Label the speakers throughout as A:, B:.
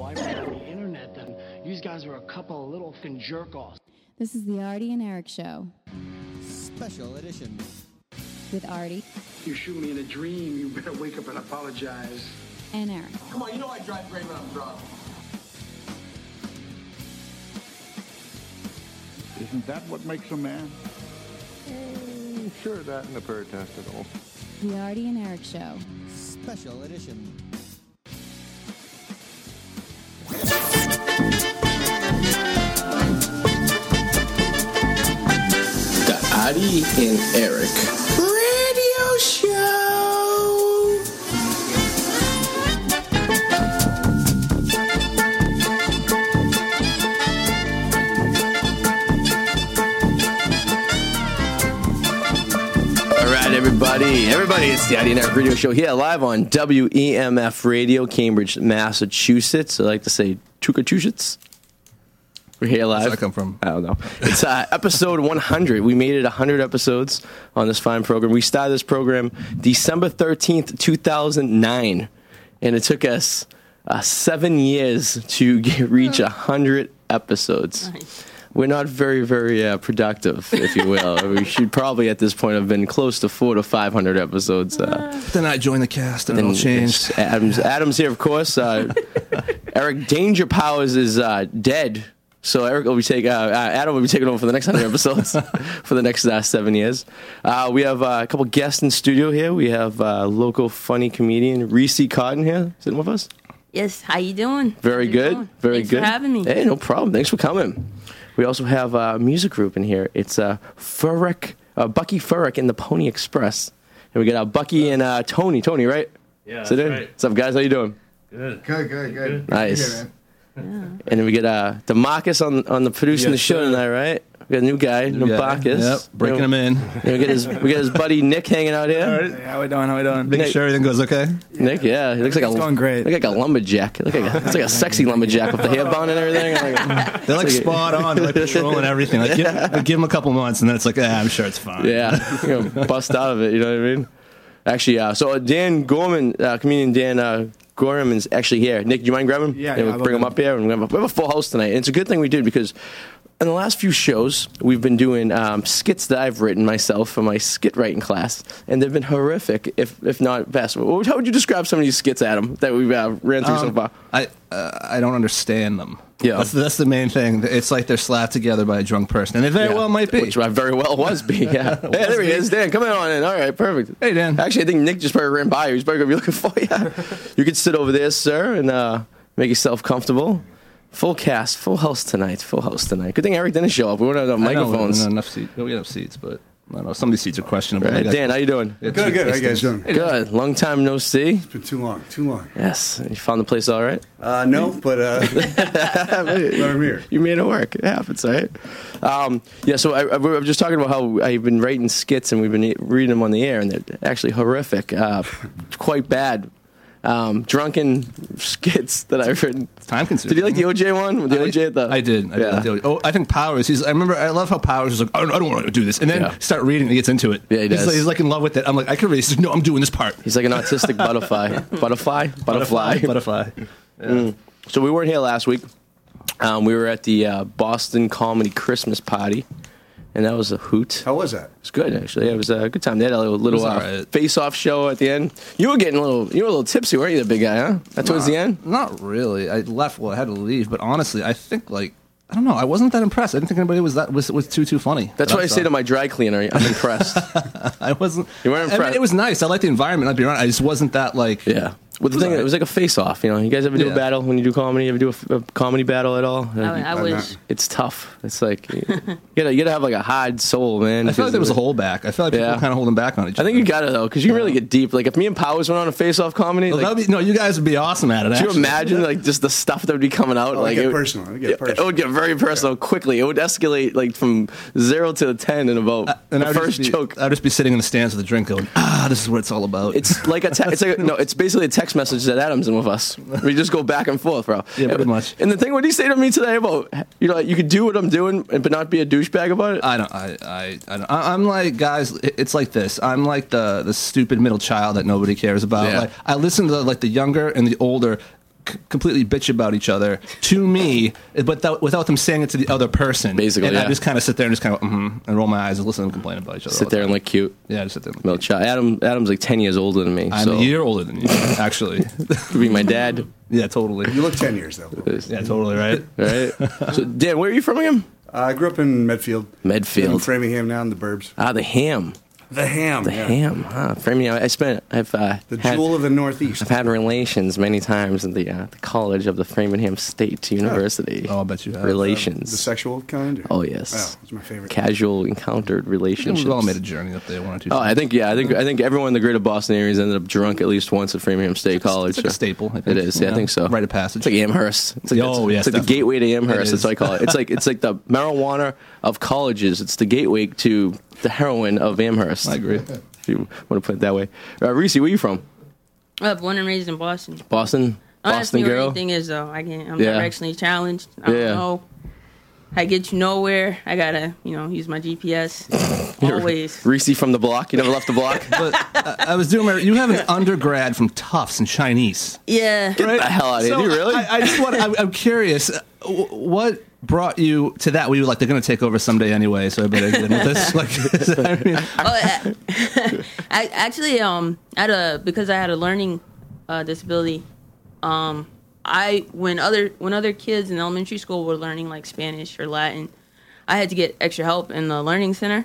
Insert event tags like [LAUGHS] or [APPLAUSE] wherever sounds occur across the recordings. A: Oh, guys are a couple of little fin jerk offs.
B: This is the Artie and Eric Show
C: Special edition.
B: with Artie
A: You shoot me in a dream, you better wake up and apologize.
B: and Eric.
D: Come on, you know I drive great when I'm drunk.
E: Isn't that what makes a man? Mm,
F: Sure, that and a pair of testicles.
B: The Artie and Eric Show.
C: Special edition.
G: The Adi and Eric Radio Show. All right, everybody. Everybody, it's the Adi and Eric Radio Show here live on WEMF Radio, Cambridge, Massachusetts. I like to say Chukachusetts. We're here live.
F: that come from?
G: I don't know. It's uh, episode 100. We made it 100 episodes on this fine program. We started this program December 13th, 2009, and it took us uh, seven years to [LAUGHS] get, reach 100 episodes. We're not very, very uh, productive, if you will. we should probably, at this point, have been close to four to 500 episodes. Uh,
F: Then I joined the cast and, it all changed.
G: it's Adams, Adams here, of course. Uh, Eric Danger Powers is uh, dead, so Eric will be taking. Uh, uh, Adam will be taking over for the next hundred episodes for the next uh, seven years. Uh, we have uh, a couple guests in studio here. We have uh, local funny comedian Reese Cotton here sitting with us.
H: Yes, how you doing?
G: Very
H: How's it
G: good,
H: going?
G: very
H: Thanks
G: good.
H: for having me.
G: Hey, no problem. Thanks for coming. We also have uh, a music group in here. It's uh, Furrick, uh, Bucky Furrick and the Pony Express, and we got uh, Bucky and uh, Tony. Tony, right?
I: Yeah,
G: Sit
I: that's
G: in.
I: right.
G: What's up, guys? How you doing?
D: Good, good, good.
G: Nice. And then we get uh, Demarcus on on the producing the
F: Yes,
G: show
F: sir.
G: tonight, right? We got a new guy, Demarcus.
F: Yep, breaking
G: And [LAUGHS]
F: them in.
G: we- and we got his we got his buddy Nick hanging out here.
F: how we doing? How we doing? Making
G: Nick-
F: sure everything goes okay.
G: Nick, yeah, he looks like a
J: going great.
G: Look like a lumberjack. Look like a, it's like a sexy lumberjack with the hair bun and everything. Like,
F: [LAUGHS] They're like
G: It's like-
F: spot on. They're like patrolling everything. Like give, like, give them a couple months, and then it's like, ah, I'm sure it's
J: [LAUGHS]
F: fine.
G: yeah, [LAUGHS] you know, bust out of it. You know what I mean? Actually, uh, so Dan Gorman, uh, comedian Dan uh, Gorman's actually here. Nick, do you mind grabbing him?
J: Yeah,
G: And
J: yeah,
G: we'll
J: I
G: bring
J: love
G: him up here. And we have, a, we have a full house tonight. And it's a good thing we did because in the last few shows, we've been doing um, skits that I've written myself for my skit writing class, and they've been horrific, if if not best. Well, How would you describe some of these skits, Adam, that we've uh, ran through so
F: Um,
G: far?
F: I uh, I don't understand them.
G: Yeah.
F: that's, that's the main thing. It's like they're slapped together by a drunk person, and they very
G: Yeah.
F: well might be.
G: Which I very well was be.
F: [LAUGHS]
G: Yeah. hey, there he is, Dan. Come in on in. All right, perfect.
F: Hey, Dan.
G: Actually, I think Nick just probably ran by you. He's probably gonna be [LAUGHS] looking for you. you can sit over there, sir, and uh, make yourself comfortable. Full cast, full house tonight. Full house tonight. Good thing Eric didn't show up. We wouldn't have
F: I know we don't
G: microphones.
F: have enough seats. We have enough seats, but I don't know. Some of these seats are questionable.
G: Right, Dan, how you doing?
F: good,
J: How you guys doing?
G: Good. Long time no see.
J: It's been too long, too long.
G: Yes. You found the place all right?
J: Uh, no, but
G: [LAUGHS]
J: uh, but I'm here.
G: You made it work. It happens, right? Um, yeah, so I, I, we were just talking about how I've been writing skits and we've been e- reading them on the air, and they're actually horrific, uh, quite bad. Um, drunken skits that I've written.
F: Time
G: Did
F: consuming.
G: you like the OJ one? With the
F: I-
G: OJ at the,
F: I did.
G: yeah.
F: I did. I did. Oh, I think Powers. He's. I remember. I love how Powers is like, "Oh, I don't, I don't want to do this, and then
G: Yeah.
F: start reading. and He gets into it.
G: Yeah, he
F: he's
G: does.
F: Like, he's like in love with it. I'm like, I could read. This. No, I'm doing this part.
G: He's like an
F: [LAUGHS]
G: autistic butterfly. Butterfly? [LAUGHS] Butterfly.
F: Butterfly.
G: So we weren't here last week. Um, we were at the uh, Boston Comedy Christmas Party, and that was a hoot.
J: How was that?
G: It's good actually. It was a good time. They had a little, little
F: It was
G: uh,
F: alright.
G: face-off show at the end. You were getting a little, you were a little tipsy, weren't you, the big guy? Huh? That towards the end.
F: Not really. I left. Well, I had to leave. But honestly, I think like I don't know. I wasn't that impressed. I didn't think anybody was that was was too too funny.
G: That's
F: that
G: what I say
F: saw.
G: to my dry cleaner. I'm impressed.
F: [LAUGHS] I wasn't.
G: You weren't
F: I
G: impressed.
F: mean, it was nice. I liked the environment. I'd be around. I just wasn't that like.
G: yeah. Well, the thing
F: alright.
G: it was like a face-off. You know, you guys ever do a
F: Yeah.
G: battle when you do comedy? You ever do a f- a, comedy battle at all?
H: I, I was.
J: not-
G: it's tough. It's like you gotta, you gotta have like a hard soul, man.
F: I felt like there was a hold back. I felt like people
G: Yeah.
F: were kind of holding back on each
G: I
F: other.
G: think you gotta though, because you can really get deep. Like if me and Powers went on a face-off comedy,
F: Well,
G: like,
F: that'd be, no, you guys would be awesome at it.
G: Could you
F: actually.
G: imagine like just the stuff that would be coming out?
J: Oh,
G: like
J: it get
G: would-
J: personal. It get
G: Yeah,
J: personal.
G: would get very personal quickly. It would escalate like from zero to ten in about
J: Uh,
F: And
G: the
F: I'd just
G: first
F: be-
G: joke.
F: I'd just be sitting in the stands with a drink, going, "Ah, this is what it's all about."
G: It's like a
F: [LAUGHS]
G: te- it's like a, no, it's basically a text message that Adam's in with us. We just go back and forth, bro.
F: Yeah, pretty much.
G: And the thing, what did he say to me today about you know like, you could do what I'm doing and but not be a douchebag about it?
F: I don't. I. I. I don't, I- I'm like guys. it- It's like this. I'm like the the stupid middle child that nobody cares about.
G: Yeah.
F: Like I listen to like the younger and the older. c- completely bitch about each other to me, but th- without them saying it to the other person.
G: Basically,
F: and
G: yeah.
F: I just kind of sit there and just kind of mm-hmm, and roll my eyes and listen to them complain about each other. all
G: Sit
F: the
G: there and
F: time.
G: look cute.
F: yeah, I just sit there. And
G: Little child. Adam Adam's like ten years older than me.
F: I'm
G: so
F: a year older than you,
G: [LAUGHS]
F: actually.
G: could be my dad.
F: [LAUGHS] yeah, totally.
J: You look 10 years, though.
F: Yeah, totally right.
G: All right. [LAUGHS]
F: [LAUGHS]
G: So Dan, where are you from again?
J: I grew up in Medfield.
G: Medfield.
J: In Framingham now in the burbs.
G: Ah, the ham.
J: The ham.
G: The
J: yeah.
G: ham. Huh. Framing. I spent. I've uh,
J: The
G: had-
J: jewel of the Northeast.
G: I've had relations many times at the, uh, the College of the Framingham State University.
F: Oh, I bet you have.
G: Relations.
J: The sexual kind? or-
G: oh, yes.
J: Oh, it's my favorite.
G: Casual encountered
F: I think
G: relationships.
F: We've all made a journey up there one or two
G: Oh,
F: times.
G: I think yeah, I think I think everyone in the greater Boston areas ended up drunk at least once at Framingham State
F: like a-
G: College.
F: it's like a
G: so-
F: staple, I think,
G: It is, yeah, I
F: you
G: think
F: know,
G: so.
F: rite of passage.
G: It's like Amherst. It's like,
F: Oh,
G: that's-
F: yes,
G: it's like the
F: definitely.
G: gateway to Amherst.
F: It
G: That's what I
F: is.
G: call it. It's like it's like the marijuana of colleges. It's the gateway to the heroin of Amherst.
F: I agree.
G: If you want to put it that way, uh, Reese, where you from?
H: Uh, born and raised in Boston.
G: Boston.
H: Don't
G: Boston
H: ask me
G: girl.
H: what
G: [LAUGHS]
H: anything is though. I can't. I'm
G: Yeah.
H: directionally challenged. I don't
G: Yeah.
H: know. I get you nowhere. I gotta, you know, use my
G: [LAUGHS]
H: GPS always.
G: Reese from the block. You never left the block.
H: [LAUGHS]
F: But [LAUGHS] I, I was doing my. You have an undergrad from Tufts in Chinese.
H: Yeah.
G: Get the hell out of here.
F: So
G: You really?
F: I, I just want. I, I'm curious. uh, wh- What brought you to that? Were you like they're going to take over someday anyway, so I better get in with
G: [LAUGHS]
F: this? Like, [LAUGHS] I mean,
H: Oh, I, I actually um I had a because I had a learning uh, disability. Um, I when other when other kids in elementary school were learning like Spanish or Latin, I had to get extra help in the learning center,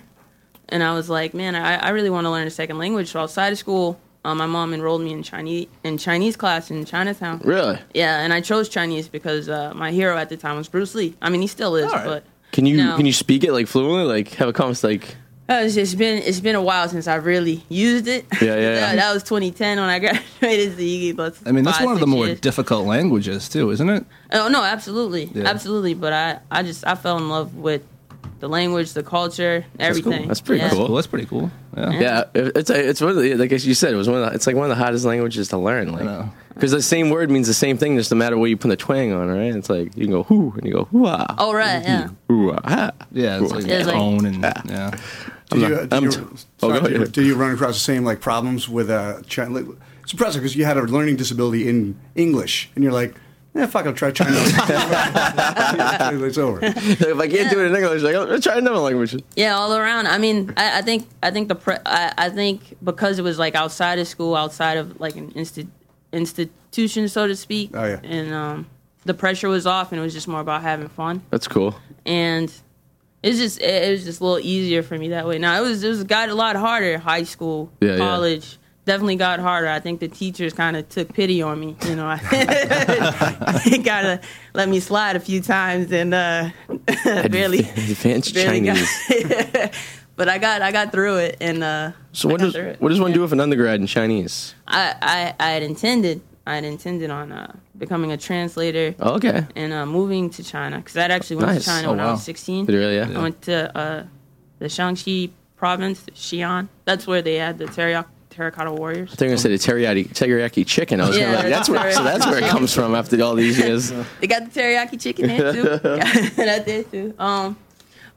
H: and I was like, man, I, I really want to learn a second language. So outside of school, uh, my mom enrolled me in Chinese in Chinese class in Chinatown.
G: really?
H: Yeah, and I chose Chinese because uh, my hero at the time was Bruce Lee. I mean, he still is,
F: All right.
H: but
G: Can you
H: No.
G: can you speak it like fluently? Like have a conversation? Like
H: Uh, it's, it's been it's been a while since I really used it. [LAUGHS]
G: Yeah, yeah, yeah.
H: that, that was 2010 when I [LAUGHS] graduated. So you get about
F: I mean, that's
H: five,
F: one of the
H: six
F: more
H: years.
F: difficult languages too, isn't it?
H: oh no, absolutely,
F: Yeah.
H: absolutely. But I I just I fell in love with the language, the culture, everything.
G: cool. That's pretty
H: Yeah.
G: cool.
F: Well, that's pretty cool. Yeah.
G: Yeah, it- it's a- it's one of the, like you said, it was one of the, it's like one of the hottest languages to learn. Like
F: know.
G: because the same word means the same thing, just no matter where you put the twang on, right? It's like you can go hoo and you go hoo ah
H: Oh right, yeah.
G: hoo ah.
F: Yeah, it's like Ah.
H: It's like-
F: tone and yeah.
J: Did you,
G: not-
J: did
G: I'm
J: you-
G: t- oh,
J: sorry,
G: go
J: did, you,
G: ahead.
J: did you run across the same like problems with uh, China? It's impressive because you had a learning disability in English, and you're like, "Yeah, fuck, I'll try
G: [LAUGHS]
J: Chinese." [LAUGHS] it's over.
G: If I can't do it in English, like I'll try another language.
H: Yeah, all around. I mean, I, I think I think the pre- I, I think because it was like outside of school, outside of like an insti- institution, so to speak.
J: Oh, yeah.
H: And um, the pressure was off, and it was just more about having fun.
G: That's
F: [LAUGHS]
G: cool.
H: and it's just it, it was just a little easier for me that way. Now it was it was got a lot harder. High school,
G: Yeah, yeah.
H: college. Definitely got harder. I think the teachers kind of took pity on me. You know, [LAUGHS] I they kind of let me slide a few times and uh, [LAUGHS] barely,
G: advanced
H: barely got-
G: Chinese.
H: but I got I got through it. And uh,
G: So
H: [LAUGHS]
G: what
H: got
G: does
H: through it.
G: what does one do with an undergrad in Chinese?
H: I, I I had intended I had intended on uh, becoming a translator
G: Oh, okay,
H: and uh, moving to China because I actually went
G: Nice.
H: to China
G: Oh,
H: when I
F: wow.
H: was 16.
G: Did you really? Yeah.
H: I went to uh, the Shaanxi province, Xi'an. That's where they had the terrio- terracotta warriors.
G: They're gonna say the teriyaki teriyaki chicken. I was
H: Yeah,
G: gonna be like, that's where so that's where it comes from after all these
F: [LAUGHS]
G: years.
H: They got the teriyaki chicken there too.
G: [LAUGHS]
H: [LAUGHS] that there too. Um,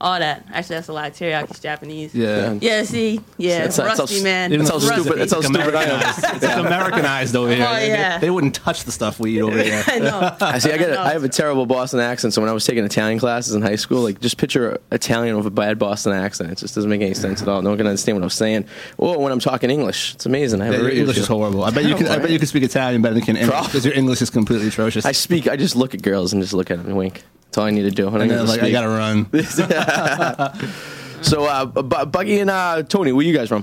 H: all that. Actually, that's a lot. Teriyaki's Japanese.
F: Yeah.
H: Yeah. See. Yeah.
G: That's- that's
H: rusty
G: how-
H: man.
G: That's how
H: Rusty.
G: stupid. That's how stupid I am.
F: Americanized. It's like
G: [LAUGHS]
F: Americanized over here.
H: Oh,
F: They-
H: yeah.
F: They wouldn't touch the stuff we
H: [LAUGHS]
F: eat over here.
H: [LAUGHS] I know.
G: [LAUGHS] I see. I get. A, I have a terrible Boston accent. So when I was taking Italian classes in high school, like just picture Italian with a bad Boston accent. It just doesn't make any sense at all. No one can understand what I'm saying. Or when I'm talking English, it's amazing. I have
F: Yeah,
G: a
F: your
G: radio
F: English
G: show.
F: is horrible. I bet you can. I bet you can speak Italian better than you can English because your English is completely atrocious.
G: I [LAUGHS] speak. I just look at girls and just look at them and wink. That's all I need to do. I don't
F: and
G: need
F: then,
G: to
F: like I
G: speak.
F: gotta run.
G: [LAUGHS] so uh, Bu- Buggy and uh, Tony, where you guys from?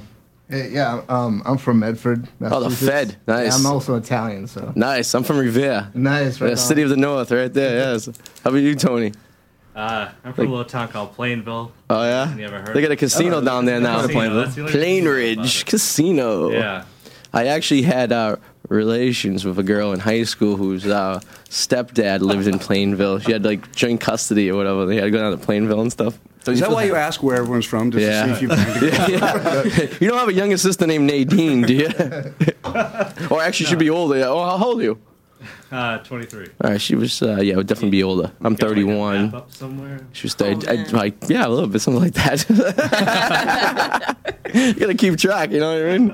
I: Hey, yeah, um, I'm from Medford.
G: Oh, the Fed. Nice.
I: I'm also Italian, so
G: Nice. I'm from Revere.
I: nice.
G: The
I: Right
G: city of the north, right there. Yes. How about you, Tony?
K: Uh, I'm from a little town called Plainville.
G: Oh yeah.
K: You ever heard
G: They
K: of
G: got a casino
F: Uh,
G: down there now.
K: Casino, that's the only
G: Plain
K: casino
G: Ridge
K: about it.
G: Casino.
K: Yeah.
G: I actually had uh, relations with a girl in high school whose uh, stepdad lived in Plainville. She had like joint custody or whatever. They had to go down to Plainville and stuff.
J: Is that why you ask where everyone's from? Just
G: Yeah.
J: to see if you
G: [LAUGHS]
J: can
G: you don't have
J: [LAUGHS]
G: a younger sister named Nadine, do you? or actually, she'd be older. Oh, how old are you?
K: Uh, 23.
G: All right, she was uh, yeah, would definitely be older. I'm
K: Got, like, a
G: 31.
K: map up somewhere?
G: She was thirty I- like yeah, a little bit something like that. [LAUGHS] you gotta keep track, you know what I mean?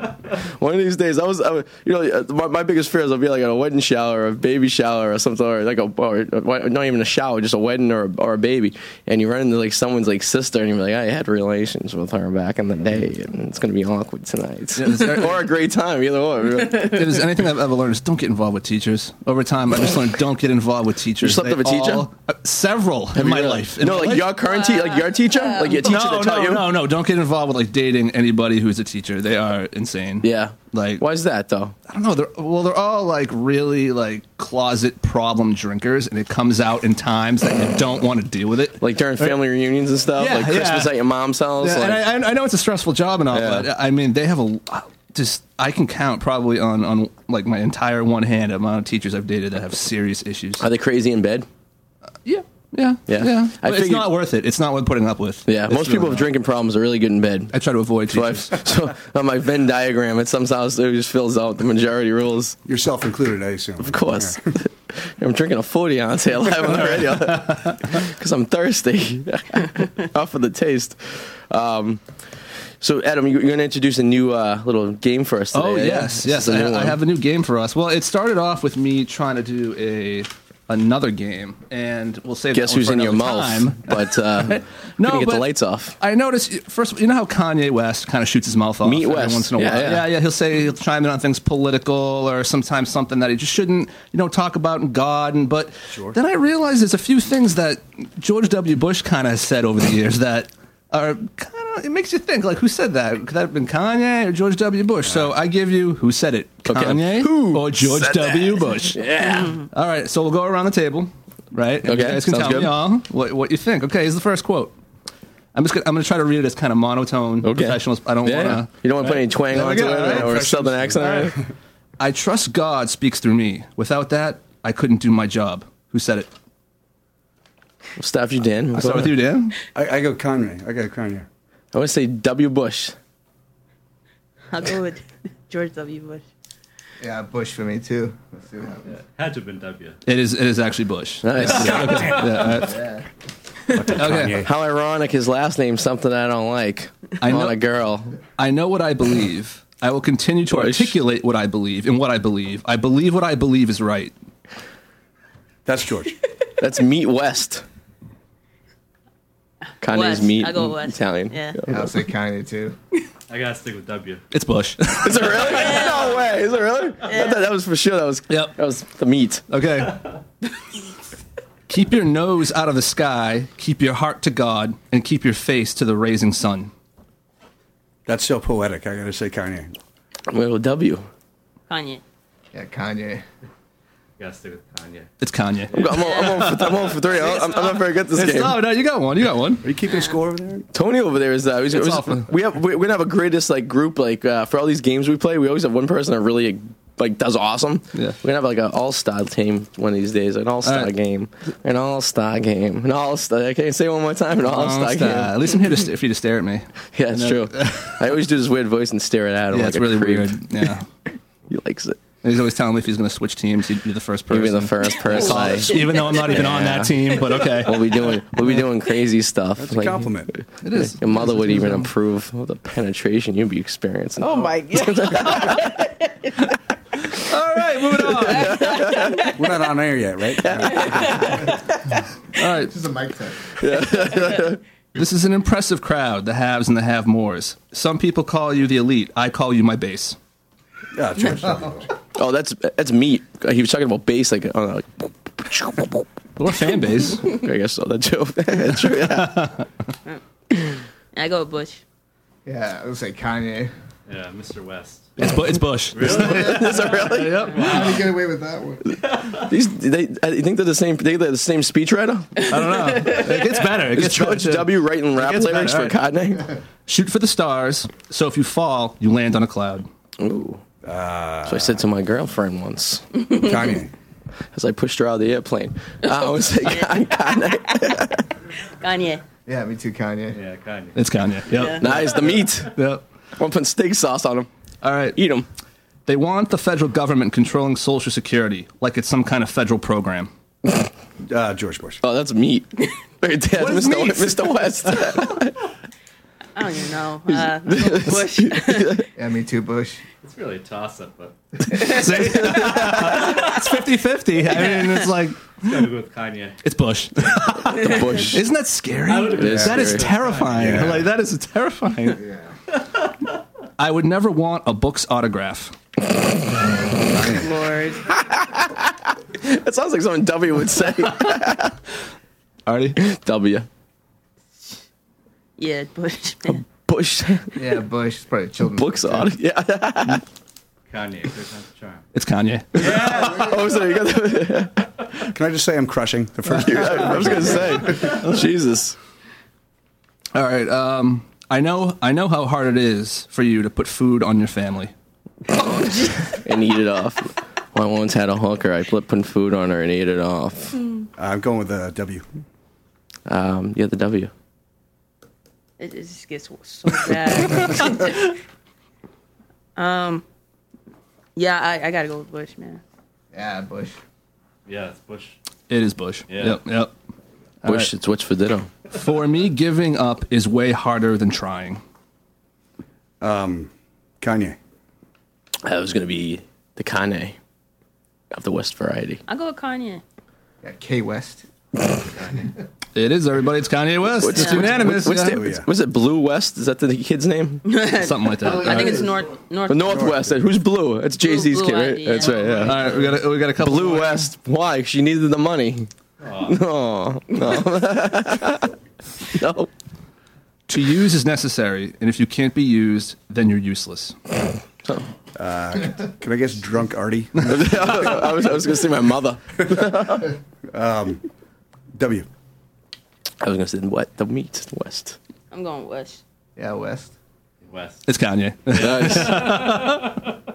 G: One of these days, I was, I was you know, uh, my, my biggest fear is I'll be like at a wedding shower, or a baby shower, or something, or like a, or a- not even a shower, just a wedding or a, or a baby, and you run into like someone's like sister, and you're like, I had relations with her back in the day, and it's gonna be awkward tonight,
F: Yeah, is there-
G: [LAUGHS] or a great time, either or.
F: if there's anything I've ever learned is don't get involved with teachers. Over time, I just learned don't get involved with
G: You
F: teachers.
G: slept
F: They
G: with a teacher?
F: all- uh, several in my life. In
G: no,
F: my
G: like
F: life-
G: your current, te- like your teacher, like your teacher
F: no,
G: that taught
F: no,
G: you.
F: no, no. Don't get involved with like dating anybody who's a teacher. They are insane.
G: Yeah.
F: Like
G: why is that though?
F: I don't know. They're well, they're all like really like closet problem drinkers, and it comes out in times that you don't want to deal with it.
G: Like during family reunions and stuff,
F: Yeah,
G: like Christmas
F: yeah.
G: at your mom's house.
F: Yeah,
G: like,
F: and I, I know it's a stressful job and all,
G: Yeah.
F: but I mean, they have a just. I can count probably on on like my entire one hand amount of teachers I've dated that have serious issues.
G: are they crazy in bed?
F: Yeah, yeah,
G: Yeah.
F: yeah.
G: I
F: But it's
G: figured-
F: not worth it. It's not worth putting up with.
G: Yeah,
F: It's
G: most people
F: really
G: with
F: not.
G: drinking problems are really good in bed.
F: I try to avoid
G: So, I've,
F: teachers.
G: [LAUGHS] so on my Venn diagram, it somehow it just fills out the majority rules.
J: Yourself included, I assume.
G: Of course,
J: [LAUGHS]
G: [LAUGHS] I'm drinking a 40 ounce here live on the radio [LAUGHS] because I'm thirsty [LAUGHS] off of the taste. Um, so Adam, you- you're going to introduce a new uh, little game for us today.
F: Oh
G: yeah?
F: yes,
G: This
F: yes.
G: is a
F: I,
G: new
F: I
G: one.
F: have a new game for us. Well, it started off with me trying to do a another game, and we'll save.
G: Guess
F: that one
G: who's
F: for
G: in your
F: another
G: mouth?
F: time. [LAUGHS]
G: But uh,
F: No,
G: gonna get the
F: but-
G: lights off.
F: I noticed first. You know how Kanye West kind of shoots his mouth off
G: Meet
F: every
G: West.
F: once in a
G: Yeah,
F: while.
G: yeah.
F: yeah, He'll say he'll chime in on things political or sometimes something that he just shouldn't, you know, talk about in God. And but then I realized there's a few things that George W. Bush kind of said over the years that are kind of it makes you think like who said that? Could that have been Kanye or George W. Bush? So I give you who said it,
G: Okay.
F: Kanye
G: Who
F: or George
G: said
F: W.
G: [LAUGHS]
F: Bush.
G: Yeah.
F: All right, so we'll go around the table, right? And
G: Okay,
F: you guys can
G: sounds
F: tell
G: good.
F: me all what, what you think. Okay, here's the first quote. I'm just gonna, I'm gonna try to read it as kind of monotone
G: Okay.
F: professionals. I don't
G: Yeah,
F: want
G: yeah.
F: to.
G: You don't want to put any twang
F: There we
G: onto
F: go.
G: it
F: All right.
G: or a
F: Fresh
G: southern
F: juice.
G: accent.
F: All
G: or
F: right.
G: anything.
F: [LAUGHS] I trust God speaks through me. Without that, I couldn't do my job. Who said it?
G: We'll stop you, Dan.
F: I start with you, Dan.
J: I, I go Kanye. I go Kanye.
G: I want to say W. Bush.
H: I'll go with George W. Bush.
I: Yeah, Bush for me too. Let's see what happens.
K: Had to have been W.
F: It is. It is actually Bush.
G: Nice. [LAUGHS]
F: Okay.
G: How ironic his last name's something I don't like.
F: I
G: On
F: know-
G: a girl.
F: I know what I believe. I will continue to
G: Bush.
F: articulate what I believe and what I believe. I believe what I believe is right.
J: That's George.
G: [LAUGHS] That's Meat West. Kanye's
H: West.
G: meat.
H: I go West.
G: Italian.
H: Yeah.
I: Yeah, I'll say Kanye too.
K: I gotta stick with W.
F: It's Bush.
G: [LAUGHS] Is it
K: [LAUGHS]
G: really? No way. Is it really? I thought that was for sure. That was.
F: Yep.
G: That was the meat.
F: Okay. keep your nose out of the sky, keep your heart to God, and keep your face to the raising sun.
J: That's so poetic. I got to say Kanye.
G: Little W.
H: Kanye.
K: [LAUGHS]
I: Yeah, Kanye.
K: Gotta stick with Kanye.
F: It's Kanye.
G: I'm on, I'm on, for, I'm on for three. I'm, I'm not very good at this
F: It's-
G: game.
F: no, no, you got one. You got one.
J: Are you keeping score over there?
G: Tony over there is uh, he's,
F: It's
G: he's-
F: awful.
G: we have we- we're gonna have a greatest like group like uh, for all these games we play. We always have one person that really like does awesome.
F: Yeah.
G: we're gonna have like an all star team one of these days. An all star
F: All right.
G: game, an all star game, an all star. I can't say it one more time. An all star
F: Monster. At
G: game.
F: least I'm here to st- for you to stare at me.
G: Yeah, it's
F: No. [LAUGHS]
G: true. I always do this weird voice and stare at Adam.
F: Yeah,
G: like
F: it's
G: a
F: really
G: creep. [LAUGHS]
F: weird. Yeah.
G: He likes it.
F: He's always telling me if he's going to switch teams, he'd be the first
G: You'll
F: person.
G: be the first person. I-
F: [LAUGHS] Even though I'm not even on
G: Yeah.
F: that team, but okay.
G: We'll be
F: [LAUGHS]
G: doing we'll be doing crazy stuff.
J: That's a compliment.
F: It is.
G: Your mother
F: It is.
G: would
F: It is.
G: even approve of the penetration you'd be experiencing.
L: Oh my god.
F: All right, [LAUGHS] moving on. All
J: We're not on air yet, right?
F: right.
I: This is a mic test.
F: [LAUGHS] This is an impressive crowd, the haves and the have mores. Some people call you the elite. I call you my base.
J: Yeah, George. W. Bush.
G: Oh, that's that's
F: [LAUGHS]
G: meat. He was talking about bass, like, oh, like
F: Or fan base.
G: I guess so. That joke. That's true. [LAUGHS] Yeah.
H: I go with Bush.
I: Yeah, I'll say Kanye.
K: Yeah, Mr. West.
F: It's, Bu- it's
G: [LAUGHS]
F: Bush. [LAUGHS]
G: Is that really?
I: How did he get away with that one?
G: These, they, I think they're the same. They they're the same speechwriter.
F: I don't know. It gets better. It
G: Is
F: gets
G: George
F: better.
G: W. writing rap
F: gets better,
G: lyrics for Kanye?
F: Shoot for the stars. So if you fall, you land on a cloud.
G: Ooh. so I said to my girlfriend once
J: Uh, Kanye.
G: [LAUGHS] as I pushed her out of the airplane. [LAUGHS] I was like, Kanye.
J: [LAUGHS]
H: Kanye.
I: Yeah, me too, Kanye.
K: Yeah, Kanye.
F: It's Kanye.
G: [LAUGHS]
F: Yep.
G: Nice, the meat.
F: Yep.
G: I'm putting steak sauce on him.
F: All right.
G: Eat him.
F: They want the federal government controlling Social Security like it's some kind of federal program.
J: [LAUGHS] uh, George Bush.
G: Oh, that's meat. Right [LAUGHS] there,
F: [LAUGHS] What is
G: Mr.
F: meat?
G: Mr. West.
H: [LAUGHS] I don't even know.
G: [LAUGHS]
H: Uh, Bush.
I: [LAUGHS] yeah, me too, Bush.
K: It's really a toss up,
F: [LAUGHS]
K: but
F: it's 50 50. I mean, it's like,
K: it's gotta go with Kanye.
F: it's
G: [LAUGHS]
F: Bush.
G: the bush.
F: [LAUGHS] Isn't that scary?
K: I would- It
G: is
F: That is
G: scary.
F: terrifying.
J: Yeah.
F: Like, that is terrifying. [LAUGHS] I would never want a book's
J: [LAUGHS]
F: autograph.
G: [LAUGHS]
H: Lord.
G: That sounds like something W
J: [LAUGHS]
G: would say.
F: Artie?
G: w.
H: Yeah, Bush. man.
G: Bush. [LAUGHS]
I: Yeah, Bush. It's probably a children's
G: Books on. it. Yeah.
K: Kanye, third time's a charm.
F: It's Kanye.
G: Oh, sorry. You got the,
J: [LAUGHS] Can I just say I'm crushing the
G: [LAUGHS]
J: first year?
G: I was gonna
J: [LAUGHS]
G: say. Jesus.
F: All right. Um, I know. I know how hard it is for you to put food on your family.
G: And eat it off. I once had a hooker. I put put food on her and ate it off.
J: I'm going with a W.
G: Um, yeah, the W.
H: It just gets so bad. [LAUGHS] um, yeah, I, I gotta go with Bush, man.
I: Yeah, Bush.
K: [LAUGHS] Yeah, it's Bush.
F: It is Bush.
K: Yeah.
F: Yep. Yep.
G: Bush. It's what's for ditto.
F: For me, giving up is way harder than trying.
G: Um,
J: Kanye.
G: That was gonna be E. the Kanye of the West variety.
H: I go with Kanye.
I: Yeah, K West.
F: It is everybody. It's Kanye West. it's unanimous.
G: What's
F: yeah.
G: the,
J: yeah.
G: Was it Blue West? Is that the
H: [LAUGHS]
G: kid's name?
F: [LAUGHS] Something like that.
H: I
F: All
H: think
F: right.
H: it's North North.
G: The Northwest. uh, Who's Blue? It's Jay Z's
H: Blue
G: kid, right?
H: Ivy, yeah.
G: That's right. Yeah.
F: All right. We got. A, we got a couple.
G: Blue
F: more.
G: West. Why? She needed the
F: [LAUGHS]
G: money. No, Oh. [LAUGHS] no, [LAUGHS] no.
F: To use is necessary, and if you can't be used, then you're useless.
G: [LAUGHS]
J: Can I guess drunk Artie?
G: [LAUGHS] Uh, [LAUGHS] I was, I was gonna say my
F: [LAUGHS]
G: mother.
J: w.
G: I was gonna say what the meat West.
H: I'm going West.
I: Yeah, West.
K: West.
F: It's Kanye.
H: [LAUGHS]
G: Nice.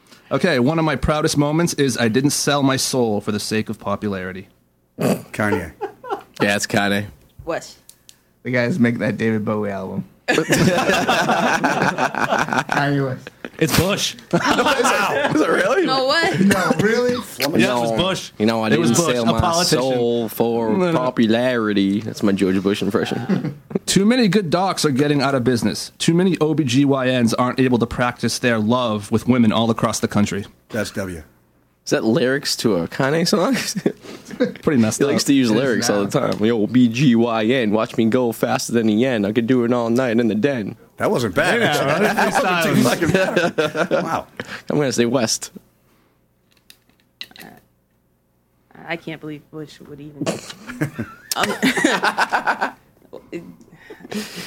F: [LAUGHS] okay. One of my proudest moments is I didn't sell my soul for the sake of popularity.
J: Kanye.
G: yeah, it's Kanye.
H: West.
I: The guys making that David Bowie
G: [LAUGHS]
I: album. Kanye West.
F: It's Bush.
G: Is it really?
H: No what?
I: No, really?
F: Yeah, it was Bush.
G: You know, I
F: It
G: didn't
F: was Bush,
G: sell
F: a
G: my
F: politician.
G: soul for
F: [LAUGHS] No, no.
G: popularity. That's my George Bush impression.
F: Too many good docs are getting out of business. Too many OBGYNs aren't able to practice their love with women all across the country.
J: That's W.
G: Is that lyrics to a Kanye song? [LAUGHS]
F: Pretty messed
G: he
F: up.
G: likes to use
I: It is
G: lyrics all
I: now.
G: the time. Yo, BGYN, watch me go faster than the yen. I could do it all night in the den.
J: That wasn't bad. actually. That wasn't too fucking bad. Wow.
G: I'm gonna say West.
H: I can't believe Bush would
G: [LAUGHS]
H: even. I'm, [LAUGHS]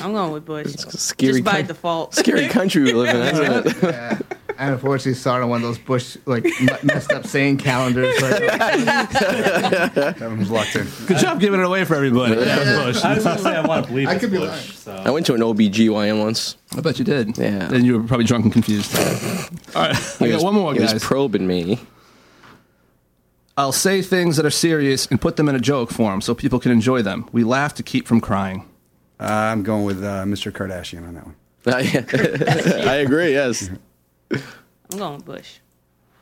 H: I'm going with Bush.
G: a scary
H: Just by
G: country.
H: default.
G: Scary country we live in.
H: [LAUGHS]
G: Isn't it?
I: I unfortunately saw it on one of those Bush like m- messed up saying calendars. Like,
G: [LAUGHS]
J: That one was locked in.
F: Good job giving it away for everybody.
K: I was gonna say I
M: [LAUGHS]
K: want to believe
I: I
K: it's
I: could be lying.
K: Bush.
G: I
K: So
G: went to an OBGYN once.
F: I bet you did.
G: Yeah.
F: Then you were probably drunk and confused. all right. I
G: He
F: got
G: was-
F: one more,
G: He
F: guys.
G: was probing me.
F: I'll say things that are serious and put them in a joke form so people can enjoy them. We laugh to keep from crying.
J: I'm going with uh, Mr. Kardashian on that one.
G: [LAUGHS] I agree. Yes.
H: I'm going with Bush.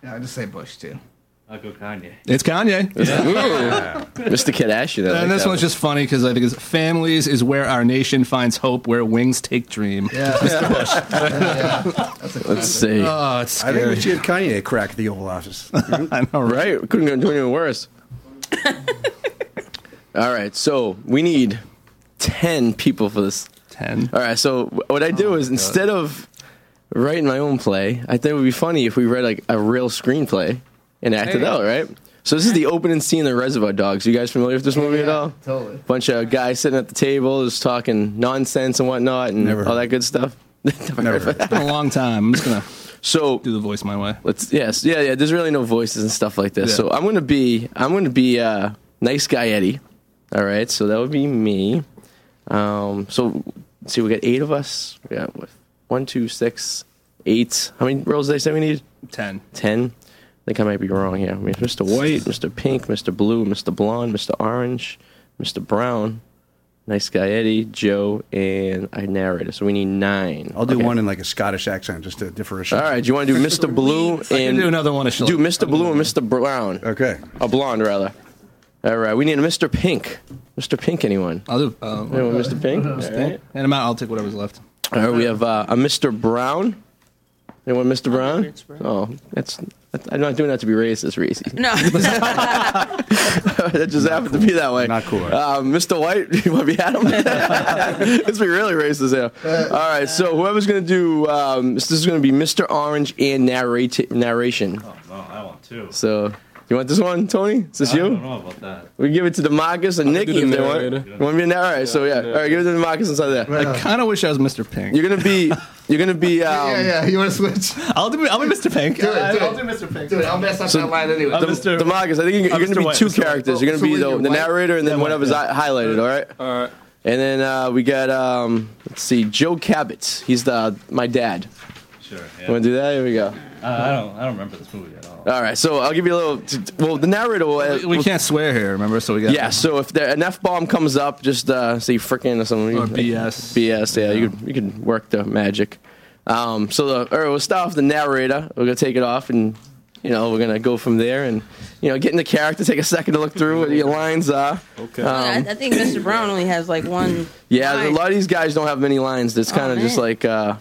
I: yeah, I just say Bush too.
K: I'll go Kanye.
F: It's
G: [LAUGHS]
F: Kanye.
G: Mr. Kardashian. I like
F: And this
G: that
F: one's just funny because I think it's families is where our nation finds hope, where wings take dream. [LAUGHS]
I: Yeah, Mr. [LAUGHS] Bush.
G: Let's see.
F: Oh, it's
J: I think we
F: scary.
J: should give Kanye a crack at the Oval Office. [LAUGHS]
F: I know, right?
G: Mm-hmm. right? We couldn't go do any worse. All right. So we need ten people for this.
F: Ten.
G: All right. So what I
J: Oh
G: do is instead of writing my own play, I think it would be funny if we read like a real screenplay and acted
F: Hey.
G: out. Right. So this is the opening scene of Reservoir Dogs. You guys familiar with this movie at all?
I: Totally.
G: bunch of guys sitting at the table just talking nonsense and whatnot and
J: Never
G: all
J: heard.
G: that good stuff. [LAUGHS]
J: Never. heard.
F: It's been a long time. I'm just gonna
G: So
F: do the voice my way.
G: let's yes, yeah, yeah. There's really no voices and stuff like this.
F: Yeah.
G: So I'm gonna be I'm gonna be uh, nice guy Eddie. All right, so that would be me. Um, so let's see, we got eight of us. We got what, one, two, six, eight. How many rolls did I say we need?
F: Ten.
G: 10. I think I might be wrong here. I mean, Mr. White, Mr. Pink, Mr. Blue, Mr. Blonde, Mr. Orange, Mr. Brown, Nice guy Eddie, Joe, and our narrator. So we need nine.
J: I'll do
G: Okay.
J: one in like a Scottish accent just to differentiate.
G: All right, do you want to do
J: [LAUGHS]
G: Mr. Blue and
J: do another one if you
G: Do
J: like.
G: Mr. Blue and Mr. Brown. Okay, a blonde rather. All right, we need a Mr. Pink. Mr. Pink, anyone?
F: I'll do. Uh,
G: Anyone, Mr. Pink?
F: Mr.
G: All
F: Pink.
G: right.
F: And I'm out. I'll take whatever's left.
G: All right, we have uh, a Mr. Brown. Anyone, Mr. Brown? Oh, that's. that's- I'm not doing that to be racist, Reese.
H: No.
G: [LAUGHS] that just happened to be that way. Not cool. Uh, Mr. White, [LAUGHS] you want to be at him? Let's be really racist here. All right, so whoever's going to do um, this is going to be Mr. Orange and narrate narration.
K: No, Oh, I want two.
G: So, you want this one, Tony? Is this
K: I
G: you?
K: don't know about that.
G: We give it to Demarcus and
K: do
G: Nikki
K: the
G: if they want.
K: narrator.
G: You want me to narrate? All right, so yeah. All right, give it to Demarcus inside there.
F: I kind of wish I was Mr. Pink.
G: You're gonna be. You're gonna be. Um,
I: yeah, yeah. You want to switch?
F: I'll do. I'll be Mr. Pink.
I: Do it, do
F: I-
I: it.
F: I'll do Mr. Pink.
I: Dude, I'll mess up that line anyway.
G: Dem- Demarcus, I think you're,
F: I'm
G: you're going
F: Mr.
G: to be
F: White,
G: two
F: Mr. White.
G: characters. You're going
F: So
G: to be
F: what are
G: the,
F: you,
G: the
F: white?
G: narrator and then
F: Yeah, white,
G: whatever's
F: yeah.
G: hi- highlighted. All right. All right. And then uh, we got um, let's see, Joe Cabot. He's the my dad.
K: Sure. Yeah.
G: Want to do that? Here we go.
K: Uh, I don't. I don't remember this movie at all.
G: All right. So I'll give you a little. t- t- Well, the narrator will.
F: We, we can't swear here, remember? So we got.
G: Yeah. So if there, an f bomb comes up, just uh, say frickin' or something.
F: Or BS.
G: BS. Yeah. You could you could work the magic. Um, so the all right, we'll start off the narrator. We're gonna take it off and. You know, we're gonna go from there, and you know, get in the character. Take a second to look through what your lines are. Okay.
H: I, I think Mr. Brown only has like one.
G: Yeah,
H: line.
G: a lot of these guys don't have many lines. That's
H: Oh,
G: kind of just
H: man.
G: like, uh,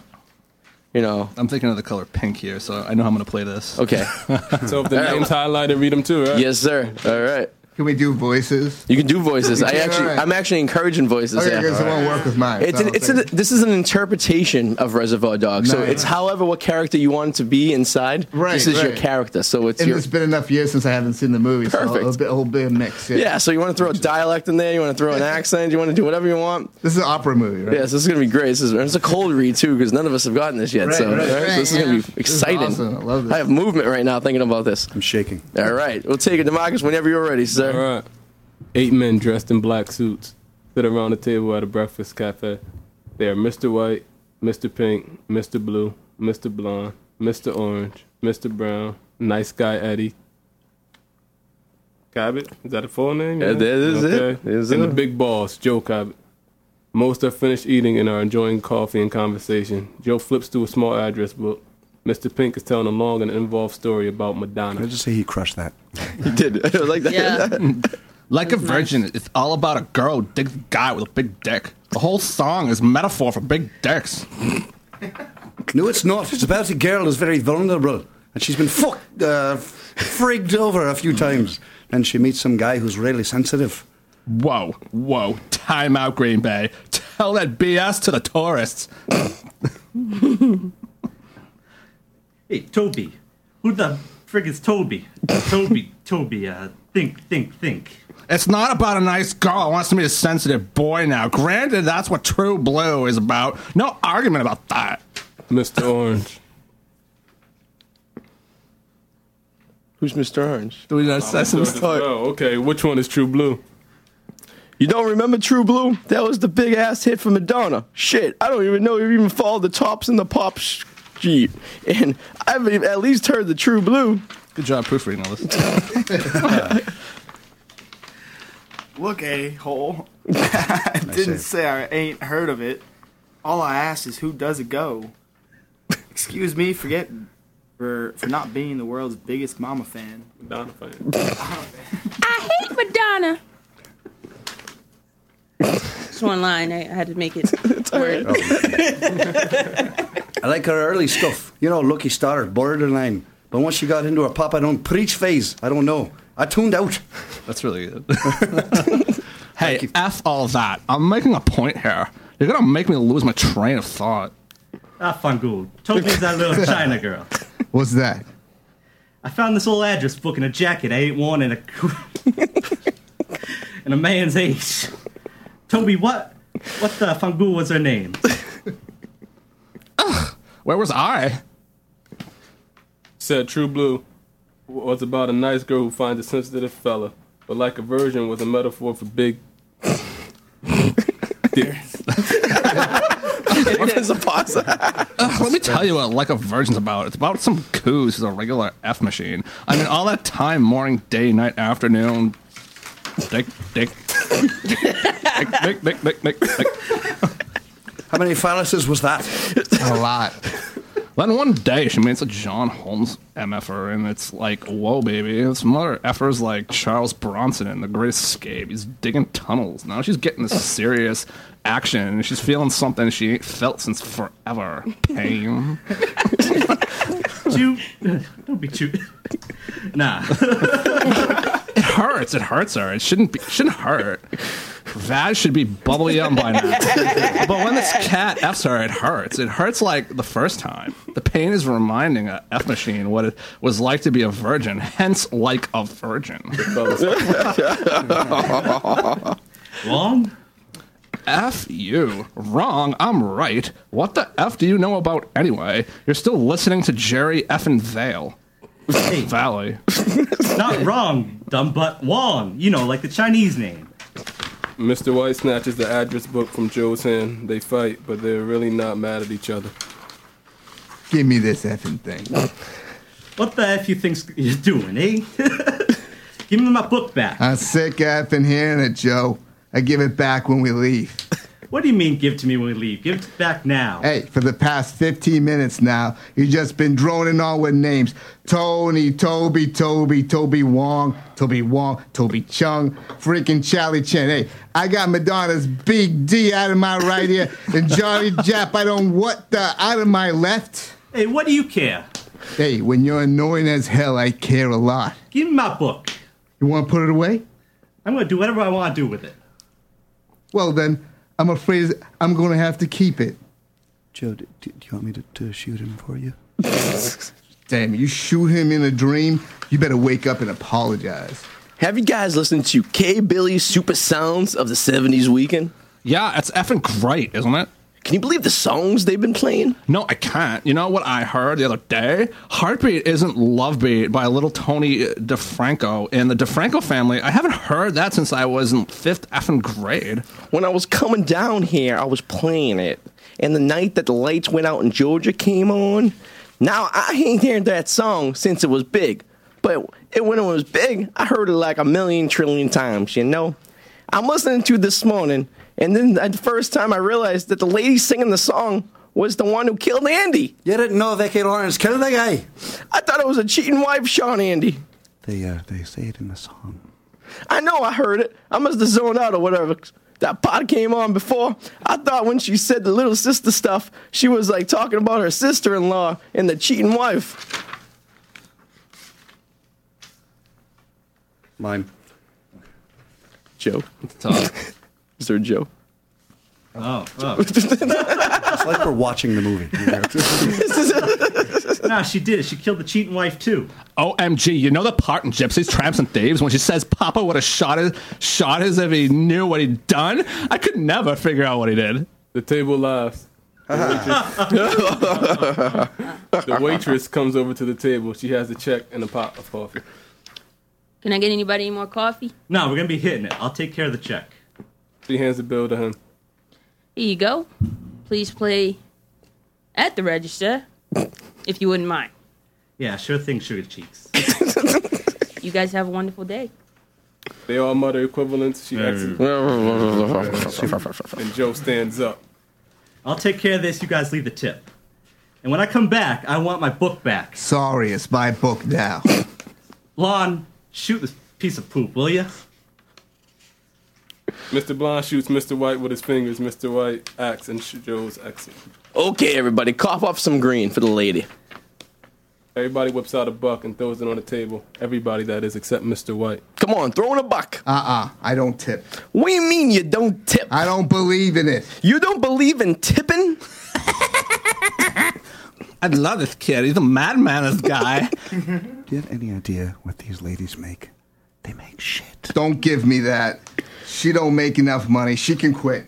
G: you know.
F: I'm thinking of the color pink here, so I know how I'm going to play this.
L: So
G: Okay.
L: if
F: [LAUGHS]
L: the
G: All right.
L: name's highlighted, read them too, right?
G: yes, sir. All right.
I: Can we do voices?
G: You can
F: [LAUGHS]
G: do voices.
I: [LAUGHS] You
G: I
I: can,
G: actually,
I: alright.
G: I'm actually encouraging voices.
I: Okay,
G: yeah.
I: because it won't work with mine.
G: It's
I: so
G: an,
I: I'll
G: it's
I: take
G: an,
I: it.
G: this is an interpretation of Reservoir Dogs. so
I: Nice.
G: it's however what character you want to be inside.
I: Right,
G: This is your
I: right.
G: character. So it's
I: And
G: your
I: it's been enough years since I haven't seen the movie. So
G: Perfect.
I: it'll be, it'll be a mix. Yeah.
G: yeah. So you want to throw a dialect in there? You want to
I: [LAUGHS]
G: throw an accent? You want to do whatever you want?
I: This is an opera movie, right?
G: Yes, this is gonna be great. This is and it's a cold read too because none of us have gotten this yet.
I: Right,
G: so
I: right,
G: all right, so
I: right,
G: this is
I: yeah.
G: gonna be
I: This is
G: exciting.
I: awesome. I love this.
G: have movement right now thinking about this.
J: I'm shaking.
G: All right, we'll take it, Demarcus, whenever you're ready, sir.
L: All right. Eight men dressed in black suits sit around a table at a breakfast cafe. They are Mr. White, Mr. Pink, Mr. Blue, Mr. Blonde, Mr. Orange, Mr. Brown, Nice Guy Eddie. Cabot? Is that a full name?
G: Yeah, that is it. That is
L: and the
G: it.
L: big boss, Joe Cabot. Most are finished eating and are enjoying coffee and conversation. Joe flips through a small address book. Mr. Pink is telling a long and involved story about Madonna.
J: I just say he crushed that.
G: [LAUGHS] He did. [LAUGHS] I like that.
H: Yeah.
F: Like a virgin, it's all about a girl who digs a guy with a big dick. The whole song is metaphor for big dicks. [LAUGHS]
J: No, it's not. It's about a girl who's very vulnerable, and she's been fucked, uh, frigged over a few times. And she meets some guy who's really sensitive.
F: Whoa, whoa, time out, Green Bay. Tell that BS to the tourists.
K: Hey, Toby. Who the frig is Toby? Toby, Toby. Uh, think, think, think.
F: It's not about a nice girl. It wants to be a sensitive boy now. Granted, that's what True Blue is about. No argument about that.
L: Mr. Orange.
G: Who's Mr. Orange?
F: Do we not say some story?
L: Oh, okay. Which one is True Blue?
G: You don't remember True Blue? That was the big ass hit from Madonna. Shit, I don't even know if you even followed the tops and the pop sh- sheet. And I've at least heard the True Blue.
F: Good job proofreading all this.
N: Look, a [LAUGHS] hole. I didn't say I ain't heard of it. All I asked is who does it go? Excuse me, forget for for not being the world's biggest mama fan.
L: Madonna fan.
H: I hate Madonna. Just one line. I had to make it.
G: [LAUGHS]
H: word.
G: Oh.
J: I like her early stuff. You know, Lucky Star, borderline. But once she got into her Papa Don't Preach phase, I don't know. I tuned out.
F: That's really good. [LAUGHS] hey, F all that. I'm making a point here. You're going to make me lose my train of thought.
K: Ah, Fungool. Toby's that
I: [LAUGHS]
K: little China girl.
I: What's that?
K: I found this old address book in a jacket I ain't worn in a [LAUGHS] in a man's age. Toby, what what the Fungool was her name?
F: Where was I?
L: Said True Blue was about a nice girl who finds a sensitive fella, but like a virgin was a metaphor for
F: [LAUGHS]
L: big. dick.
G: There's a pause.
F: [LAUGHS] Ugh, Uh, let me tell you what Like a Virgin's about. It's about some coos who's a regular F machine. I mean, all that time, morning, day, night, afternoon, dick, dick. Mick, Mick, Mick, Mick,
J: How many phalluses was that?
F: a lot. Then one day she meets a John Holmes MFR, and it's like, whoa, baby. This mother effer's like Charles Bronson in The Great Escape. He's digging tunnels. Now she's getting this serious action, and she's feeling something she ain't felt since forever pain.
K: Chew. [LAUGHS] Don't be chew.
F: Nah. [LAUGHS] it hurts. It hurts her. It shouldn't be. Shouldn't hurt. Vaz should be bubbly on by now. but when this cat f's her, it hurts. It hurts like the first time. The pain is reminding a f machine what it was like to be a virgin, hence like a virgin.
K: Long?
F: F you. Wrong. I'm right. What the F do you know about anyway? You're still listening to Jerry F. and Vale. Valley.
K: Not wrong, dumb but Wong. You know, like the Chinese name.
L: Mr. White snatches the address book from Joe's hand. They fight, but they're really not mad at each
F: [LAUGHS]
L: other.
I: Give me this effing thing.
K: What the f you thinks you're doing, eh? [LAUGHS] Give me my book back.
I: I'm sick of effing hearing it, Joe. I give it back when we leave.
K: What do you mean, give to me when we leave? Give it back now.
I: Hey, for the past 15 minutes now, you've just been droning on with names Tony, Toby, Toby, Toby Wong, Toby Wong, Toby Chung, freaking Charlie Chen. Hey, I got Madonna's big D out of my right
K: [LAUGHS]
I: ear and Johnny Jap, I don't what the out of my left.
K: Hey, what do you care?
I: Hey, when you're annoying as hell, I care a lot.
K: Give me my book.
I: You want to put it away?
K: I'm gonna do whatever I want to do with it.
I: Well, then, I'm afraid I'm going to have to keep it.
J: Joe, do, do you want me to, to shoot him for you?
I: [LAUGHS] Damn, you shoot him in a dream, you better wake up and apologize.
G: Have you guys listened to K Billy's Super Sounds of the 70s Weekend?
F: Yeah, it's effing great, isn't it?
G: Can you believe the songs they've been playing?
F: No, I can't. You know what I heard the other day? Heartbeat isn't Love Beat by little Tony DeFranco and the DeFranco family. I haven't heard that since I was in fifth effing grade.
G: When I was coming down here, I was playing it. And the night that the lights went out and Georgia came on, now I ain't heard that song since it was big. But it, when it was big, I heard it like a million trillion times, you know? I'm listening to it this morning, and then the first time I realized that the lady singing the song was the one who killed Andy.
J: You didn't know Vicki Lawrence killed the guy?
G: I thought it was a cheating wife, Sean Andy.
J: They, uh, they say it in the song.
G: I know I heard it. I must have zoned out or whatever. That pod came on before. I thought when she said the little sister stuff, she was like talking about her sister in law and the cheating wife.
J: Mine.
G: Joe.
F: Talk.
K: [LAUGHS]
G: Is there a Joe?
K: Oh,
J: It's like we're
K: [LAUGHS]
J: watching the movie. [LAUGHS] you know?
K: nah, Ah, she did it. She killed the cheating wife too.
F: OMG, you know the part in Gypsies, Tramps, and Thieves when she says Papa would have shot his, shot his if he knew what he'd done? I could never figure out what he did.
L: The table
F: [LAUGHS]
L: laughs. The waitress, the waitress comes over to the table. She has a check and a pot of coffee.
H: Can I get anybody any more coffee?
K: No, we're gonna be hitting it. I'll take care of the check.
L: She hands the bill to him.
H: Here you go. Please play at the register, if you wouldn't mind.
K: Yeah, sure thing, sugar cheeks.
H: You guys have a wonderful day.
L: They all mutter equivalents. She exits. and Joe stands up.
K: I'll take care of this. You guys leave the tip. And when I come back, I want my book back.
I: Sorry, it's my book now.
K: Lon, shoot this piece of poop, will you?
L: Mr. Blonde shoots Mr. White with his fingers. Mr. White acts and sh- Joe's exit.
G: Okay, everybody, cough off some green for the lady.
L: Everybody whips out a buck and throws it on the table. Everybody that is, except Mr. White.
G: Come on, throw in a buck.
I: Uh-uh, I don't tip.
G: What do you mean you don't tip?
I: I don't believe in it.
G: You don't believe in
F: [LAUGHS]
G: tipping?
F: I love this kid. He's a madman, this
I: [LAUGHS]
F: guy.
J: Do you have any idea what these ladies make? They make shit.
I: Don't give me that. She don't make enough money. She can quit.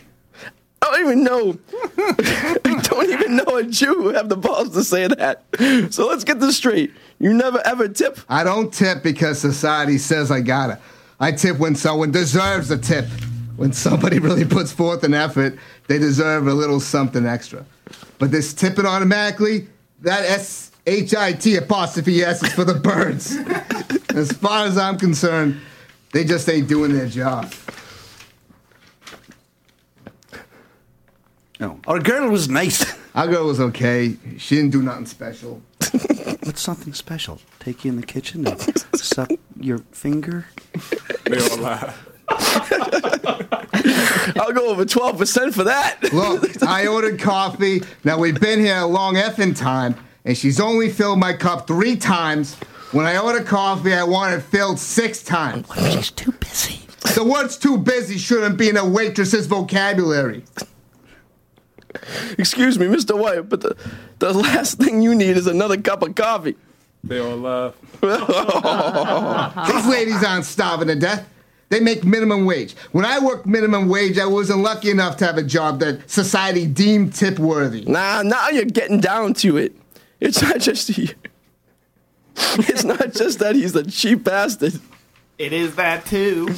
G: I don't even know. [LAUGHS] I don't even know a Jew would have the balls to say that. So let's get this straight. You never ever tip.
I: I don't tip because society says I gotta. I tip when someone deserves a tip. When somebody [LAUGHS] really puts forth an effort, they deserve a little something extra. But this tipping automatically, that S H I T apostrophe S is for the
J: [LAUGHS]
I: birds. as far as I'm concerned, they just ain't doing their job.
J: No. Our girl was nice.
I: Our girl was okay. She didn't do nothing special.
J: [LAUGHS] What's something special? Take you in the kitchen and suck your finger?
L: They all lie.
G: I'll go over twelve percent for that.
I: Look, I ordered coffee. Now we've been here a long effing time, and she's only filled my cup three times. When I order coffee, I want it filled six times. She's too busy. The words "too busy" shouldn't be in a waitress's vocabulary.
G: Excuse me, Mr. White, but the, the last thing you need is another cup of coffee.
L: They all uh, laugh.
G: [LAUGHS]
I: Oh. These ladies aren't starving to death. They make minimum wage. When I worked minimum wage, I wasn't lucky enough to have a job that society deemed tip worthy.
G: Nah, now you're getting down to it. It's not just he. It's not just that he's a cheap bastard.
N: It is that too.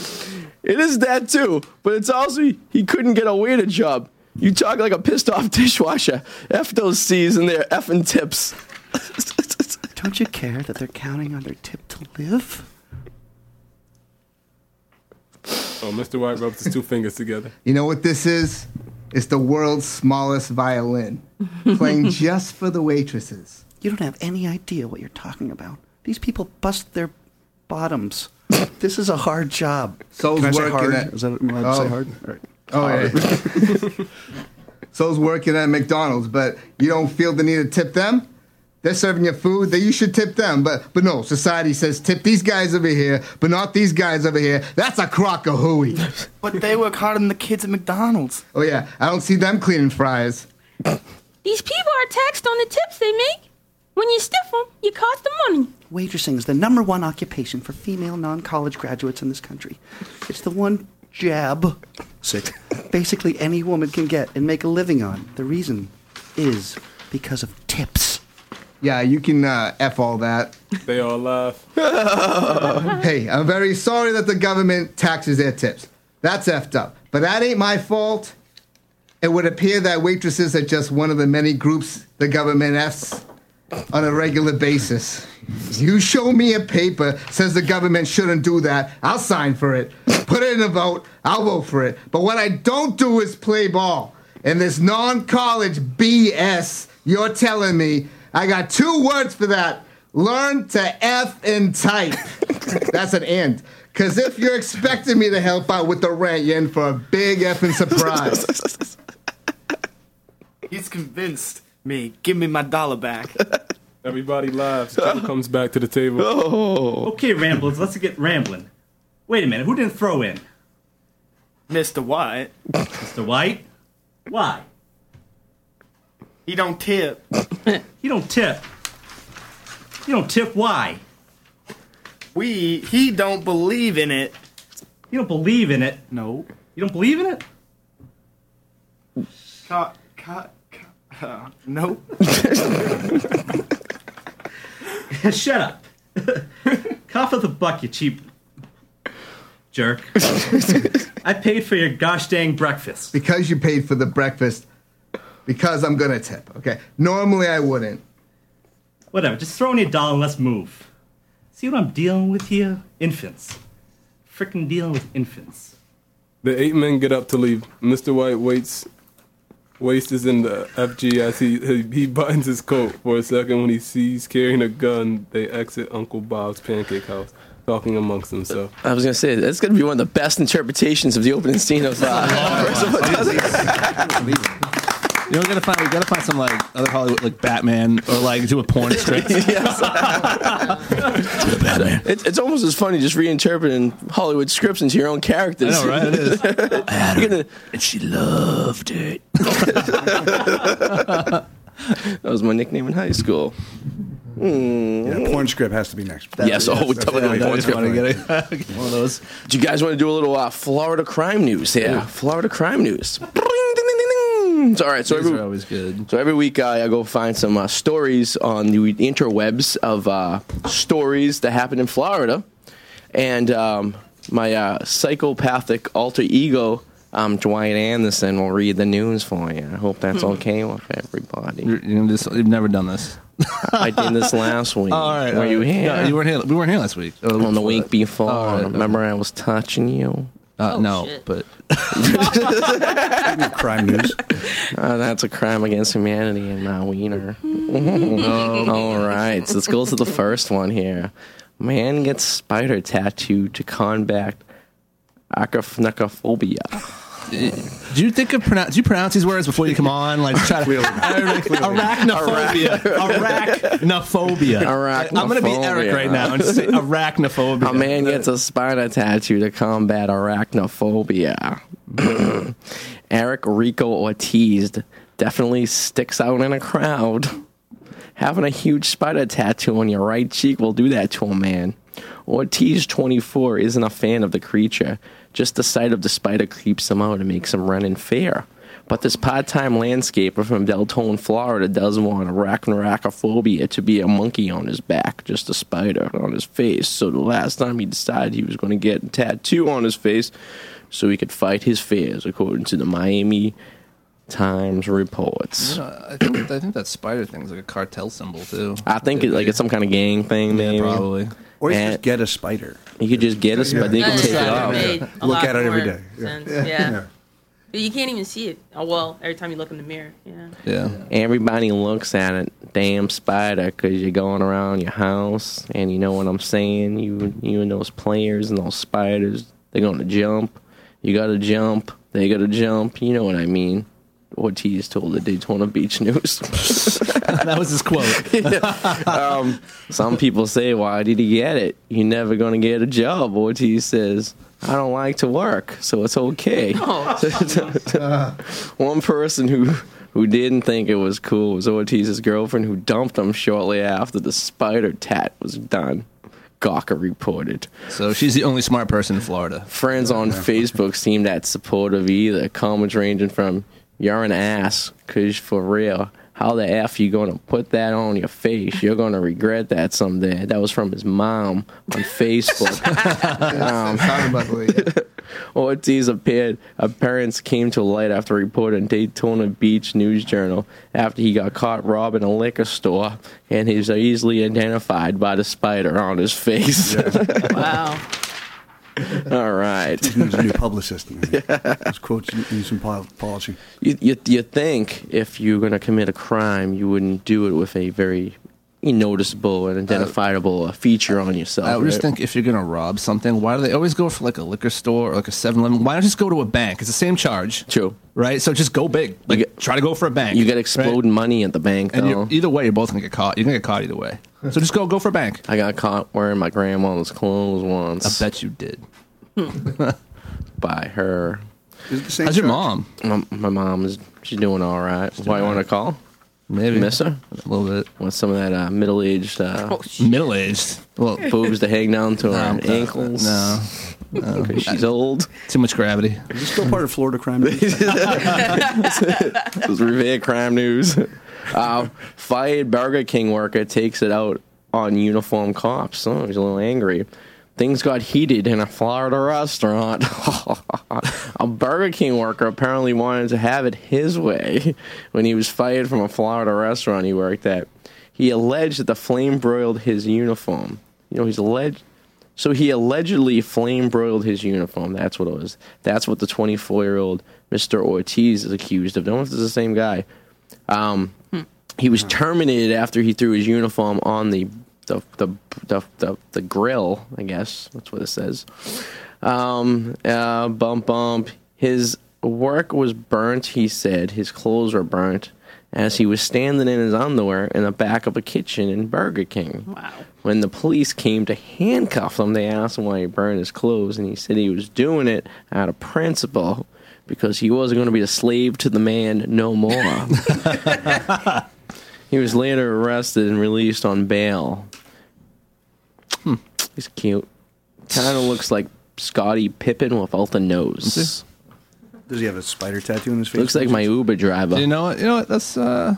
G: It is that too, but it's also he couldn't get a waiter job. You talk like a pissed off [LAUGHS] dishwasher. F those C's and their effing tips.
J: Don't you care that they're counting on their tip to live?
L: Oh, Mr. White rubs his two fingers together.
I: You know what this is? It's the world's smallest violin,
G: [LAUGHS]
I: playing just for the waitresses.
J: You don't have any idea what you're talking about. These people bust their bottoms. [LAUGHS] this is a hard job.
I: Soul's
J: Can I say
I: working
J: hard?
I: at-
J: Is that am I allowed to
I: Oh.
J: say hard? All right.
I: Oh, yeah. [LAUGHS] So's working at McDonald's, but you don't feel the need to tip them. They're serving you food that you should tip them, but but no, society says tip these guys over here, but not these guys over here. That's a crock of hooey.
N: But they work harder than the kids at McDonald's.
I: Oh yeah, I don't see them cleaning fries.
H: These people are taxed on the tips they make. When you stiff them, you cost them money.
J: Waitressing is the number one occupation for female non college graduates in this country. It's the one jab sick. basically any woman can get and make a living on. The reason is because of tips.
I: Yeah, you can uh, f all that.
L: They all laugh.
I: hey, I'm very sorry that the government taxes their tips. That's effed up. But that ain't my fault. It would appear that waitresses are just one of the many groups the government F's on a regular basis. You show me a paper says the government shouldn't do that, I'll sign for it. Put it in a vote, I'll vote for it. But what I don't do is play ball. And this non college BS you're telling me, I got two words for that. Learn to F and type. [LAUGHS] That's an end. Because if you're expecting me to help out with the rent, you're in for a big effing surprise.
N: [LAUGHS] He's convinced me. Give me my dollar back.
L: [LAUGHS] Everybody laughs. Kevin comes back to the [LAUGHS]
G: [LAUGHS]
L: table.
G: Oh.
K: Okay, ramblers, let's get rambling. Wait a minute, who didn't throw in?
N: Mr. White.
K: Mr. White? Why?
N: He don't tip.
K: [LAUGHS] he don't tip. You don't tip why?
N: We he don't believe in it.
K: You don't believe in it?
N: No.
K: You don't believe in it?
N: Ca- ca- ca- uh,
G: [LAUGHS]
N: nope.
K: Shut
G: [LAUGHS]
K: up. Cough at the buck, you cheap
G: [LAUGHS]
K: jerk. I paid for your gosh dang breakfast.
I: because you paid for the breakfast, because I'm gonna tip. Okay. Normally I wouldn't.
K: Whatever, just throw in a dollar and let's move. See what I'm dealing with here? Infants. Freaking dealing with infants.
L: The eight men get up to leave. Mr. White waits. Waist is in the FG as he, he he buttons his coat for a second. When he sees carrying a gun, they exit Uncle Bob's pancake house, talking amongst themselves.
G: I was gonna say that's gonna be one of the best interpretations of the opening scene of uh, Reservoir Dogs.
F: You know, we gotta find we gotta find some like other Hollywood like Batman or like do a [LAUGHS] porn strip. [LAUGHS]
G: It's, it's almost as funny just reinterpreting Hollywood scripts into your own characters.
F: I know, right? It
G: [LAUGHS]
F: is.
G: and she loved it. [LAUGHS] that was my nickname in high school. Mm.
J: Yeah, porn script has to be next.
G: yes, oh, we definitely
J: yeah,
G: got a porn script. [LAUGHS]
F: One of those.
G: Do you guys want to do a little uh, Florida crime news here? Florida crime news. Bling, ding, ding, ding, ding. So, all right, so every, always
F: good.
G: So every week uh, I go find some uh, stories on the interwebs of uh, stories that happen in Florida, and um, my uh, psychopathic alter ego. Um, Dwight Anderson will read the news for you. I hope that's okay with everybody.
F: You're, you're gonna just, you've never done this.
G: I did this last week.
F: All right, uh,
G: were
F: all
G: you
F: right.
G: here?
F: uh, No, you weren't here. We weren't here last week.
G: On the week before, remember I was touching you.
F: Uh,
H: Oh,
F: no,
H: shit.
G: [LAUGHS]
F: but [LAUGHS]
G: crime news. Uh, that's a crime against humanity and uh,
H: [LAUGHS]
G: wiener. [LAUGHS] All right, so let's go to the first one here. Man gets spider tattooed to combat acrophnophobia.
F: do you think of pronounce? Do you pronounce these words before you come on? Like try [LAUGHS] to arachnophobia,
G: [LAUGHS]
F: arachnophobia,
G: Arachnophobia.
F: I'm gonna be Eric right now and say arachnophobia.
G: A man gets a spider tattoo to combat arachnophobia. [CLEARS THROAT] Eric Rico Ortiz definitely sticks out in a crowd. Having a huge spider tattoo on your right cheek will do that to a man. Ortiz, 24, isn't a fan of the creature. Just the sight of the spider creeps him out and makes him run in fear. But this part-time landscaper from Deltone, Florida, does want arachnophobia to be a monkey on his back, just a spider on his face. So the last time he decided he was going to get a tattoo on his face, so he could fight his fears, according to the Miami Times reports.
F: You know, I, think, I think that spider thing's like a cartel symbol too.
G: I think it, like it's some kind of gang thing, maybe.
F: probably.
G: Or you just get a spider. You could just get a spider. They can
H: That's
G: take it
H: right.
G: off.
H: Made a lot more sense. Yeah.
G: Yeah.
H: But you can't even see it. Oh, well, every time you look in the mirror. Yeah.
F: Yeah.
G: Everybody looks at it, damn spider, because you're going around your house, and you know what I'm saying. You, you and those players and those spiders, they're gonna jump. You gotta jump. They gotta jump. You know what I mean. Ortiz told the Daytona Beach News. [LAUGHS]
F: [LAUGHS] that was his quote. [LAUGHS]
G: um, some people say, "Why did he get it? You're never gonna get a job." Ortiz says, "I don't like to work, so it's okay." [LAUGHS] One person who who didn't think it was cool was Ortiz's girlfriend, who dumped him shortly after the spider tat was done. Gawker reported.
F: So she's the only smart person in Florida.
G: Friends on Facebook seem that supportive either. Comments ranging from "You're an ass, 'cause for real, how the f you gonna put that on your face? You're gonna regret that someday." That was from his mom on Facebook. um, [LAUGHS] Ortiz appeared. Her parents came to light after reporting Daytona Beach News Journal after he got caught robbing a liquor store, and he's easily identified by the spider on his face. [LAUGHS]
H: Wow.
G: All right.
O: Needs
G: [LAUGHS]
O: a new publicist. Those quotes need some pol- polishing.
G: You, you, you think if you're going to commit a crime, you wouldn't do it with a very noticeable and identifiable uh, feature on yourself.
F: I always
G: right?
F: think if you're gonna rob something, why do they always go for like a liquor store or like a 7-Eleven? Why not just go to a bank? It's the same charge.
G: True.
F: Right. So just go big. Like try to go for a bank.
G: you get exploding money at the bank,
F: And
G: though.
F: you're, either way, you're both gonna get caught. You're gonna get caught
G: [LAUGHS]
F: either way. So just go go for a bank.
G: I got caught wearing my grandma's clothes once. I
F: bet you did.
G: By her.
O: Is it the same
G: How's your
O: charge?
G: mom? My, my mom is she's doing all right. Why you
F: all
G: want to
F: right.
G: call?
F: Maybe
G: miss her
F: a little bit.
G: Want some of that uh, middle aged uh,
O: Oh,
F: middle aged well
G: boobs to hang down
F: [LAUGHS]
G: to her
F: No, no,
G: ankles?
F: no.
G: [LAUGHS] 'Cause she's old.
F: Too much gravity.
O: Is this still part of Florida crime?
G: This is Revere crime news. Uh, fired Burger King worker takes it out on uniformed cops. Oh, he's a little angry. Things got heated in a Florida restaurant. [LAUGHS] a Burger King worker apparently wanted to have it his way when he was fired from a Florida restaurant he worked at. He alleged that the flame broiled his uniform. You know, he's alleged. So he allegedly flame broiled his uniform. That's what it was. That's what the 24 year old Mr. Ortiz is accused of. Don't know if it's the same guy. Um, He was terminated after he threw his uniform on the the the the, the, the grill. I guess that's what it says. Um, uh, bump bump. His work was burnt. He said his clothes were burnt as he was standing in his underwear in the back of a kitchen in Burger King. Wow. When the police came to handcuff him, they asked him why he burned his clothes, and he said he was doing it out of principle because he wasn't going to be a slave to the man no more. [LAUGHS] he was later arrested and released on bail. He's cute. Kind of looks like Scotty Pippen without the nose.
O: Does he have a spider tattoo on his face?
G: Looks like my Uber driver.
F: You know what? You know what? That's uh,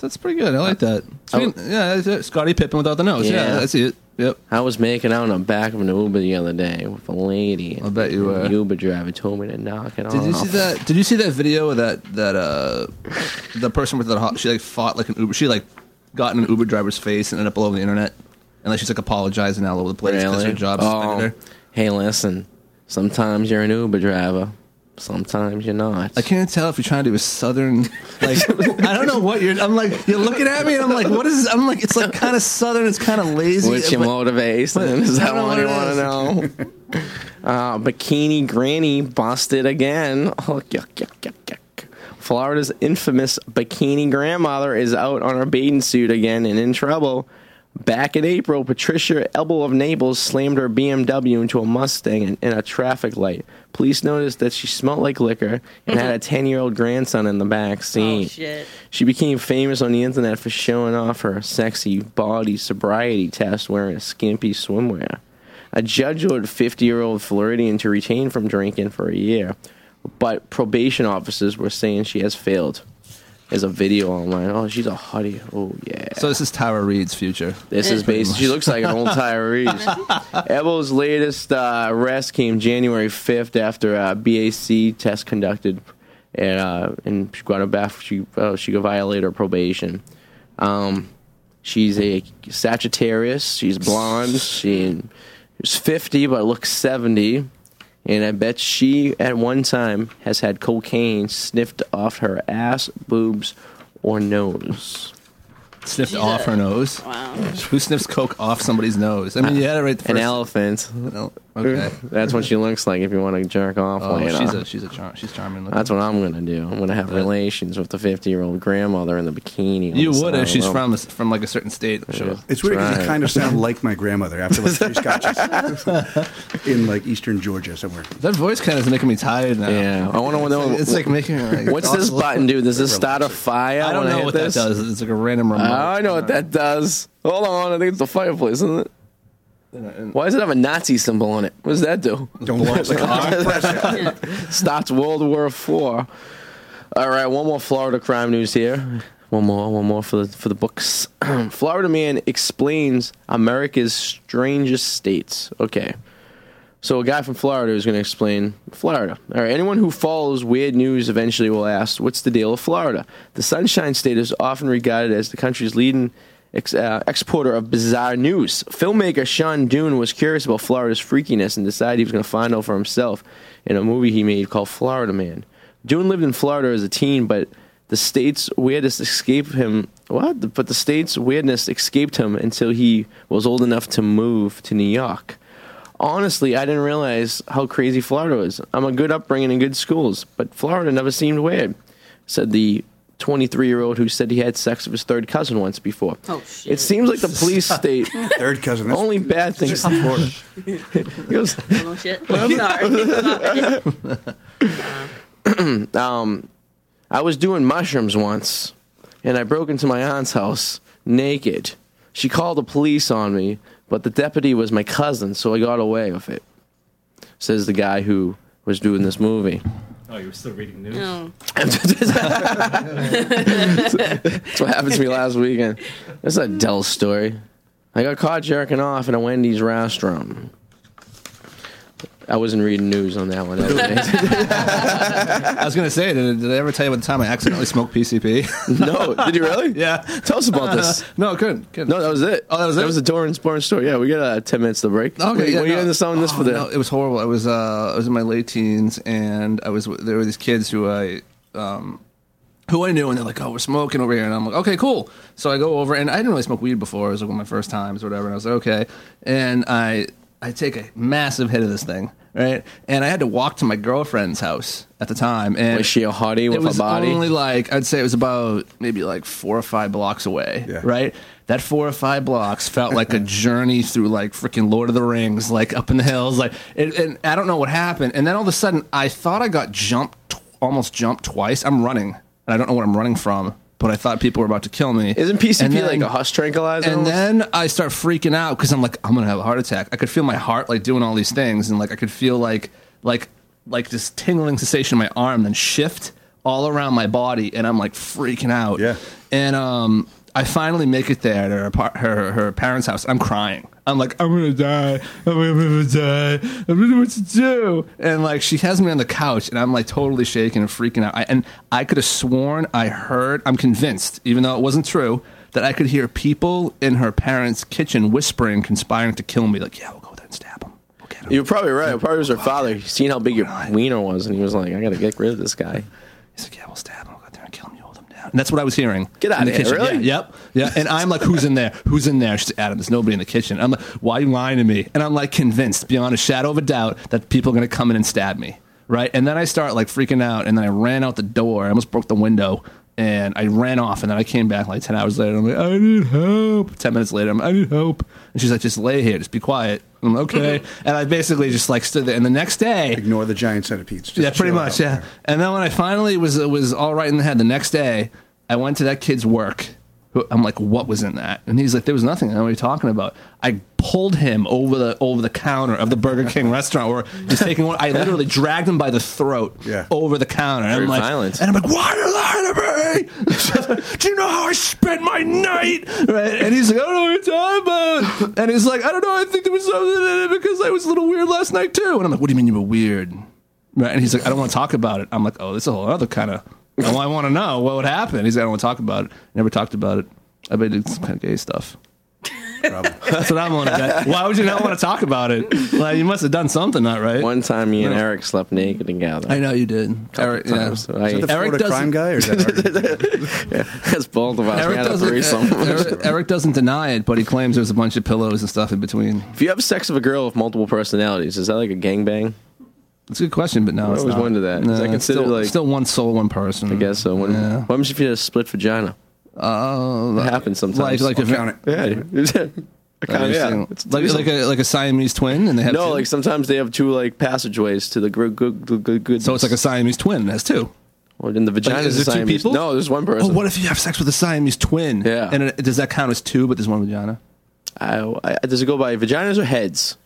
F: that's pretty good. I like that.
G: Oh.
F: Speaking- yeah, that's it. Scotty Pippen without the nose. Yeah, that's it. Yep.
G: I was making out on the back of an Uber the other day with a lady. I bet you were. The Uber driver told me to knock it off.
F: Did you see that? Did you see that video of that that uh, the person with the hot? She like fought like an Uber. She like got in an Uber driver's face and ended up all over the internet. And like she's like apologizing all over the place because her
G: Really?
F: job
G: Oh.
F: suspended her.
G: Hey, listen. Sometimes you're an Uber driver. Sometimes you're not.
F: I can't tell if you're trying to do a southern. [LAUGHS] Like I don't know what you're. I'm like you're looking at me, and I'm like, what is? I'm like, it's like kind of southern. It's kind of lazy.
G: What's your
F: but-
G: motivation?
F: but
G: Is
F: I
G: that
F: don't know
G: what you
F: it
G: want
F: is.
G: to know?
F: [LAUGHS]
G: uh, bikini Granny busted again. Oh, yuck, yuck, yuck, yuck. Florida's infamous bikini grandmother is out on her bathing suit again and in trouble. Back in April, Patricia Elbow of Naples slammed her BMW into a Mustang in, in a traffic light. Police noticed that she smelled like liquor and
F: Mm-hmm.
G: had a 10 year old grandson in the back
F: Oh,
G: seat.
H: shit.
G: She became famous on the internet for showing off her sexy body sobriety test wearing skimpy swimwear. A judge ordered 50 year old Floridian to retain from drinking for a year, but probation officers were saying she has failed. There's a video online. Oh, she's a hottie. Oh, yeah.
F: So this is Tyra Reed's future.
G: This is based. She looks like an
F: [LAUGHS]
G: old Tyrese. Ebo's latest uh, arrest came January 5th after uh, a BAC test conducted, and uh, in Guadalajara, she uh, she violated her probation. Um, she's a Sagittarius. She's blonde. She is 50 but looks 70. And I bet she, at one time, has had cocaine sniffed off her ass, boobs, or nose.
F: Sniffed off her nose. Wow. Who sniffs coke off somebody's nose? I mean, you had it right. The
G: An
F: first-
G: elephant.
F: okay.
G: [LAUGHS] That's what she looks like if you want to jerk off
F: Oh,
G: later.
F: she's a she's a [LAUGHS] char- she's charming. Looking.
G: That's what I'm gonna do. I'm gonna have relations with the 50 year old grandmother in the bikini. on
F: You
G: the side
F: would if
G: of
F: she's
G: the
F: from
G: road.
F: from like a certain state. I'm sure.
O: It's weird because
G: Right.
O: you kind of
G: [LAUGHS]
O: sound like my grandmother after like three
F: [LAUGHS]
O: scotches in like eastern Georgia somewhere.
F: That voice kind of is making me tired now.
G: Yeah, I want to
F: It's
G: know.
F: like- It's like making. me, Like,
G: What's this
F: awful.
G: button do? Does this start a fire?
F: I don't
G: when
F: know
G: hit
F: what
G: this?
F: that does. It's like a random
G: Uh,
F: remote.
G: I know what that does. Hold on, I think it's the fireplace, isn't it?
F: uh,
G: Why does it have a Nazi symbol on it? What does that do?
O: Don't blow up
G: [LAUGHS]
O: the
F: [LAUGHS]
G: Stops World War Four. All right, one more Florida crime news here. One more, one more for the for the books. [CLEARS THROAT] Florida man explains America's strangest states. Okay. So a guy from Florida is going to explain Florida. All right, anyone who follows weird news eventually will ask, "What's the deal with Florida?" The Sunshine State is often regarded as the country's leading ex- uh, exporter of bizarre news. Filmmaker Sean Dune was curious about Florida's freakiness and decided he was going to find out for himself in a movie he made called Florida Man. Dune lived in Florida as a teen, but the state's weirdness escaped him. What? But the state's weirdness escaped him until he was old enough to move to New York. Honestly, I didn't realize how crazy Florida was. I'm a good upbringing in good schools, but Florida never seemed weird, said the 23 year old who said he had sex with his third cousin once before.
H: Oh,
G: It seems like the police state.
O: Third cousin. that's-
G: Only bad things in
F: [LAUGHS]
G: Florida. He goes-
H: Oh, shit. I'm sorry.
G: [CLEARS THROAT] um, I was doing mushrooms once, and I broke into my aunt's house naked. She called the police on me, but the deputy was my cousin, so I got away with it. Says the guy who was doing this movie.
K: Oh, you were still reading news.
H: No.
G: That's what happened to me last weekend. That's a Dell story. I got caught jerking off in a Wendy's restaurant. I wasn't reading news on that one. That was-
F: I was gonna say, did, did I ever tell you about the time I accidentally smoked PCP?
G: [LAUGHS] no, Oh, did you really?
F: [LAUGHS] Yeah.
G: Tell us about this.
F: [LAUGHS] No, good. good.
G: No, that was it.
F: Oh, that was it.
G: That was the Doran Sporn story. Yeah, we got uh, ten minutes to break.
F: Okay,
G: Wait,
F: yeah,
G: were you in this on this
F: Oh,
G: for the?
F: No, it was horrible. I was uh, I was in my late teens, and I was there were these kids who I um, who I knew, and they're like, "Oh, we're smoking over here," and I'm like, "Okay, cool." So I go over, and I didn't really smoke weed before. It was like one of my first times, or whatever. And I was like, "Okay," and I I take a massive hit of this thing, right? And I had to walk to my girlfriend's house at the time, and
G: Was she a hottie with
F: it
G: a
F: was
G: body?
F: Only like I'd say it was about maybe like four or five blocks away, right? That four or five blocks felt like a journey through like freaking Lord of the Rings, like up in the hills, like and, and I don't know what happened. And then all of a sudden, I thought I got jumped, tw- almost jumped twice. I'm running, and I don't know what I'm running from, but I thought people were about to kill me.
G: Isn't PCP
F: And then-
G: like a hush tranquilizer?
F: and
G: almost?
F: then I start freaking out because I'm like, I'm gonna have a heart attack. I could feel my heart like doing all these things, and like I could feel like like like this tingling sensation in my arm, then shift all around my body, and I'm like freaking out. Yeah. And um, I finally make it there to her par- her, her parents' house. I'm crying. I'm like, I'm gonna die. I'm gonna die. I don't know what to do. And like, she has me on the couch, and I'm like totally shaking and freaking out. I, and I could have sworn I heard. I'm convinced, even though it wasn't true, that I could hear people in her parents' kitchen whispering, conspiring to kill me. Like, yeah, we'll go there and stab him. We'll get
G: You're probably right. It probably was her father. He's seen how big your wiener was, and he was like, "I gotta get rid of this guy."
F: He's like, "Yeah, we'll stab him. We'll go there and kill him. You hold him down." And that's what I was hearing.
G: Get
F: in
G: outta
F: the
G: here,
F: kitchen.
G: really?
F: Yeah, yep. Yeah. And I'm like, who's in there? Who's in there? She's like, Adam, there's nobody in the kitchen. I'm like, why are you lying to me? And I'm like convinced beyond a shadow of a doubt that people are going to come in and stab me. Right. And then I start like freaking out. And then I ran out the door. I almost broke the window. And I ran off. And then I came back like 10 hours later. And I'm like, I need help. 10 minutes later, I'm like, I need help. And she's like, just lay here. Just be quiet. I'm
G: [LAUGHS]
F: like, okay. and I basically just like stood there. And the next day,
O: ignore the giant centipedes. Just
F: yeah, pretty
O: chill
F: much.
O: out
F: Yeah. And then when I finally was was all right in the head, the next day I went to that kid's work. who- I'm like, what was in that? And he's like, there was nothing. I don't know what you're talking about. I pulled him over the over the counter of the Burger King [LAUGHS] restaurant where he's taking one. I literally dragged him by the throat over the counter. And
G: Very
F: I'm like,
G: violent.
F: and I'm like, why are you lying to me? [LAUGHS] Do you know how I spent my night? [LAUGHS] Right? And he's like, I don't know what you're talking about. And he's like, I don't know. I think there was something in it because I was a little weird last night too. And I'm like, what do you mean you were weird? Right? And he's like, I don't want to talk about it. I'm like, oh, this is a whole other kind of. Well, [LAUGHS] I want to know what would happen. He's like, I don't want to talk about it. Never talked about it. I bet it's some kind of gay stuff. [LAUGHS] That's what I'm on about. Why would you not want to talk about it? Like you must have done something not right.
G: One time, me and
F: No.
G: Eric slept naked together.
F: [LAUGHS] I know you did. Eric, yeah.
G: times. I- Is that the
F: Eric
G: Florida crime
F: doesn't-
G: guy or is [LAUGHS]
F: [LAUGHS]
G: That's both of us. we
F: Eric
G: had a
F: doesn't,
G: threesome.
F: [LAUGHS] Eric, Eric doesn't deny it, but he claims there's a bunch of pillows and stuff in between.
G: If you have sex with a girl with multiple personalities, is that like a gangbang?
F: It's a good question, but no,
G: I
F: it's
G: always
F: not.
G: wondered that. Is
F: No,
G: that
F: it's
G: considered
F: still-
G: like
F: still one soul, one person?
G: I guess so. What,
F: Mm-hmm. Yeah.
G: what happens if you had a split vagina?
F: Oh,
G: it happens sometimes.
F: like
G: [LAUGHS]
F: if-
G: Yeah, I count it, yeah. It's
F: like, like a like a Siamese twin, and they have
G: no,
F: two?
G: like sometimes they have two like passageways to the good, good, good, good, good.
F: so it's like a Siamese twin. That's two.
G: Well, in the vagina
F: Like,
G: is
F: is it two
G: Siamese-
F: people?
G: No, there's one person.
F: Oh, what if you have sex with a Siamese twin? Yeah, and it, does that count as two? But there's one vagina.
G: I, I, does it go by vaginas or heads?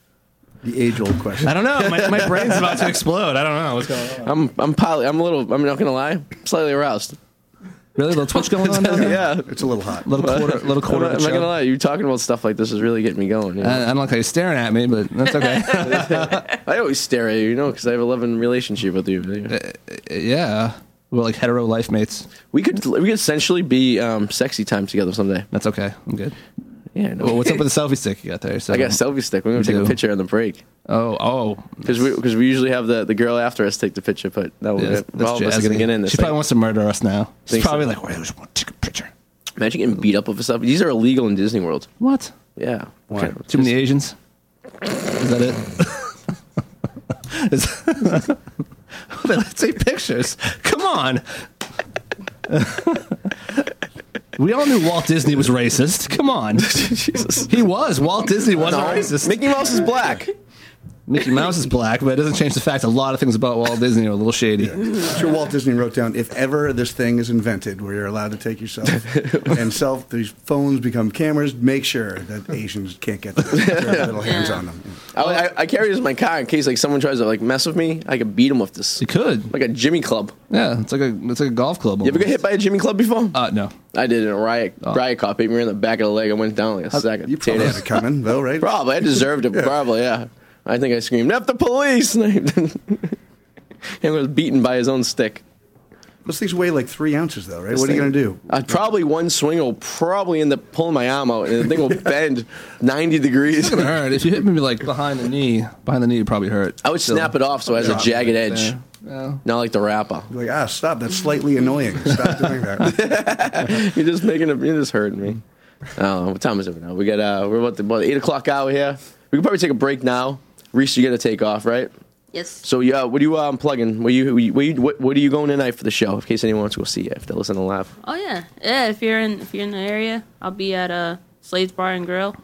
O: The age-old question.
F: I don't know. My, my brain's
G: [LAUGHS]
F: about to explode. I don't know what's going on.
G: I'm I'm poly, I'm a little. I'm not gonna lie. Slightly aroused.
F: Really, little twitch going
G: [LAUGHS]
F: on? down there?
G: yeah,
O: it's a little hot.
F: Little
G: [LAUGHS]
F: quarter- little quarter
G: I'm not,
F: of a
G: I'm not
F: chub.
G: gonna lie. You talking about stuff like this is really getting me going. you know?
F: I, I don't like how you're staring at me, but
G: [LAUGHS]
F: that's okay.
G: I always stare at you, you know, because I have a loving relationship with you.
F: Uh, yeah, we're like hetero life mates.
G: We could we could essentially be um, sexy time together someday.
F: That's okay. I'm good.
G: Yeah. No.
F: Well, what's up with the selfie stick you got there? So
G: I got a selfie stick. We're gonna
F: You
G: take
F: do.
G: a picture on the break.
F: Oh, oh,
G: because we because we usually have the, the girl after us take the picture, but that
F: Yeah,
G: was
F: that's- that's
G: all of us are gonna
F: jazzy.
G: get in this.
F: She
G: thing.
F: probably wants to murder us now. She's
G: Think so.
F: probably like, wait, there's one ticket picture.
G: Imagine getting beat up over stuff. These are illegal in Disney World.
F: What?
G: Yeah.
F: Why?
G: Okay.
F: Too many Asians? Is
G: [LAUGHS]
F: that it? Is- [LAUGHS] Well, let's take pictures. Come on. we all knew Walt Disney was racist.
G: [LAUGHS]
F: Come on. Jesus. He was. Walt Disney was
G: No,
F: not racist.
G: Mickey Mouse is black.
F: Mickey Mouse is black, but it doesn't change the fact a lot of things about Walt Disney are a little shady.
O: I'm sure Walt Disney wrote down if ever this thing is invented where you're allowed to take
G: [LAUGHS]
O: yourself and self these phones become cameras, make sure that Asians can't get their
G: [LAUGHS]
O: little hands on them.
G: I, Oh, I, I carry this in my car in case like someone tries to like mess with me. I could beat them with this. You
F: could
G: like a Jimmy club.
F: Yeah, it's like a it's like a golf club.
G: You ever get hit by a Jimmy club before?
F: Uh, no.
G: I did in a riot. Riot cop hit me in the back of the leg. I went down like a sack of
O: Oh. You probably
G: potatoes.
O: have it coming though, right?
G: Probably. I
O: [LAUGHS]
G: deserved it. Probably, yeah. I think I screamed, F the police! [LAUGHS] And I- and was beaten by his own stick.
O: Those things weigh like three ounces though, right? what are you gonna do?
G: Uh, probably one swing will probably end up pulling my arm out, and the
O: [LAUGHS]
G: thing will bend 90 degrees. [LAUGHS]
F: All right, if you hit me like behind the knee, behind the knee, it probably hurt.
G: I would snap it off so it has a jagged edge. Not like the rapper. [LAUGHS]
O: Like, ah, stop. That's slightly annoying. Stop
H: [LAUGHS]
O: doing that.
G: you're just making a, you're just hurting me. Uh, what time is it now? We got uh, we're about the about the eight o'clock hour here. We can probably take a break now. Reese, you got to take off, right?
H: Yes.
G: So yeah, what do you um, plugging? What you, what you what, what are you going tonight for the show? In case anyone wants to go see you, if they're listening live.
H: Oh yeah, yeah. If you're in if you're in the area, I'll be at uh, Slade's Bar and Grill.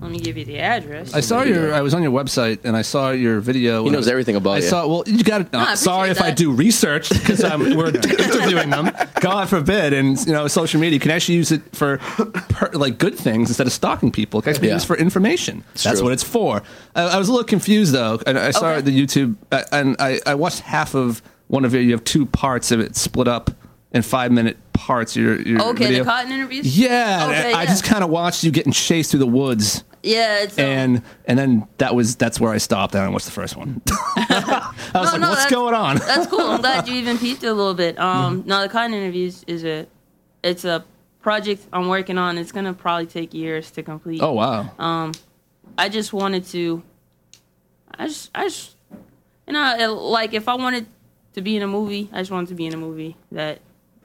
H: Let me give you the address.
F: I saw your. I was on your website and I saw your video. He
G: knows everything about
F: I
G: you.
F: saw. Well, you got.
H: No, I
F: Uh,
H: appreciate
F: sorry if I
H: that.
F: do research
H: [LAUGHS]
F: because we're interviewing them. God forbid. And you know, social media you can actually use it for per, like good things instead of stalking people. It can actually be
G: Yeah.
F: used for information. That's
G: true.
F: what it's for. I, I was a little confused though. And I saw the YouTube uh, and I, I watched half of one of your. You have two parts of it split up in five minute parts. Your, your
H: okay, the
F: video.
H: Cotton interviews.
F: Yeah, and
H: Okay,
F: I
H: yeah.
F: just kind of watched you getting chased through the woods
H: yeah, it's
F: and and then that was that's where I stopped. And I watched the first one. I was like, [LAUGHS] "What's
H: that's-
F: going on?" Mm-hmm.
H: that's cool. I'm glad
F: [LAUGHS]
H: you even peeped a little bit. Um, no, the Cotton interviews is a, it's a project I'm working on. It's gonna probably take years to complete.
F: Oh, wow.
H: Um, I just wanted to, I just, I just, you know, like if I wanted to be in a movie, I just wanted to be in a movie that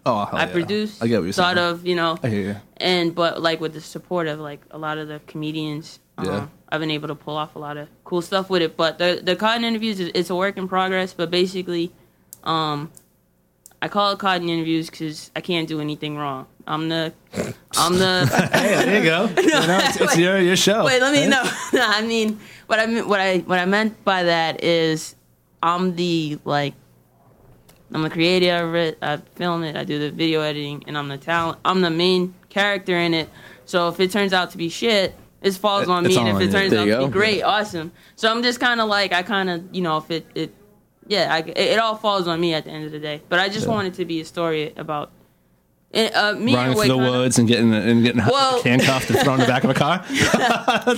F: Oh, hell
H: I
F: yeah.
H: produced,
F: I get what you're
H: thought
F: saying.
H: of, you know,
F: I hear you.
H: and but like with the support of like a lot of the comedians, um,
F: Yeah.
H: I've been able to pull off a lot of cool stuff with it. But the the cotton interviews, is- it's a work in progress. But basically, um, I call it cotton interviews because I can't do anything wrong. I'm
F: [LAUGHS]
H: the, I'm the.
F: Hey, there you go.
H: [LAUGHS]
F: You know, it's, it's your your show.
H: Wait, let me
F: right?
H: know. [LAUGHS] No, I mean, what I mean, what I what I meant by that is, I'm the like, I'm the creator. I, re- I film it. I do the video editing, and I'm the talent. I'm the main character in it. So if it turns out to be shit, it falls
G: It-
H: on
G: it's
H: me. And
G: on
H: if
G: you.
H: it turns
G: There
H: out
G: you
H: to
G: go.
H: be great, awesome. So I'm just kind of like, I kind of, you know, if it it, yeah, I, it, it all falls on me at the end of the day. But I just
F: Yeah.
H: wanted to be a story about. Uh, me
F: Running
H: and
F: through the
H: Wakanda-
F: woods and getting and getting
H: Well-
F: handcuffed and thrown in the back of a
H: [LAUGHS]
F: car.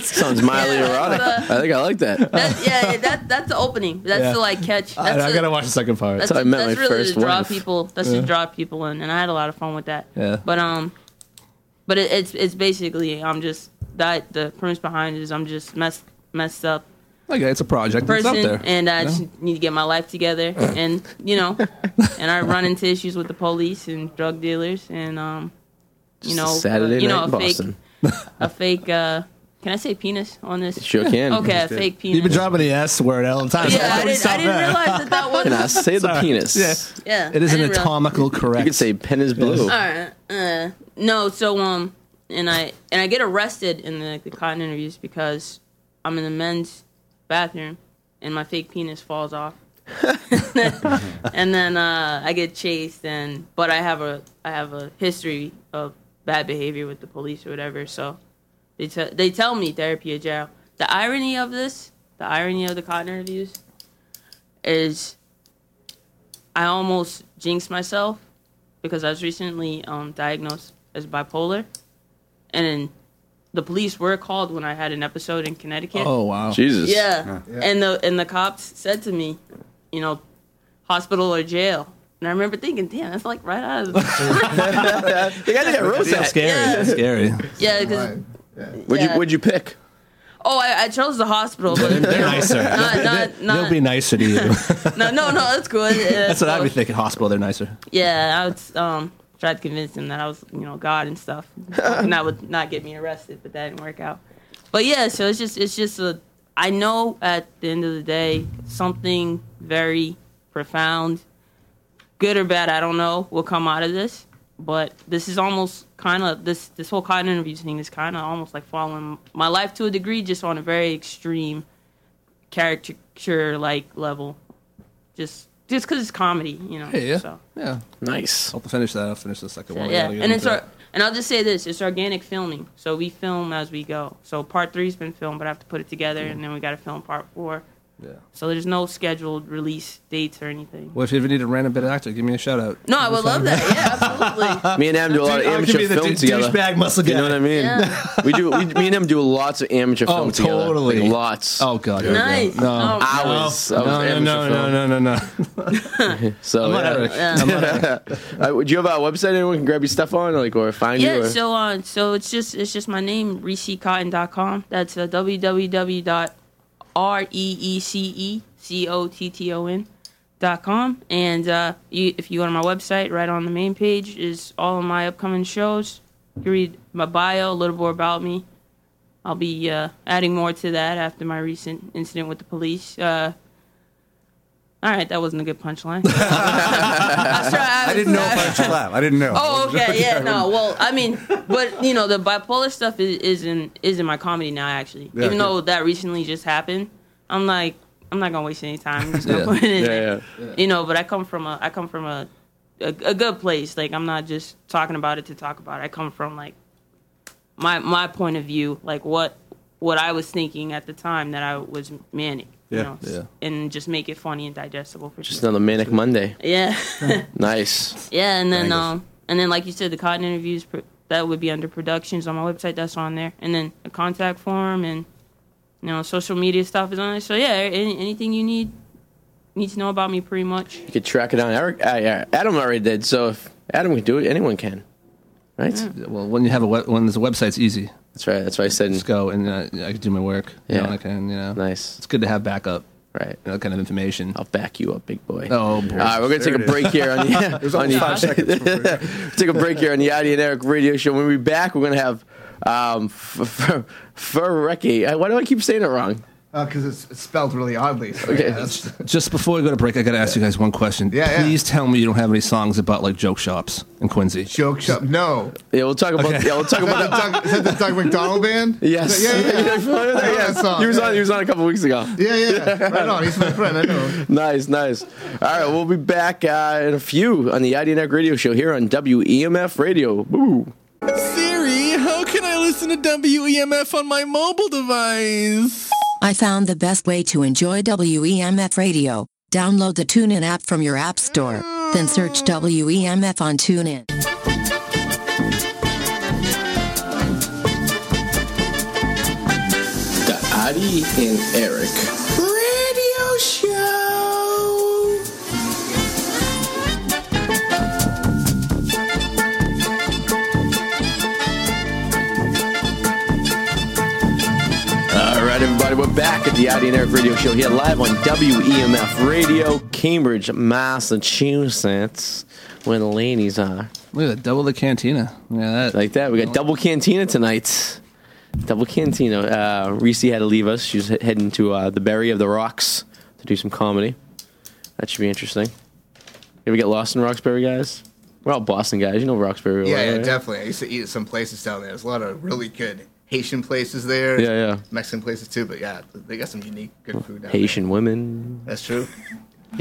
F: [LAUGHS]
G: Sounds mildly erotic. I think I like that.
H: yeah, yeah, that that's the opening. That's
F: Yeah.
H: the like catch.
F: I,
H: That's
F: I
H: the-
F: gotta watch the second part.
H: That's, that's really to draw people. That's
F: Yeah.
H: to draw people in, and I had a lot of fun with that.
F: Yeah.
H: But um, but it, it's it's basically I'm just that the premise behind it is I'm just messed messed up
F: Okay, it's a project.
H: person,
F: it's up there.
H: and uh, I
F: you know?
H: just need to get my life together, and you
F: [LAUGHS]
H: know, and I run into issues with the police and drug dealers, and um, you
G: Just a
H: know,
G: Saturday
H: you know,
G: night in
H: a fake,
G: Boston.
H: a fake. uh Can I say penis on this?
G: Sure can.
H: [LAUGHS] Okay, a fake penis.
F: You've been dropping the S word all the time.
H: Yeah, I didn't, I didn't realize that that was.
G: Can I say the
F: Sorry.
G: penis?
F: Yeah.
H: Yeah,
F: It is
H: I
F: an
H: didn't realize-
F: atomical [LAUGHS] correct.
G: You could say pen is blue.
H: All right. Uh, no, so um, and I and I get arrested in the, the cotton interviews because I'm in the men's bathroom and my fake penis falls off, [LAUGHS] and then uh, I get chased and but I have a I have a history of bad behavior with the police or whatever, so they te- they tell me therapy or jail. The irony of this, the irony of the cotton interviews, is I almost jinxed myself because I was recently um, diagnosed as bipolar, and then the police were called when I had an episode in Connecticut.
F: Oh, wow.
G: Jesus.
H: Yeah.
G: Yeah.
H: and the and the cops said to me, you know, hospital or jail. And I remember thinking, damn, that's like right out of
F: [LAUGHS]
H: the.
G: I think I wrote that.
H: Yeah,
F: scary.
H: yeah, 'cause-
G: Would you
H: Yeah.
G: Would you pick?
H: oh, I, I chose the hospital, but
F: [LAUGHS] They're, they're nicer.
H: Not, not,
F: They'll
H: not,
F: be nicer to you.
H: no, no, no, that's good.
F: [LAUGHS] That's what I'd be thinking. Hospital, they're nicer.
H: Yeah, I was um tried to convince him that I was, you know, God and stuff. and that would not get me arrested, but that didn't work out. But yeah, so it's just it's just a I know at the end of the day something very profound, good or bad, I don't know, will come out of this. But this is almost kind of this this whole cotton interviews thing is kind of almost like following my life to a degree, just on a very extreme caricature like level. Just just because it's comedy, you know.
F: Hey, yeah.
H: So.
F: Yeah.
G: Nice.
F: I'll finish that. I'll finish the second one. I
H: Yeah,
F: gotta get
H: and it's
F: into
H: our, and I'll just say this: it's organic filming, so we film as we go. So part three's been filmed, but I have to put it together, and then we got to film part four.
F: Yeah.
H: So there's no scheduled release dates or anything.
F: Well, if you ever need a random bit of actor, give me a shout
H: [LAUGHS]
F: out.
H: No, I would love that.
G: [LAUGHS] Me and Em do a lot of
F: Dude, I'll give
G: amateur
F: you the
G: film
F: douche-
G: together.
F: douchebag muscle
G: You know
F: guy.
G: what I mean?
H: Yeah.
G: We do. We, me and Em do lots of amateur
F: Oh,
G: film together.
F: totally.
G: Like, lots.
F: Oh god.
G: Yeah.
H: Nice.
F: No.
H: Oh,
G: Hours
F: No,
G: of
F: no,
G: amateur
F: no,
G: film.
F: no, no, no, no.
G: [LAUGHS] So
F: I'm not
G: yeah.
F: Eric.
H: Yeah. I'm not
G: [LAUGHS] Uh, would you have a website anyone can grab your stuff on, like, or find
H: yeah,
G: you? Or?
H: so uh, so it's just it's just my name, ReeseCotton.com. That's uh, e www.r-e-e-c-e-c-o-t-t-o-n.com. And uh, you, if you go to my website, right on the main page is all of my upcoming shows. You can read my bio, a little more about me. I'll be uh, adding more to that after my recent incident with the police. Uh, all right, that wasn't a good punchline. [LAUGHS]
O: I didn't know if I should laugh. I didn't know. [LAUGHS]
G: [LAUGHS]
H: Oh, okay, yeah, no. Well, I mean, but you know, the bipolar stuff is, is in is in my comedy now. Actually,
O: Yeah,
H: even
O: yeah.
H: though that recently just happened, I'm like, I'm not gonna waste any
G: [LAUGHS]
H: time. I'm just gonna
G: Yeah.
H: put it in
G: Yeah,
H: there.
G: yeah.
H: You know, but I come from a I come from a, a a good place. Like I'm not just talking about it to talk about. it. I come from like my my point of view, like what what I was thinking at the time that I was manic.
G: Yeah,
H: You know,
G: yeah.
H: and just make it funny and digestible for
G: Just
H: people.
G: another manic Monday.
H: Yeah. [LAUGHS]
G: [LAUGHS] Nice.
H: Yeah, and then
G: Bangers.
H: um, and then like you said, the cotton interviews pr- that would be under productions on my website. That's on there, and then a contact form and you know social media stuff is on there. So yeah, any, anything you need need to know about me, pretty much.
G: You could track it down. Eric, uh, yeah, Adam already did. So if Adam can do it, anyone can. Right.
F: Well, when you have a web, when there's a website, it's easy.
G: Mm. That's right. That's why I said
F: just go and uh, I could do my work. you
G: Yeah.
F: know, I can. You know,
G: nice.
F: It's good to have backup.
G: Right,
F: you know, kind of information.
G: I'll back you up, big boy.
F: Oh, boy.
G: All right, we're gonna take a break here on
F: [LAUGHS]
G: the, on the [LAUGHS] take a break here on the Adi and Eric Radio Show. When we back, we're gonna have um, [LAUGHS] Ferrecki. Why do I keep saying it wrong?
P: Because uh, it's, it's spelled really oddly. so
G: Okay.
P: yeah, that's-
F: Just before we go to break, I got to ask you guys one question.
P: Yeah, yeah.
F: Please tell me you don't have any songs about like joke shops in Quincy.
P: Joke shop? No.
G: Yeah, we'll talk about. Yeah, we'll talk
P: Is [LAUGHS] that
G: about.
P: the Doug- is that the Doug McDonald band?
G: [LAUGHS] Yes.
P: [LAUGHS] Yeah, yeah, yeah.
G: You're familiar with that?
P: I know
G: Yeah.
P: that
G: [LAUGHS]
P: song.
G: He was
P: Yeah.
G: on. He was on a couple weeks ago.
P: Yeah, yeah. Right on. He's my friend. I know.
G: [LAUGHS] nice, nice. All right, we'll be back uh, in a few on the IDNEC Radio Show here on WEMF Radio. Woo.
M: Siri, how can I listen to WEMF on my mobile device?
Q: I found the best way to enjoy WEMF radio. Download the TuneIn app from your app store, then search WEMF on TuneIn.
G: The Adi and Eric
M: Radio show.
G: All right, everybody, we're back at the Audi and Eric Radio Show here live on WEMF Radio, Cambridge, Massachusetts, where the ladies are.
F: Look at that, double the cantina. Yeah, that.
G: Like that. We got double cantina tonight. Double cantina. Uh, Reese had to leave us. She's he- heading to uh, the Berry of the Rocks to do some comedy. That should be interesting. You ever get lost in Roxbury, guys? We're all Boston guys. You know Roxbury. well,
P: Yeah, yeah,
G: right?
P: definitely. I used to eat at some places down there. There's a lot of really good Haitian places there.
G: Yeah, yeah.
P: Mexican places too, but yeah, they got some unique good food down
G: Haitian women.
P: there. That's true.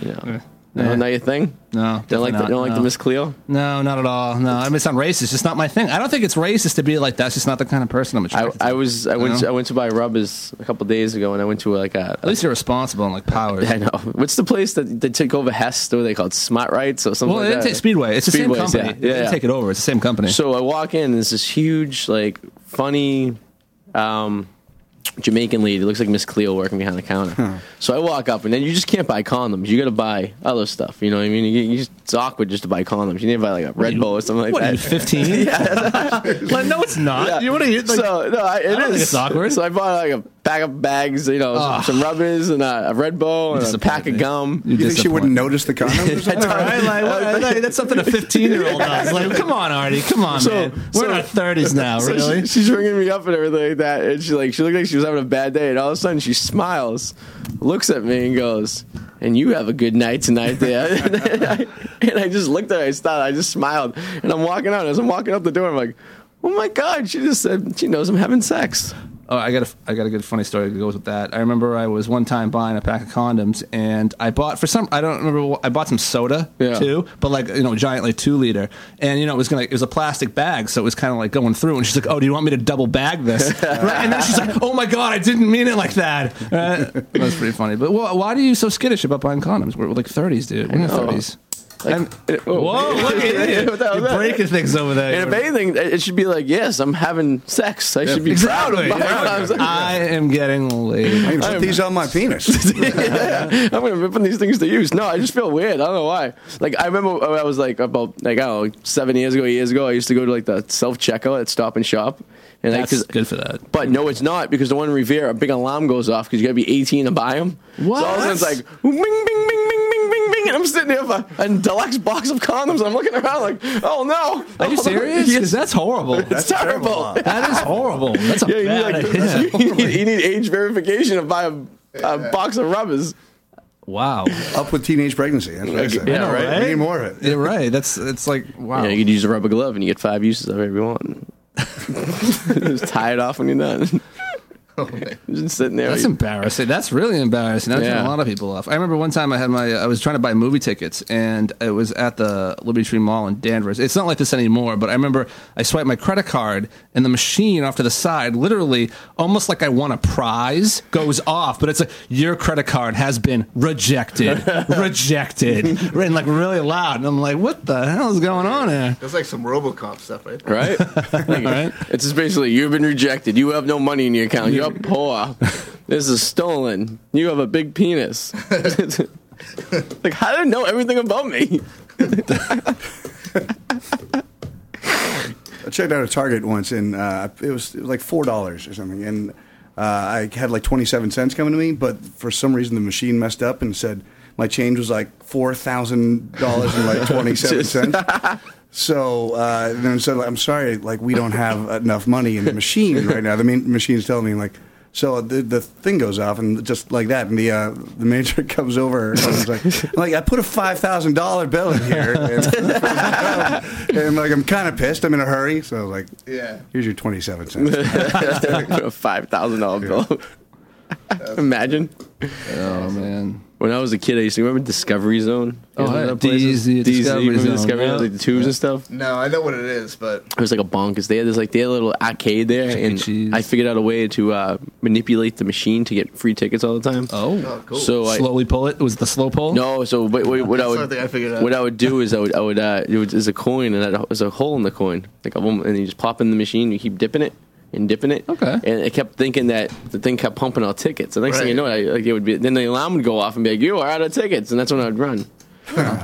G: You know. No, not your thing?
F: No.
G: Don't like,
F: definitely
G: the,
F: not,
G: don't like
F: no.
G: the Miss Cleo?
F: No, not at all. No, I mean it's not racist. It's not my thing. I don't think it's racist to be like that's just not the kind of person I'm attracted.
G: I was I
F: You
G: went
F: know?
G: to, I went to buy rubbers a couple days ago, and I went to like a at
F: least you're responsible and like
G: [LAUGHS]
F: powers.
G: I know. What's the place that they took over Hess? What are they called? Smart Rights or
F: to.
G: something?
F: Well,
G: like
F: they didn't
G: that?
F: take Speedway. It's the same
G: Speedways,
F: company.
G: Yeah,
F: They
G: yeah,
F: didn't
G: yeah.
F: take it over. It's the same company.
G: So I walk in, there's this huge, like, funny um, Jamaican lady. It looks like Miss Cleo working behind the counter. So I walk up, and then you just can't buy condoms. You got to buy other stuff. You know what I mean? You, you just, it's awkward just to buy condoms. You need to buy, like, a Red Bull or something like
F: what are
G: that.
F: you,
G: [LAUGHS]
F: 15?
G: yeah.
F: [LAUGHS] Like, no, it's not. You- what are you- like-
G: so, no, I, it
F: I don't think
G: is.
F: it's awkward. Ah.
G: So I bought, like, a bag of bags, you know, some,
F: Ugh.
G: some rubbers and a, a Red Bull and a pack of gum.
O: You, think she wouldn't notice the
F: [LAUGHS]
O: condoms?
G: I don't-
F: Right? Like, what- like, that's something a 15 year old does. Like, come on, Artie. Come on,
G: So-
F: man. We're
G: so-
F: in our 30s
G: [LAUGHS]
F: now,
G: so
F: really.
G: she- she's ringing me up and everything like that, and she like she looked like she was having a bad day, and all of a sudden she smiles, looks at me, and goes, "And you have a good night tonight, there." [LAUGHS] and, I, and I just looked at her, I stopped, I just smiled, and I'm walking out. As I'm walking out the door, I'm like, "Oh my god!" She just said she knows I'm having sex.
F: Oh, I got a, I got a good funny story that goes with that. I remember I was one time buying a pack of condoms, and I bought for some I don't remember what, I bought some soda
G: Yeah.
F: too, but like you know, giant like two liter, and you know it was gonna it was a plastic bag, so it was kind of like going through. And she's like, "Oh, do you want me to double bag this?"
G: [LAUGHS]
F: right? And then she's like, "Oh my god, I didn't mean it like that." Uh, that was pretty funny. But wh- why are you so skittish about buying condoms? We're like thirties, dude. We're in
G: I know.
F: our thirties.
G: Like, whoa,
F: look
G: [LAUGHS]
F: at you. You're breaking things over there.
G: And if anything, it it should be like, yes, I'm having sex. I should be
F: exactly.
G: proud. [LAUGHS] of my-
F: I am getting laid.
G: I am-
O: on my penis.
G: [LAUGHS] Yeah. I'm gonna be putting these things to use. No, I just feel weird. I don't know why. Like I remember when I was like about like I don't know seven years ago, eight years ago. I used to go to like the self checkout at Stop and Shop. And
F: That's good for that.
G: But no, it's not because the one in Revere, a big alarm goes off because you gotta be 18 to buy them. What? So all of a sudden it's like bing, bing, bing, bing, bing, bing, bing, and I'm sitting there with a, a deluxe box of condoms. I'm looking around like, oh no. [LAUGHS]
F: Are you serious? Because that's horrible.
G: It's That's terrible. terrible.
F: That is horrible. That's a
G: Yeah, you need,
F: bad
G: like, [LAUGHS]
F: idea.
G: you, need, you need age verification to buy a, a box of rubbers.
F: Wow.
O: Up with teenage pregnancy. That's what I said.
G: Yeah, right?
O: We need more of it.
F: You're right. That's it's like wow.
G: Yeah, you could use a rubber glove and you get five uses of it if you want. [LAUGHS] Just tie it off when you're done. Just sitting there.
F: That's
G: You-
F: embarrassing. That's really embarrassing. That turned
G: Yeah.
F: a lot of people off. I remember one time I had my uh, I was trying to buy movie tickets and it was at the Liberty Tree Mall in Danvers. It's not like this anymore, but I remember I swiped my credit card and the machine off to the side, literally almost like I won a prize, goes off, but it's like your credit card has been [LAUGHS] rejected, rejected,
O: [LAUGHS]
F: and like really loud. And I'm like, what the hell is going on here?
P: That's like some Robocop stuff, right?
F: [LAUGHS]
G: Right? right? It's just basically you've been rejected. You have no money in your account. You're poor. This is stolen. You have a big penis. [LAUGHS] like, how do you
F: [LAUGHS]
G: know everything about me?
O: That's checked out a Target once, and uh, it, was, it was like four dollars or something, and uh, I had like twenty seven cents coming to me, but for some reason the machine messed up and said my change was like four thousand dollars and like twenty
F: [LAUGHS]
O: seven cents. So uh, and then said, "I'm sorry, like we don't have enough money in the machine right now." The main machine's telling me like. So the, the thing goes off and just like that, and the uh, the manager [LAUGHS] comes over and is like, like I put a five thousand dollar bill in here,
F: [LAUGHS]
O: and, and like I'm kind of pissed. I'm in a hurry, so I was like,
P: [LAUGHS] Yeah.
O: here's your twenty seven cents.
G: [LAUGHS] a five thousand dollar bill. Imagine. Oh man. When I was a kid, I used to remember Discovery Zone. You
F: Oh,
G: know
F: yeah.
G: that place?
F: DZ,
G: DZ,
F: Discovery
G: remember
F: Zone,
G: Discovery
F: yeah.
G: Zone, like the tubes and stuff.
P: No, I know what it is, but
G: It was like a bonkers. They had this like they had a little arcade
F: E.
G: there, and I figured out a way to uh, manipulate the machine to get free tickets all the time.
F: Oh,
P: cool.
G: So I,
F: slowly pull it. Was the slow pull?
G: No. So what, what, what I
F: That's
G: would
F: what I think I figured out.
G: what I would do is I would I would uh, it was is a coin and I'd, there's a hole in the coin like a woman, and you just pop in the machine you keep dipping it and dipping it okay and I kept thinking that the thing kept pumping out tickets the next thing you know I, like it would be then the alarm would go off and be like you are out of tickets and that's when I'd run.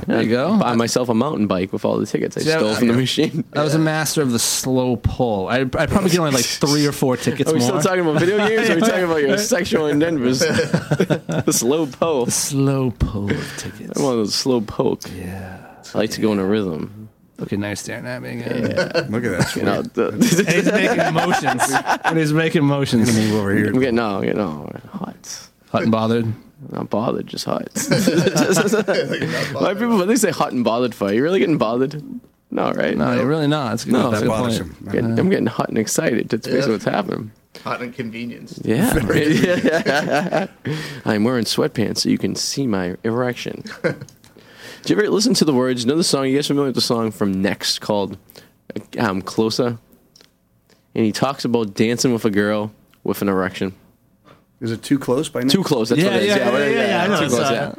G: There you go. Buy myself a mountain bike with all the tickets I
F: See, I-
G: stole
F: [LAUGHS]
G: from the
F: I-
G: machine.
F: I was a master of the slow pull. I, I probably get only like three or four tickets
G: Are we still
F: more.
G: talking about video games? Or are we talking about [LAUGHS] your sexual endeavors? [LAUGHS]
F: [LAUGHS]
G: the slow poke. The
F: slow poke of
G: [LAUGHS]
F: tickets.
G: I want a slow poke. Yeah. I like to go in a rhythm.
F: Looking nice staring at me.
G: Yeah.
O: Look at that.
G: You know, the-
F: and he's
G: [LAUGHS]
F: making motions. And he's making motions.
O: over here.
G: I'm getting no, I'm getting no, hot.
F: Hot and bothered.
G: Not bothered,
O: [LAUGHS]
G: just hot. Why people when they say hot and bothered for? You really getting bothered? No, right?
F: No, you're really not. It's a good-
G: no,
F: that's
G: it's a
F: a good
G: good
F: point.
G: point. Getting- I'm getting hot and excited. That's
P: Yeah.
G: basically what's happening.
P: hot inconvenience.
G: Yeah.
P: [LAUGHS] Very
G: [LAUGHS]
O: [LAUGHS]
G: I'm wearing sweatpants so you can see my erection. Do you ever listen to the words? Know the song? You guys familiar with the song from Next called um, Closer? And he talks about dancing with a girl with an erection.
O: Is it too close by now?
G: Too close. That's
O: Yeah,
G: what it is.
O: yeah, yeah, yeah, yeah, I know
G: Too
O: that
G: close,
O: song.
G: yeah.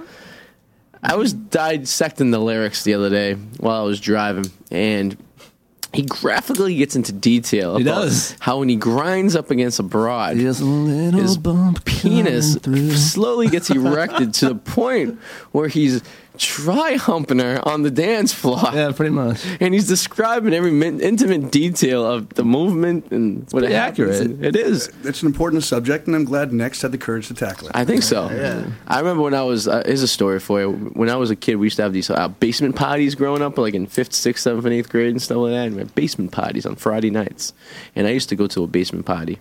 G: I was dissecting the lyrics the other day while I was driving, and he graphically gets into detail
F: He
G: about
F: does.
G: how when he grinds up against a broad, his penis slowly gets erected to the point where he's try humping her on the dance floor.
F: Yeah, pretty much.
G: And he's describing every min- intimate detail of the movement and what
O: pretty
G: it happens.
O: accurate.
G: It is.
O: It's an important subject, and I'm glad Next had the courage to tackle it.
G: I [LAUGHS] think so.
O: Yeah.
G: I remember when I was. Uh, here's a story for you. When I was a kid, we used to have these uh, basement parties growing up, like in fifth, sixth, seventh, and eighth grade and stuff like that. And we had basement parties on Friday nights, and I used to go to a basement party,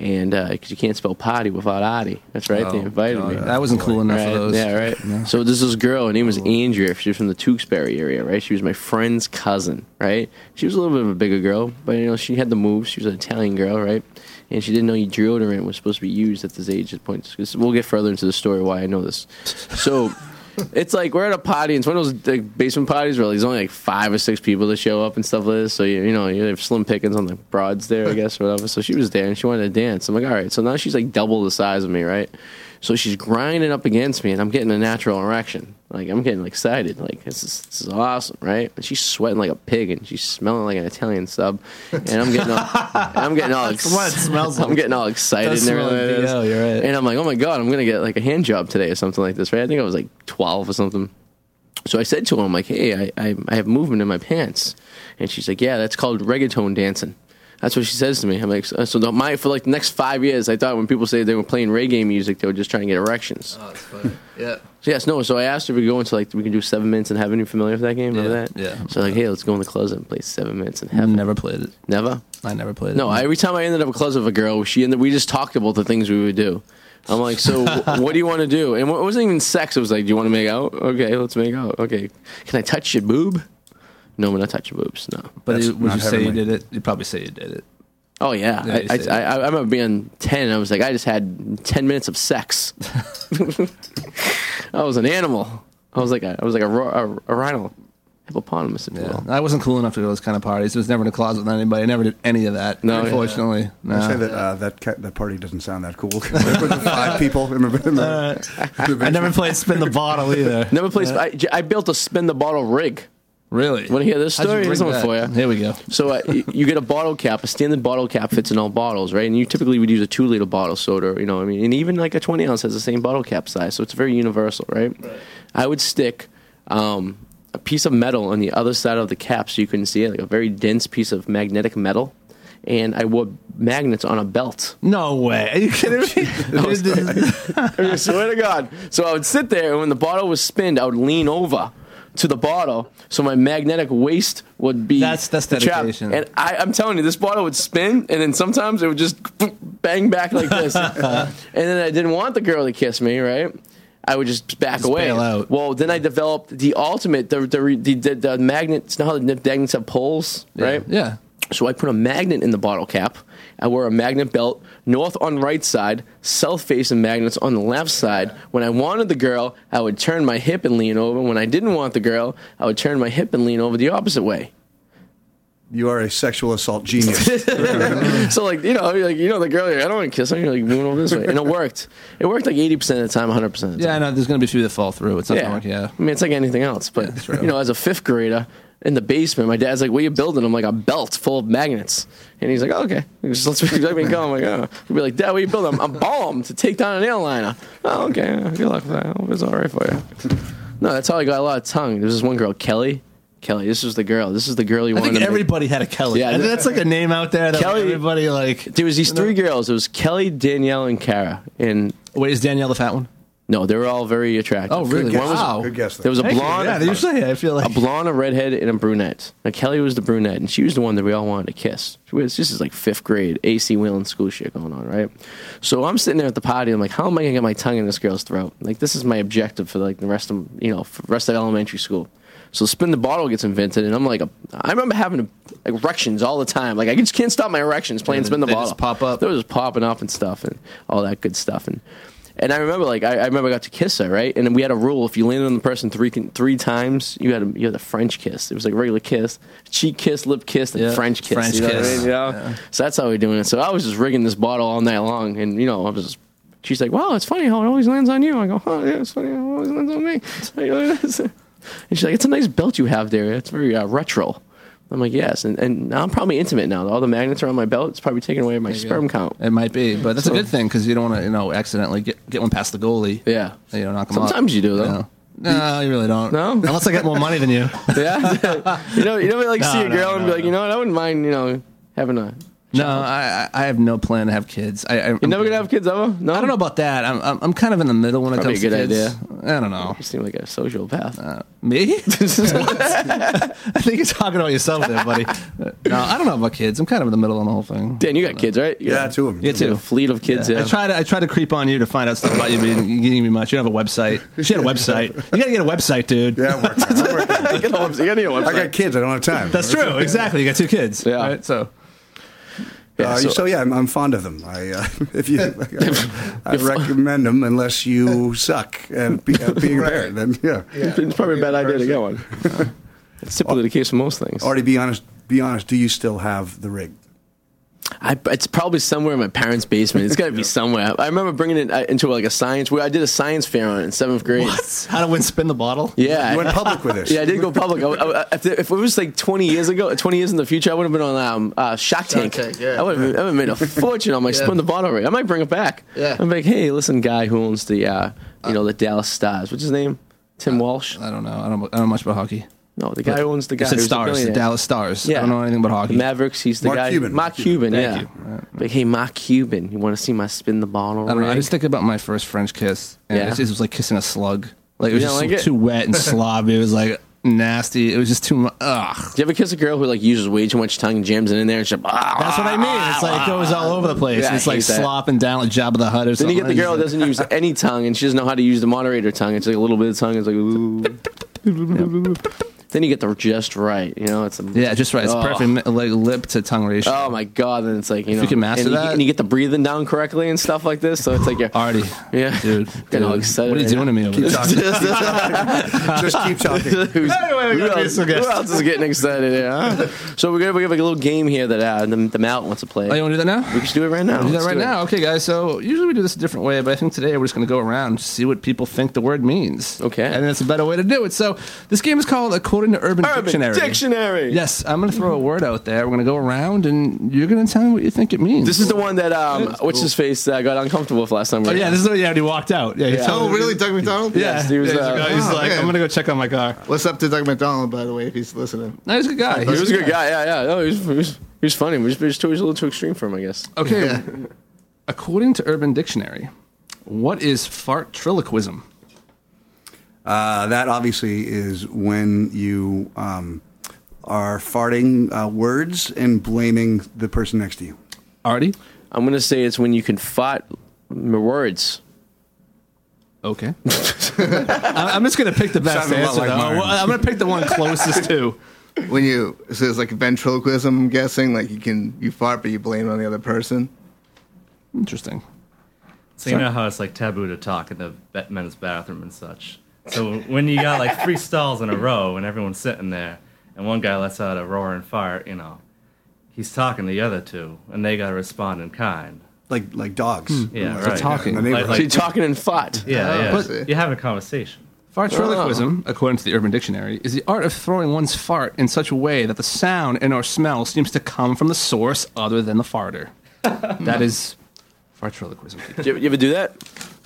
G: and because you can't spell party without Adi. That's right. they
F: Oh,
G: invited
F: God.
G: me.
F: I wasn't cool enough for
G: Right,
F: those.
G: Yeah, right. So there's this girl. Her name was Andrea. She was from the Tewksbury area, right? She was my friend's cousin, right? She was a little bit of a bigger girl, but you know she had the moves. She was an Italian girl, right? And she didn't know deodorant was supposed to be used at this age. At points, 'Cause we'll get further into the story why I know this.
F: [LAUGHS]
G: So. It's like we're at a party, and it's one of those like, basement parties where there's only like five or six people that show up and stuff like this. So you, you know you have slim pickings on the broads there, I guess, or whatever. So she was there and she wanted to dance. I'm like, all right. So now she's like double the size of me, right? So she's grinding up against me, and I'm getting a natural erection. Like I'm getting excited. Like this is, this is awesome, right? And she's sweating like a pig, and she's smelling like an Italian sub, and I'm getting
F: [LAUGHS]
G: all, I'm getting all
F: That's what it
G: [LAUGHS]
F: smells
G: I'm
F: like.
G: getting all excited
F: Does
G: and
F: smell like
G: everything.
F: BO, you're right.
G: And I'm like, oh my god, I'm gonna get like a hand job today or something like this, right? I think I was like 12 or something. So I said to him, like, hey, I, I, I have movement in my pants. And she's like, yeah, that's called reggaeton dancing. That's what she says to me. I'm like, so so the, my, for like the next five years, I thought when people say they were playing reggae music, they were just trying to get erections.
P: Oh, that's funny. Yeah.
G: So yes, no. So I asked her if we go into like we can do seven minutes in heaven. You familiar with that game? Remember
F: Yeah,
G: that?
F: yeah.
G: So like, hey, let's go in the closet and play seven minutes in
F: I've
G: heaven.
F: never played it.
G: Never.
F: I never played it.
G: No, I- every time I ended up in the closet with a girl, she ended, we just talked about the things we would do. I'm like, so
F: [LAUGHS]
G: wh- what do you want to do? And it wasn't even sex. It was like, do you want to make out? Okay, let's make out. Okay, can I touch your boob? No, when I touch your boobs, no.
F: But you- would you say you did it? You'd probably say you did it.
G: Oh yeah,
F: Yeah,
G: I,
F: you
G: I,
F: said.
G: I, I remember being ten. and I was like, I just had ten minutes of
F: [LAUGHS]
G: sex. [LAUGHS] I was an animal. I was like a, I was like a, ro- a, a rhino, hippopotamus. If you will.
F: I wasn't cool enough to go to those kind of parties. It was never in a closet with anybody. I never did any of that.
G: No,
F: unfortunately. No.
O: I say that uh, that ca- that party doesn't sound that cool. [LAUGHS] Remember the five people? Remember? remember
F: I never played spin the bottle either.
G: [LAUGHS] Never played. I, j- I built a spin the bottle rig.
F: Really?
G: Want to hear this
F: How'd you
G: story? Here's
F: rig
G: one
F: that?
G: for you.
F: Here we go.
G: So uh, y- you get a bottle cap. A standard bottle cap fits in all bottles, right? And you typically would use a two liter bottle of soda. You know, what I mean, and even like a twenty ounce has the same bottle cap size, so it's very universal, right? I would stick um, a piece of metal on the other side of the cap so you couldn't see it, like a very dense piece of magnetic metal. And I wore magnets on a belt.
F: No way. Are you kidding
G: [LAUGHS]
F: me? [LAUGHS]
G: I swear to God. So I would sit there, and when the bottle was spinned, I would lean over to the bottle so my magnetic waist would be that's that's
F: dedication.
G: and I, i'm telling you this bottle would spin and then sometimes it would just bang back like
F: [LAUGHS]
G: this
F: Uh-huh.
G: and then i didn't want the girl to kiss me right i would just back away
F: bail out.
G: well then i developed the ultimate the the the, the, the magnets you know how the magnets have poles right
F: yeah
G: so I put a magnet in the bottle cap. I wore a magnet belt, north on right side, south facing magnets on the left side. When I wanted the girl, I would turn my hip and lean over. When I didn't want the girl, I would turn my hip and lean over the opposite way.
O: You are a sexual assault genius.
G: [LAUGHS] so like you know, you're like you know the girl, you're like, I don't want to kiss her. You're like moving over this way, and it worked. It worked like eighty percent of the time, hundred percent of the time.
F: Yeah, I know. There's going to be a few that fall through. It's not going to work.
G: I mean, it's like anything else, but you know, as a fifth grader in the basement, my dad's like, "What are you building?" I'm like, "A belt full of magnets," and he's like, oh, "Okay, He just let's [LAUGHS] let me go." I'm like, "Oh," he'd be like, "Dad, what are you building?" I'm, I'm bomb to take down an airliner. Oh, okay, good luck with that. I hope it's all right for you. No, that's how I got a lot of tongue. There's this one girl, Kelly. Kelly, this was the girl. This is the girl you
F: Yeah. I
G: wanted.
F: think
G: to make-
F: everybody had a Kelly. Yeah,
G: th-
F: that's like a name out there that
G: Kelly-
F: like everybody like.
G: There was these three girls. It was Kelly, Danielle, and Kara. And
F: wait, is Danielle the fat one?
G: No, they were all very attractive.
F: Oh, really?
G: One was-
F: Wow. Good guess, though.
G: There was a
F: Thank you.
G: blonde.
F: Yeah, usually I feel like
G: a blonde, a redhead, and a brunette. Now Kelly was the brunette, and she was the one that we all wanted to kiss. She was, this is like fifth grade AC Wheeling school shit going on, right? So I'm sitting there at the party. I'm like, how am I gonna get my tongue in this girl's throat? Like this is my objective for like the rest of you know for the rest of elementary school. So spin the bottle gets invented, and I'm like, a, I remember having erections all the time. Like I just can't stop my erections playing
F: Yeah,
G: spin the
F: they
G: bottle.
F: just pop up.
G: They were just popping up and stuff, and all that good stuff. And and I remember like I, I remember I got to kiss her right, and then we had a rule: if you landed on the person three con- three times, you had a, you had a French kiss. It was like regular kiss, cheek kiss, lip kiss, and
F: Yeah.
G: French kiss.
F: French
G: you know what I
F: kiss.
G: mean? You know? So that's how we are doing it. So I was just rigging this bottle all night long, and you know I was. Just, she's like, [LAUGHS] "Wow, it's funny how it always lands on you." I go, "Oh yeah, it's funny how it always lands on me." and she's like, "It's a nice belt you have there. It's very uh, retro." I'm like, "Yes," and and now I'm probably intimate now. All the magnets are on my belt. It's probably taking away my sperm count.
F: It might be, but that's
G: So-
F: a good thing because you don't want to, you know, accidentally get, get one past the goalie.
G: Yeah,
F: you know, knock 'em out.
G: Sometimes you do though.
F: know. No, you really don't. No, [LAUGHS] unless I get more money than you.
G: [LAUGHS] yeah, you know, you know, like
F: No,
G: see a
F: no,
G: girl and
F: no,
G: be like, you know what? I wouldn't mind, you know, having a.
F: No, I I I have no plan to have kids. I, I, You're
G: never gonna have kids, ever? No,
F: I don't know about that. I'm I'm, I'm kind of in the middle when
G: Probably
F: it comes
G: a good
F: to kids. I don't know.
G: You seem like a sociopath.
F: Uh, [LAUGHS] me? I think you're talking about yourself there, buddy. No, I don't know about kids. I'm kind of in the middle on the whole thing.
G: [LAUGHS] Dan, you got kids, right? You got-
F: two of them. Yeah,
G: You
F: two.
G: got a fleet of kids, yeah.
F: I try to I try to creep on you to find out stuff about you, but you didn't give me much. You don't have a website. She had a website. You gotta get a website, dude. Yeah, [LAUGHS]
G: You got a website- you got a website.
O: I got kids. I don't have time.
F: That's true. Exactly. You got two kids. Yeah. So.
O: Yeah,
F: Yeah,
O: uh, so,
F: so-
O: yeah, I'm, I'm fond of them. I uh, [LAUGHS] if
G: [LAUGHS]
O: you, I recommend them unless you suck and be, uh, being a parent. Then
G: [LAUGHS]
O: yeah,
G: It's probably a bad idea to
O: [LAUGHS]
G: get one. It's typically the case with most things.
O: Artie, be honest. Be honest. Do you still have the rig?
G: I, it's probably somewhere in my parents' basement. It's got to be somewhere. I remember bringing it uh, into like a science. Where I did a science fair on it in seventh grade.
F: How to win spin the bottle?
G: Yeah,
O: You went public with this.
G: Yeah, I did go public. I, I, I- if, it was like 20 years ago, 20 years in the future, I would have been on um, uh, Shark Tank.
P: Tank, yeah.
G: I would have I would've
F: [LAUGHS]
G: made a fortune on my
P: Yeah.
G: spin the bottle rig. I might bring it back.
P: Yeah.
G: I'm like, hey, listen, guy who owns the uh, you know the Dallas Stars. What's his name? Tim Walsh.
F: I don't know. I don't. I don't know much about hockey.
G: No, the guy who owns the
F: You
G: guy.
F: said
G: who's a
F: Stars, the
G: billionaire.
F: Dallas Stars.
G: Yeah.
F: I don't know anything about
G: The
F: hockey.
G: Mavericks. He's the
F: Mark
G: guy.
F: Cuban.
G: Mark Cuban.
F: Thank you.
G: yeah. Like, hey, Mark Cuban, you want to see my spin the bottle?
F: I don't know. I
G: rig?
F: just think about my first French kiss. And
G: Yeah.
F: it, just was like kissing a slug. Like it was
G: You
F: just
G: don't like it?
F: too wet and sloppy. It was like nasty. It was just too much. Ugh.
G: Do you ever kiss a girl who like uses way too much tongue and jams it in there and she's like, ah,
F: That's what I mean. It's like it goes all over the place.
G: Yeah, I
F: it's like
G: hate that.
F: slopping down like Jabba the Hutt or
G: Then
F: something.
G: you get the girl who
F: It's
G: doesn't use any tongue and she doesn't know how to use the moderator tongue. It's like a little bit of tongue. It's like, ooh. then you get the just right. You know, it's a,
F: like- yeah, just right. It's
G: Oh.
F: perfect mi- like lip to tongue ratio.
G: Oh my god! Then it's like you
F: If
G: know,
F: you can master
G: and
F: that-
G: and you get the breathing down correctly and stuff like this. So it's like you're
F: already,
G: yeah,
F: dude.
G: Getting all
F: dude.
G: excited
F: What are you
G: right now.
F: doing to me over
G: Keep
F: there?
G: talking. [LAUGHS]
O: Just keep talking.
G: Who's-
F: Anyway, we
G: who,
F: got
G: else,
F: musical guest.
G: who else is getting excited? here,
F: [LAUGHS]
G: huh? so we're gonna we have like a little game here that uh, the, the mallet wants to play.
F: Oh, you want to do that now?
G: We can do it right now.
F: We'll do that
G: Let's
F: right
G: do it.
F: now. Okay, guys. So usually we do this a different way, but I think today we're just going to go around see what people think the word means. Okay. And that's a better way to do it. So this game is called "A Quarter into Urban,
G: Urban
F: Dictionary.
G: Dictionary.
F: Yes, I'm going to throw a word out there. We're going to go around, and you're going to tell me what you think it means.
G: This is the one that um, what's his face that got uncomfortable with last time. we
F: Oh
G: were
F: yeah,
G: here.
F: this is the yeah. He walked out. Yeah. he told
O: Oh,
F: me-
P: Doug McDonald?
F: Yeah. Yeah, he's
G: uh,
F: like, he's like, I'm gonna
P: go
F: check on my car.
P: Oh, What's up to Doug McDonald, by the way, if he's listening?
F: No, he's a good guy.
G: He was a good guy. Yeah, yeah. No, he was, he was, he was funny. He was, he was too- he was a little too extreme for him, I guess.
F: Okay.
G: [LAUGHS]
F: According to Urban Dictionary, what is fartriloquism?
O: Uh, that obviously is when you um, are farting uh, words and blaming the person next to you.
F: Artie?
G: I'm gonna say it's when you can fight m- words.
F: Okay. I- I'm just gonna pick the best
P: Sounded a lot
F: answer.
P: like
F: though.
P: mine.
F: Well, I'm gonna pick the one closest to.
P: When you so it's like ventriloquism, I'm guessing, like you can you fart but you blame it on the other person.
F: Interesting.
K: So you know how it's like taboo to talk in the ba- men's bathroom and such. So when you got like three stalls in a row and everyone's sitting there, and one guy lets out a roaring fart, you know, he's talking to the other two, and they got to respond in kind.
O: Like like dogs.
G: Hmm.
K: Yeah,
F: So
K: right.
F: talking. Oh.
K: Like- like-
G: so you're talking and fought.
K: Yeah, yeah.
F: But-
K: you have a conversation.
G: Oh.
F: Fartriloquism, according to the Urban Dictionary, is the art of throwing one's fart in such a way that the sound and or smell seems to come from the source other than
G: [LAUGHS]
F: the farter. that is fartriloquism.
G: You, ever- you ever do that?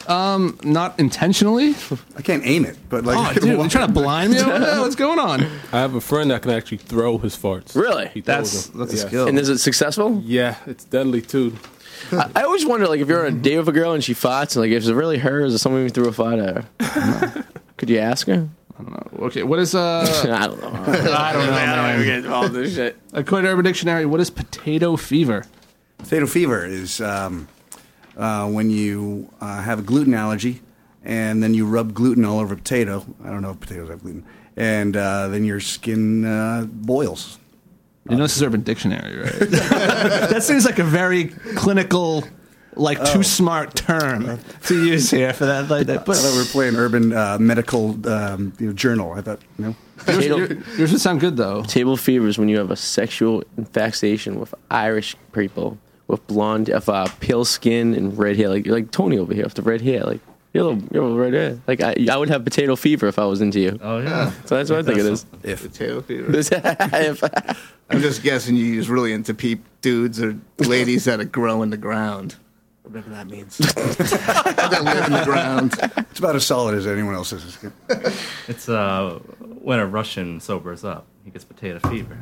F: Um, not intentionally.
O: I can't aim it, but [LAUGHS]
L: like- [LAUGHS]
F: oh, dude, you trying to blind me? What the hell? What's going on?
L: I have a friend that can actually throw his farts.
G: Really?
L: He
G: That's-
L: throws them.
G: that's a skill. And is it successful?
L: Yeah, it's deadly too.
G: [LAUGHS] I, I always wonder, like, if you're on a
F: Mm-hmm.
G: date with a girl and she farts, like, is it really her? Or is it someone who threw a fart at her?
F: [LAUGHS]
G: Could you ask her?
F: I don't know. Okay, what is uh?
G: [LAUGHS] I don't know.
F: I don't know.
G: I don't
F: man.
G: even get involved in this shit.
F: According to Urban Dictionary, what is potato fever?
O: Potato fever is um, uh, when you uh, have a gluten allergy and then you rub gluten all over a potato. I don't know if potatoes have gluten. And uh, then your skin uh, boils.
F: You know, this is Urban Dictionary,
O: [LAUGHS]
F: right? that seems like a very clinical, like too smart term to use here for that. Like that,
O: Oh. I thought we were playing Urban uh, Medical um, you know, Journal. I thought, you know.
F: Yours- your- yours would sound good though.
G: Table fever is when you have a sexual infatuation with Irish people with blonde, of uh, pale skin and red hair. Like you're like Tony over here with the red hair. Like you're a little, you're a little red hair. Like I, I would have potato fever if I was into you.
K: Oh yeah.
G: So that's what I think it is.
O: If
G: [LAUGHS]
P: potato fever. [LAUGHS] I'm just guessing you use really into peep dudes or ladies that are grow in the ground. Whatever
G: [LAUGHS]
P: that means. that live in the ground.
O: [LAUGHS] It's about as solid as anyone else's.
K: It's uh, when a Russian sobers up, he gets potato fever.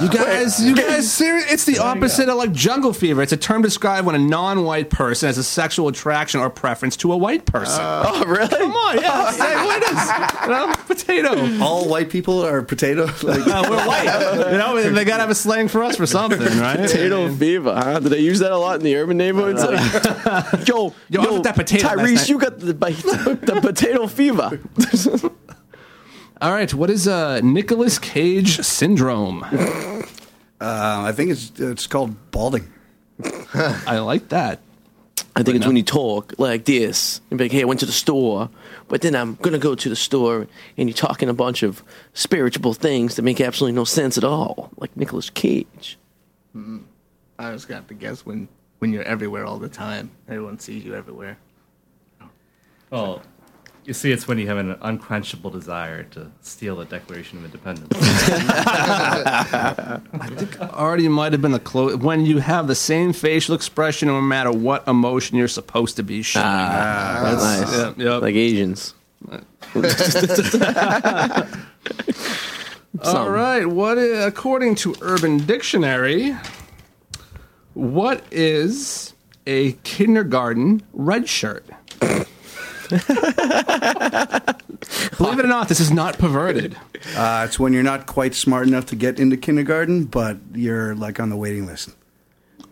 F: You guys, you guys, serious? It's the opposite of like jungle fever. It's a term described when a non-white person has a sexual attraction or preference to a white person.
O: Uh,
G: oh, really? Come [LAUGHS]
F: on, yeah. Say what it [LAUGHS] is you know, [LAUGHS] potato.
O: All white people are potato. [LAUGHS] Like,
F: Uh, we're white. You know, they gotta have a slang for us for something,
G: [LAUGHS]
F: right?
G: Potato fever, huh? Do they use that a lot in the urban neighborhoods? Like, [LAUGHS] yo,
F: Uh, Yo, I got that potato last
G: Tyrese,
F: night.
G: you got the, the, [LAUGHS] the potato fever.
F: All right, what is uh, Nicholas Cage
O: [LAUGHS]
F: syndrome?
O: Uh, I think it's it's called
F: [LAUGHS]
O: balding.
F: I like that.
G: I think it's when you talk like this and be like, hey, I went to the store, but then I'm going to go to the store and you're talking a bunch of spiritual things that make absolutely no sense at all, like Nicolas Cage.
P: Mm-hmm. I just got to guess when when you're everywhere all the time. Everyone sees you everywhere.
K: Well, you see, it's when you have an unquenchable desire to steal the Declaration of Independence. [LAUGHS]
F: I think already might have been the close when you have the same facial expression, no matter what emotion you're supposed to be showing.
G: Ah, That's nice.
F: Yep, yep.
G: Like Asians.
F: [LAUGHS] All right. What is, according to Urban Dictionary, what is a kindergarten red shirt? Believe it or not, this is not perverted.
O: Uh, it's when you're not quite smart enough to get into kindergarten, but you're like on the waiting list.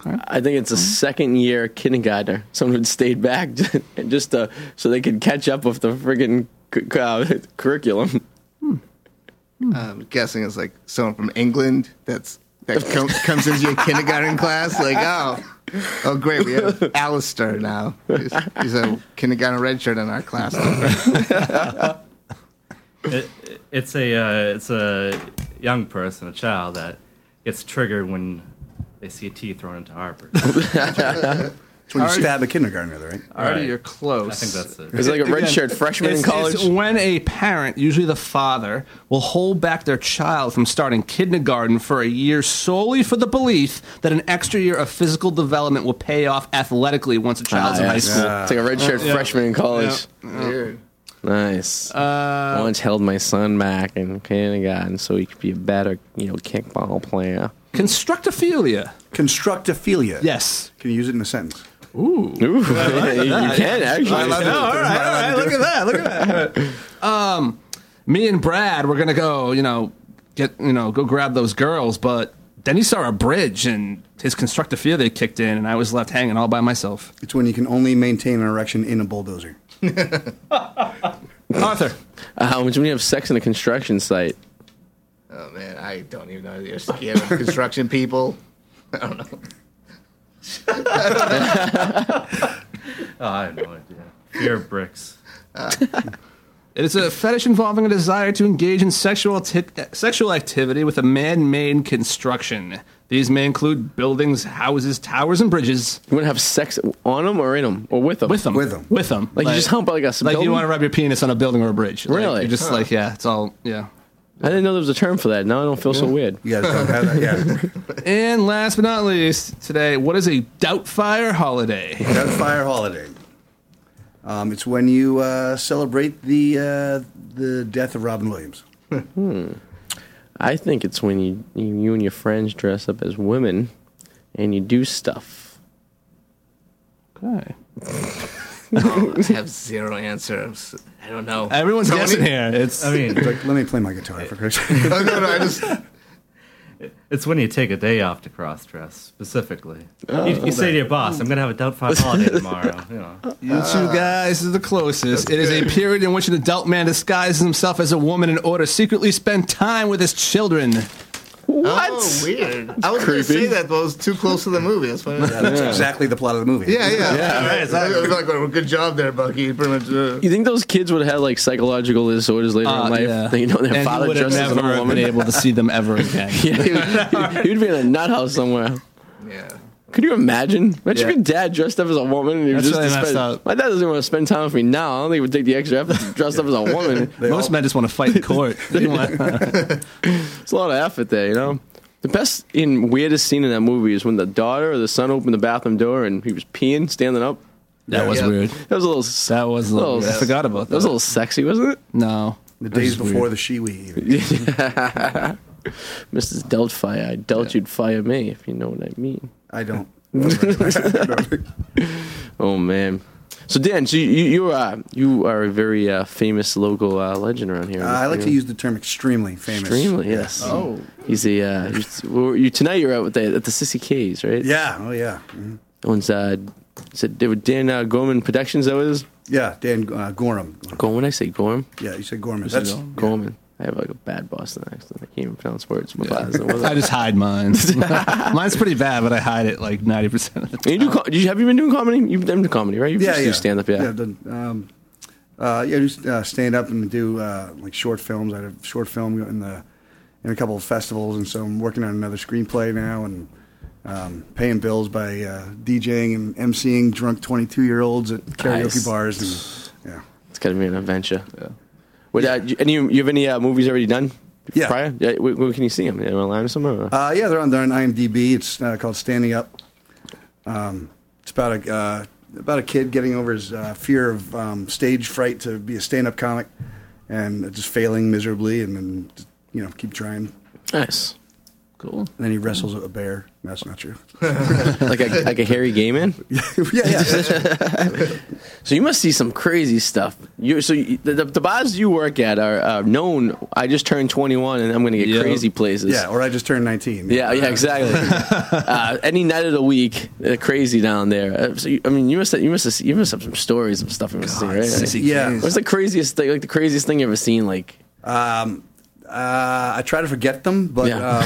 G: I think it's a second year kindergartner. Someone had stayed back [LAUGHS] and just uh, so they could catch up with the friggin' cu- cu- uh, [LAUGHS] curriculum. Hmm.
P: I'm guessing it's like someone from England that's that com- comes into your kindergarten class. Like, oh, oh, great, we have Alistair now. He's, he's a kindergarten redshirt in
G: [LAUGHS]
P: our class.
K: it, it's a uh, it's a young person, a
O: [LAUGHS]
K: child that gets triggered when they see a tea thrown into harbor.
O: It's when you
F: Already-
O: stab a kindergartner, right?
F: Already, you're close.
G: It's like a redshirt freshman in
F: It's- it's [LAUGHS]
G: college.
F: when a parent, usually the father, will hold back their child from starting kindergarten for a year solely for the belief that an extra year of physical development will pay off athletically once a child's
G: Ah,
F: in high
G: yes.
F: school.
G: It's like a redshirt
F: Yeah.
G: freshman in college.
F: Yeah. Yeah.
G: Nice.
F: Uh,
G: Once held my son back in kindergarten so he could be a better, you know, kickball player.
F: Constructophilia.
O: Constructophilia.
F: Yes.
O: Can you use it in a sentence?
F: Ooh.
G: Ooh.
O: like
G: you
O: that.
G: can actually.
O: I love it.
G: No, all
O: Am I
G: right, all
O: allowed
G: right.
O: to do
F: look
O: it?
F: at
G: [LAUGHS]
F: that. Look at that. um, me and Brad were gonna go, you know, get you know, go grab those girls, but then he saw a bridge and his constructive fear they kicked in, and I was left hanging all by myself.
O: It's when you can only maintain an erection in a bulldozer.
F: Arthur.
G: [LAUGHS] Uh, when you have sex in a construction site.
P: Oh man, I don't even know. You're scared of construction people. I don't know.
K: Oh, I have no idea. Fear of bricks.
F: [LAUGHS] It is a fetish involving a desire to engage in sexual ti- sexual activity with a man-made construction. These may include buildings, houses, towers, and bridges.
G: You want to have sex on them or in them or with them?
F: With them. With them. With them.
G: Like, you just hump like a
F: Like you
G: building?
F: want to rub your penis on a building or a bridge. Like,
G: Really?
F: you're just
G: Huh.
F: like yeah, it's all yeah.
G: I didn't know there was a term for that. Now I don't feel so
F: Yeah.
G: weird.
F: You guys don't have that, yeah. [LAUGHS] and last but not least, today, what is a doubtfire holiday?
O: Doubtfire holiday. Um, it's when you uh, celebrate the uh, the death of Robin Williams.
G: hmm. I think it's when you, you you and your friends dress up as women and you do stuff.
F: Okay.
P: I have zero answer. I'm s- I don't know. Tony?
O: like, let me play my
K: [LAUGHS]
O: guitar for Chris.
F: [LAUGHS]
P: no, no, I just.
K: It's when you take a day off to cross dress, specifically.
F: Oh.
K: you you say to your boss, I'm going to have a
O: [LAUGHS]
K: doubtful holiday tomorrow. You know.
F: You
P: Ah.
F: two guys are the closest. It is a period in which an adult man disguises himself as a woman in order to secretly spend time with his children.
P: What? Oh, weird. I was going to say
F: Creepy.
P: that, but it was too close to the movie. That's
F: [LAUGHS]
P: what.
O: That's exactly the plot of the movie.
P: Yeah, yeah.
G: Yeah, right, exactly.
P: Like, well, good job there, Bucky. You Pretty much. Uh,
G: You think those kids would have had like psychological disorders later
F: Uh,
G: in life?
F: yeah.
G: They know their
F: And he
G: father
F: would have
G: dresses as
F: never
G: a
F: have
G: woman.
F: been able to
G: [LAUGHS]
F: see them ever again.
G: yeah, he would, he would be in a nut house somewhere. Yeah. Could you imagine? Imagine
F: Yeah.
G: your dad dressed up as a woman and you
F: That's
G: just
F: really
G: to
F: messed
G: spend,
F: up.
G: My dad doesn't want to spend time with me now. I don't think he would take the extra effort to dress up as a
F: [LAUGHS]
G: woman.
F: Most men just want to fight in
G: [LAUGHS]
F: court. They [LAUGHS] want-
G: It's a lot of effort there, you know. The best and weirdest scene in that movie is when the daughter or the son opened the bathroom door and he was peeing, standing up.
F: That was
G: Yeah.
F: weird.
G: That was a little. That
F: was a little weird. I forgot about
G: That was a
F: that.
G: little sexy, wasn't it?
F: No.
O: The
G: That
O: days
G: was
O: before
G: weird.
O: the shiwi.
G: [LAUGHS] Yeah. Mrs. Deltfire, I doubt you'd fire me if you know what I mean.
O: I don't.
G: [LAUGHS] oh man. So Dan, so you you, you are you are a very uh, famous local uh, legend around here.
O: Uh, I like to use the term extremely famous.
G: extremely. Yes.
O: Oh.
G: He's a uh, he's- well, you tonight. You're out with the, at the Sissy K's, right?
O: Yeah. Oh yeah. Mhm.
G: Owns uh, is it Dan uh, Gorman Productions? That was
O: Yeah. Dan uh, Gorham.
G: Gorman. I say Gorm.
O: Yeah. You said Gorman.
G: Is
O: That's
G: it Gorman. I have like a bad Boston accent. I can't even pronounce words. My father's the one that-
F: I just hide mine.
G: [LAUGHS]
F: [LAUGHS] Mine's pretty bad, but I hide it like ninety percent of the time.
G: You do? Co- you, have you been doing comedy? You've been doing comedy, right? You
O: yeah.
G: just
O: yeah.
G: do stand up, yeah.
O: I've done, um, uh, yeah. Just uh, stand up and do uh, like short films. I had a short film in the in a couple of festivals, and so I'm working on another screenplay now and um, paying bills by uh, DJing and emceeing drunk 22 year olds at karaoke
G: Nice.
O: bars. And yeah.
G: It's got to be an adventure. Yeah. Wait, uh, do you- any you have any uh, movies already done?
O: Yeah.
G: Prior? Yeah. Where, where can you see them? Online or somewhere? or-
O: Uh, yeah, they're on they're on IMDb. It's uh, called Standing Up. Um, it's about a uh, about a kid getting over his uh, fear of um, stage fright to be a stand up comic, and just failing miserably, and then you know keep trying.
G: Nice, cool.
O: And then he wrestles a bear. That's not
G: [LAUGHS]
O: true.
G: like a like a hairy
O: [LAUGHS]
G: gay man. yeah, [LAUGHS] so you must see some crazy stuff. You so you, the, the, the bars you work at are uh, known. I just turned twenty one, and I'm going to get crazy places.
O: Yeah, or I just turned nineteen.
G: Yeah,
O: [LAUGHS]
G: yeah, exactly. uh, any night of the week, uh, crazy down there. Uh, so you, I mean, you must have, you must have, you must have some stories and stuff you must see, right?
O: sissy Yeah. kids.
G: What's the craziest thing? Like the craziest thing you ever seen? Like
O: Um, uh, I try to forget them, but
G: Yeah.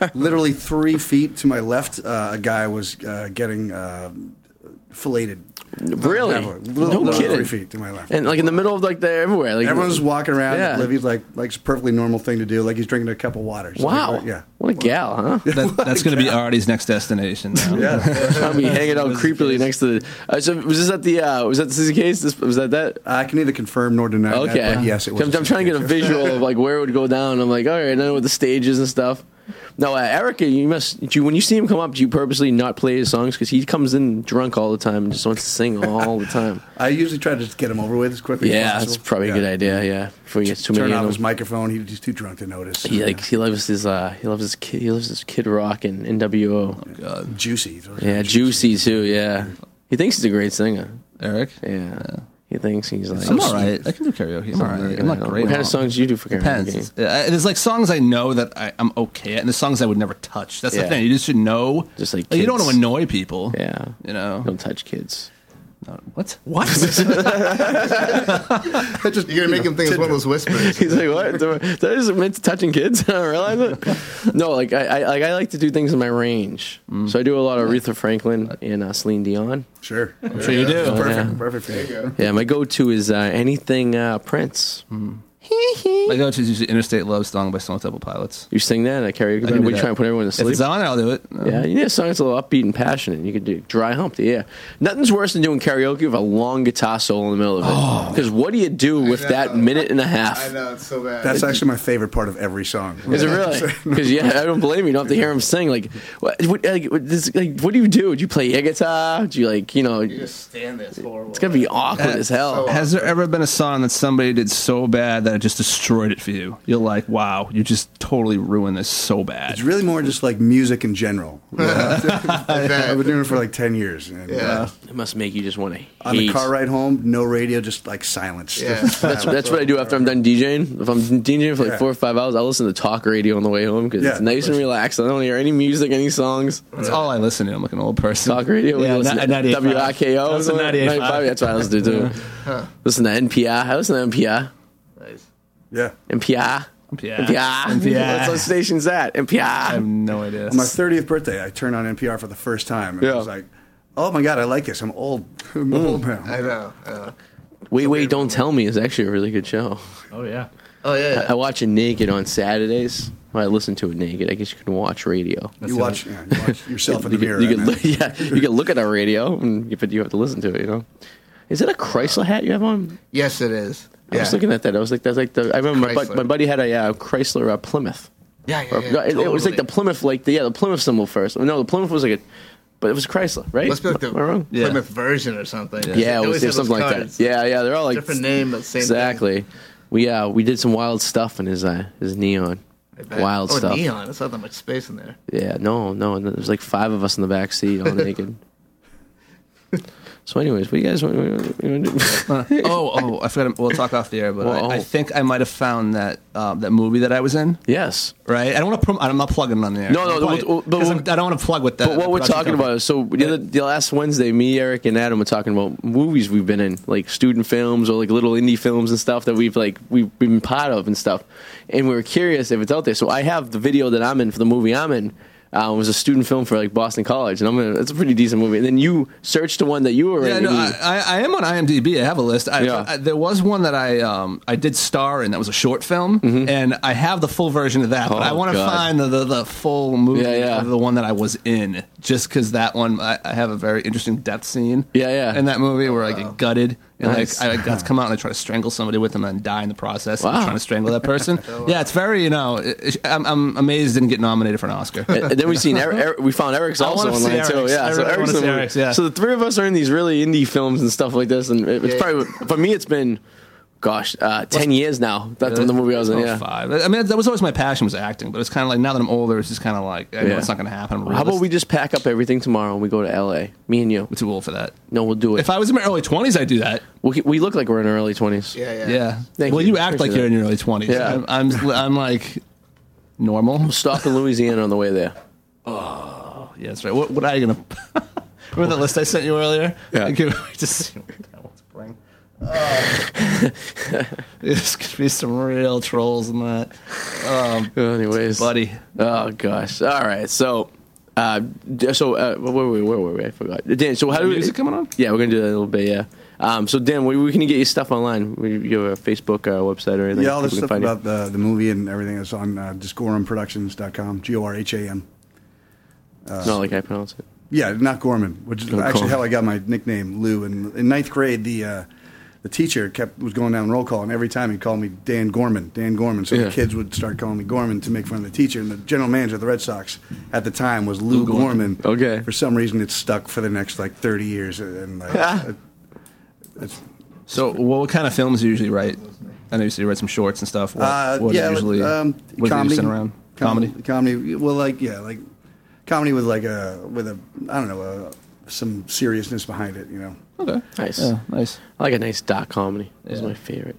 O: um, literally three feet to my left, uh, a guy was uh, getting uh, filleted.
G: Really? No kidding.
O: Three feet to my left.
G: and like in the middle of like the everywhere. Like
O: Everyone's walking around.
G: Yeah.
O: Livy's like, like it's a perfectly normal thing to do. Like he's drinking a cup of water. So
G: Wow.
O: like, yeah.
G: What a gal, huh?
F: That, [LAUGHS] that's going to
G: [LAUGHS]
F: be Artie's next destination. Now.
G: I'll be hanging out creepily next to the. Uh, so was this at the? Uh, was that the CC case? This, was that that?
O: I can neither confirm nor deny.
G: Okay.
O: That, but yes, it was.
G: I'm, I'm trying to get a visual of like where it would go down. I'm like, all right, I know what the stage is and stuff. No, uh, Erica, you must. do you, when you see him come up, do you purposely not play his songs because he comes in drunk all the time and just wants to sing all the time?
O: I usually try to just get him over with as quickly. as
G: yeah,
O: possible.
G: that's probably a good idea. Yeah, before he gets too
O: Turn
G: many.
O: off
G: of
O: his
G: them.
O: microphone. He- He's too drunk to notice.
G: He like he loves his uh he loves his kid he loves his Kid Rock and
F: Oh,
G: NWO.
O: Juicy.
G: Yeah, juicy too. Yeah, he thinks he's a great singer.
F: Eric.
G: Yeah, he thinks he's like
F: I'm all right. I can do karaoke. I'm all
G: very
F: right.
G: good
F: I'm
G: at
F: not
G: it.
F: great.
G: What kind
F: at
G: of
F: all.
G: songs do you do for
F: Depends.
G: karaoke?
F: Uh, There's like songs I know that I, I'm okay at, and there's songs I would never touch. That's
G: Yeah.
F: the thing. You just should know.
G: Just like
F: you don't want
G: kids.
F: to annoy people.
G: Yeah.
F: You know.
G: Don't touch kids.
F: what?
P: [LAUGHS]
F: What?
P: You're gonna make him think it's one of
G: [LAUGHS]
P: those whispers.
G: He's like, what? Did I did I just admit to touching kids? [LAUGHS] I don't realize it. No, like I, I, like, I like to do things in my range.
F: Mm.
G: So I do a lot of Aretha Franklin and uh, Celine Dion.
O: Sure.
G: I'm sure you do.
O: Perfect.
G: Yeah.
O: Perfect. There you go.
G: Yeah, my go-to is uh, anything uh, Prince.
F: Mm. My go-to is usually "Interstate Love" song by Stone Temple Pilots.
G: You sing that at karaoke.
F: I can do
G: We
F: that.
G: try and put everyone to
F: If
G: sleep.
F: it's on, I'll do it.
G: Yeah, you need a song that's a little upbeat and passionate. You could do dry hump. Yeah, nothing's worse than doing karaoke with a long guitar solo in the middle of
F: Oh.
G: it. Because what do you do with that minute and a half?
P: I know it's so bad.
O: That's actually my favorite part of every song.
G: Is it really? Because yeah, I don't blame you. You don't have to hear him sing. Like, what? What, like, what, this, like, what do you do? Do you play air guitar? Do you like, you know? You just stand there. It's horrible. It's gonna be awkward as hell.
F: Uh, Has there ever been a song that somebody did so bad that it just destroyed it for you? You're like, wow, you just totally ruined this so bad.
O: It's really more just like music in general.
G: [LAUGHS]
O: uh, I've been doing it for like ten years. and, uh,
G: it must make you just want to.
O: on the car ride home, no radio, just like silence. [LAUGHS]
G: [LAUGHS] that's, that's what I do after I'm done DJing. If I'm DJing for like
O: Yeah.
G: four or five hours, I listen to talk radio on the way home because
F: Yeah,
G: it's nice and relaxed. I don't hear any music, any songs.
F: That's all I listen to. I'm like an old person.
G: Talk radio.
F: Yeah,
G: we listen
F: not-
G: to
F: 98.5.
G: WRKO.
F: I listen to 98.5.
G: 95, That's what I listen to too.
F: Yeah.
G: Listen to NPR. I listen to NPR.
O: Yeah.
G: NPR.
F: NPR.
G: NPR. [LAUGHS]
O: NPR.
G: What station's that? NPR. I have
F: no idea.
O: On my 30th birthday, I turned on NPR for the first time. And I
G: Yeah. Mm.
O: was like, oh my God, I like this. I'm old. I'm old now. I
P: know. I know.
G: Wait, wait, don't tell me is actually a really good show.
K: Oh yeah.
P: Oh
G: I, I watch it naked on Saturdays. Well, I listen to it naked. I guess you can watch radio.
O: You watch, yeah, you watch yourself in the
G: You
O: mirror.
G: can- you can
O: and
G: look, [LAUGHS] yeah, you can look at our radio, and you, but you have to listen to it. You know, is it a Chrysler hat you have on?
P: Yes, it is.
G: I was looking at that. I was like, that's like the. I remember my, bud,
P: Chrysler.
G: my buddy had a uh, Chrysler uh, Plymouth.
P: Yeah, yeah,
G: Or-
P: yeah,
G: it, it was like
P: totally.
G: the Plymouth, like the yeah, the Plymouth symbol first. No, the Plymouth was like a, but it was a Chrysler, right?
P: Must be like the
G: Am I wrong?
P: Plymouth version or something.
G: Yeah, it was, it was something like that. Yeah, yeah, they're all like
P: Different name, but same thing.
G: Exactly. We uh, we did some wild stuff in his uh, his neon, wild
P: oh,
G: stuff.
P: neon. There's not that much space in there.
G: Yeah, no, no. And there's like five of us in the back seat,
F: [LAUGHS]
G: all naked. So, anyways, what you guys want? what you want to
F: [LAUGHS]
G: do?
F: oh, oh, I forgot. We'll talk off the air, but
G: Whoa.
F: I, I think I might have found that um, that movie that I was in.
G: Yes,
F: right. I don't want to. Prom- I'm not plugging it on the air.
G: No, no,
F: Plug
G: we'll-
F: it,
G: we'll- but
F: 'cause
G: we'll-
F: I'm- I don't want to plug with that.
G: But what we're talking about is so the, other, the last Wednesday, me, Eric, and Adam were talking about movies we've been in, like student films or like little indie films and stuff that we've like we've been part of and stuff. And we were curious if it's out there. So I have the video that I'm in for the movie I'm in. Uh, it was a student film for like Boston College, and I'm gonna. It's a pretty decent movie. And then you searched the one that you were
F: Yeah,
G: in.
F: no,
G: and
F: I,
G: you-
F: I- I am on IMDb. I have a list. I,
G: Yeah.
F: I- there was one that I um, I did star in. That was a short film, and I have the full version of that. but I
G: Mm-hmm. Oh,
F: want to
G: God.
F: find the, the the full movie
G: Yeah, yeah.
F: of the one that I was in, just because that one I, I have a very interesting death scene.
G: Yeah, yeah.
F: In that movie where I get gutted, and
G: Nice.
F: like I got to come out and I try to strangle somebody with them and die in the process.
G: Wow.
F: Of trying to strangle that person. yeah, it's very you know. it- it- I'm, I'm amazed it didn't get nominated for an Oscar.
G: and and then we
F: [LAUGHS]
G: seen Eric, Eric- we found Eric's
F: I
G: also
F: wanna see
G: online too.
F: Eric's.
G: Yeah,
F: I
G: so
F: really
G: Eric's
F: wanna
G: in the
F: see
G: movie.
F: Eric's, yeah.
G: So the three of us are in these really indie films and stuff like this, and it- it's
F: Yeah.
G: probably for me. It's been, gosh, uh, ten years now. That's when the movie I was in. Yeah.
F: Oh, five. I mean, that was always my passion was acting, but it's kind of like now that I'm older, it's just kind of like I know
G: Yeah.
F: it's not going to happen. I'm
G: How about
F: realist.
G: we just pack up everything tomorrow and we go to L.A. Me and you. We're
F: too old for that.
G: No, we'll do it.
F: If I was in my early twenties, I'd do that.
G: We, we look like we're in our early twenties.
F: yeah. well, you, act like you're in your early twenties.
G: Yeah.
F: I'm, I'm, I'm like normal. We'll
G: stop in Louisiana on the way there.
F: Oh, yeah, that's right. What, what are you gonna? Remember that list I sent you earlier?
G: Yeah.
F: [LAUGHS] I could-
G: [LAUGHS]
F: I just there's gonna be some [LAUGHS] real trolls in that.
G: Um, Anyways,
F: buddy.
G: Oh gosh. All right. So, uh, d- so uh, where were we? Where were we? I forgot. Dan. So how
F: Is there
G: do we?
F: music coming on?
G: Yeah, we're gonna do that in a little bit. Yeah. Um, so Dan, we, we can get your stuff online. We, your Facebook, uh, website, or anything.
O: Yeah, all this
G: People
O: stuff
G: can find you.
O: about the, the movie and everything is on uh, disgorhamproductions.com, G O R H A M. Uh,
G: Not like I pronounce it.
O: Yeah, not Gorman, which is
G: Oh,
O: actually
G: Gorman.
O: how I got my nickname, Lou. And in ninth grade, the uh, the teacher kept was going down roll call, and every time he called me Dan Gorman, Dan Gorman. So
G: Yeah.
O: the kids would start calling me Gorman to make fun of the teacher. And the general manager of the Red Sox at the time was Lou,
G: Lou Gorman.
O: Gorman.
G: Okay.
O: For some reason, it stuck for the next like thirty years, and
F: Ah.
O: like, uh, it's,
F: So, what, what kind of films do you usually write? I know you say you write some shorts and stuff. What,
O: uh,
F: what do you usually what do you send around? Comedy.
O: um, comedy, comedy. Well, like yeah, like comedy with like a with a I don't know a, some seriousness behind it. You know.
F: Okay.
G: Nice.
F: Yeah, nice.
G: I like a nice dark comedy. It's
F: Yeah.
G: my favorite.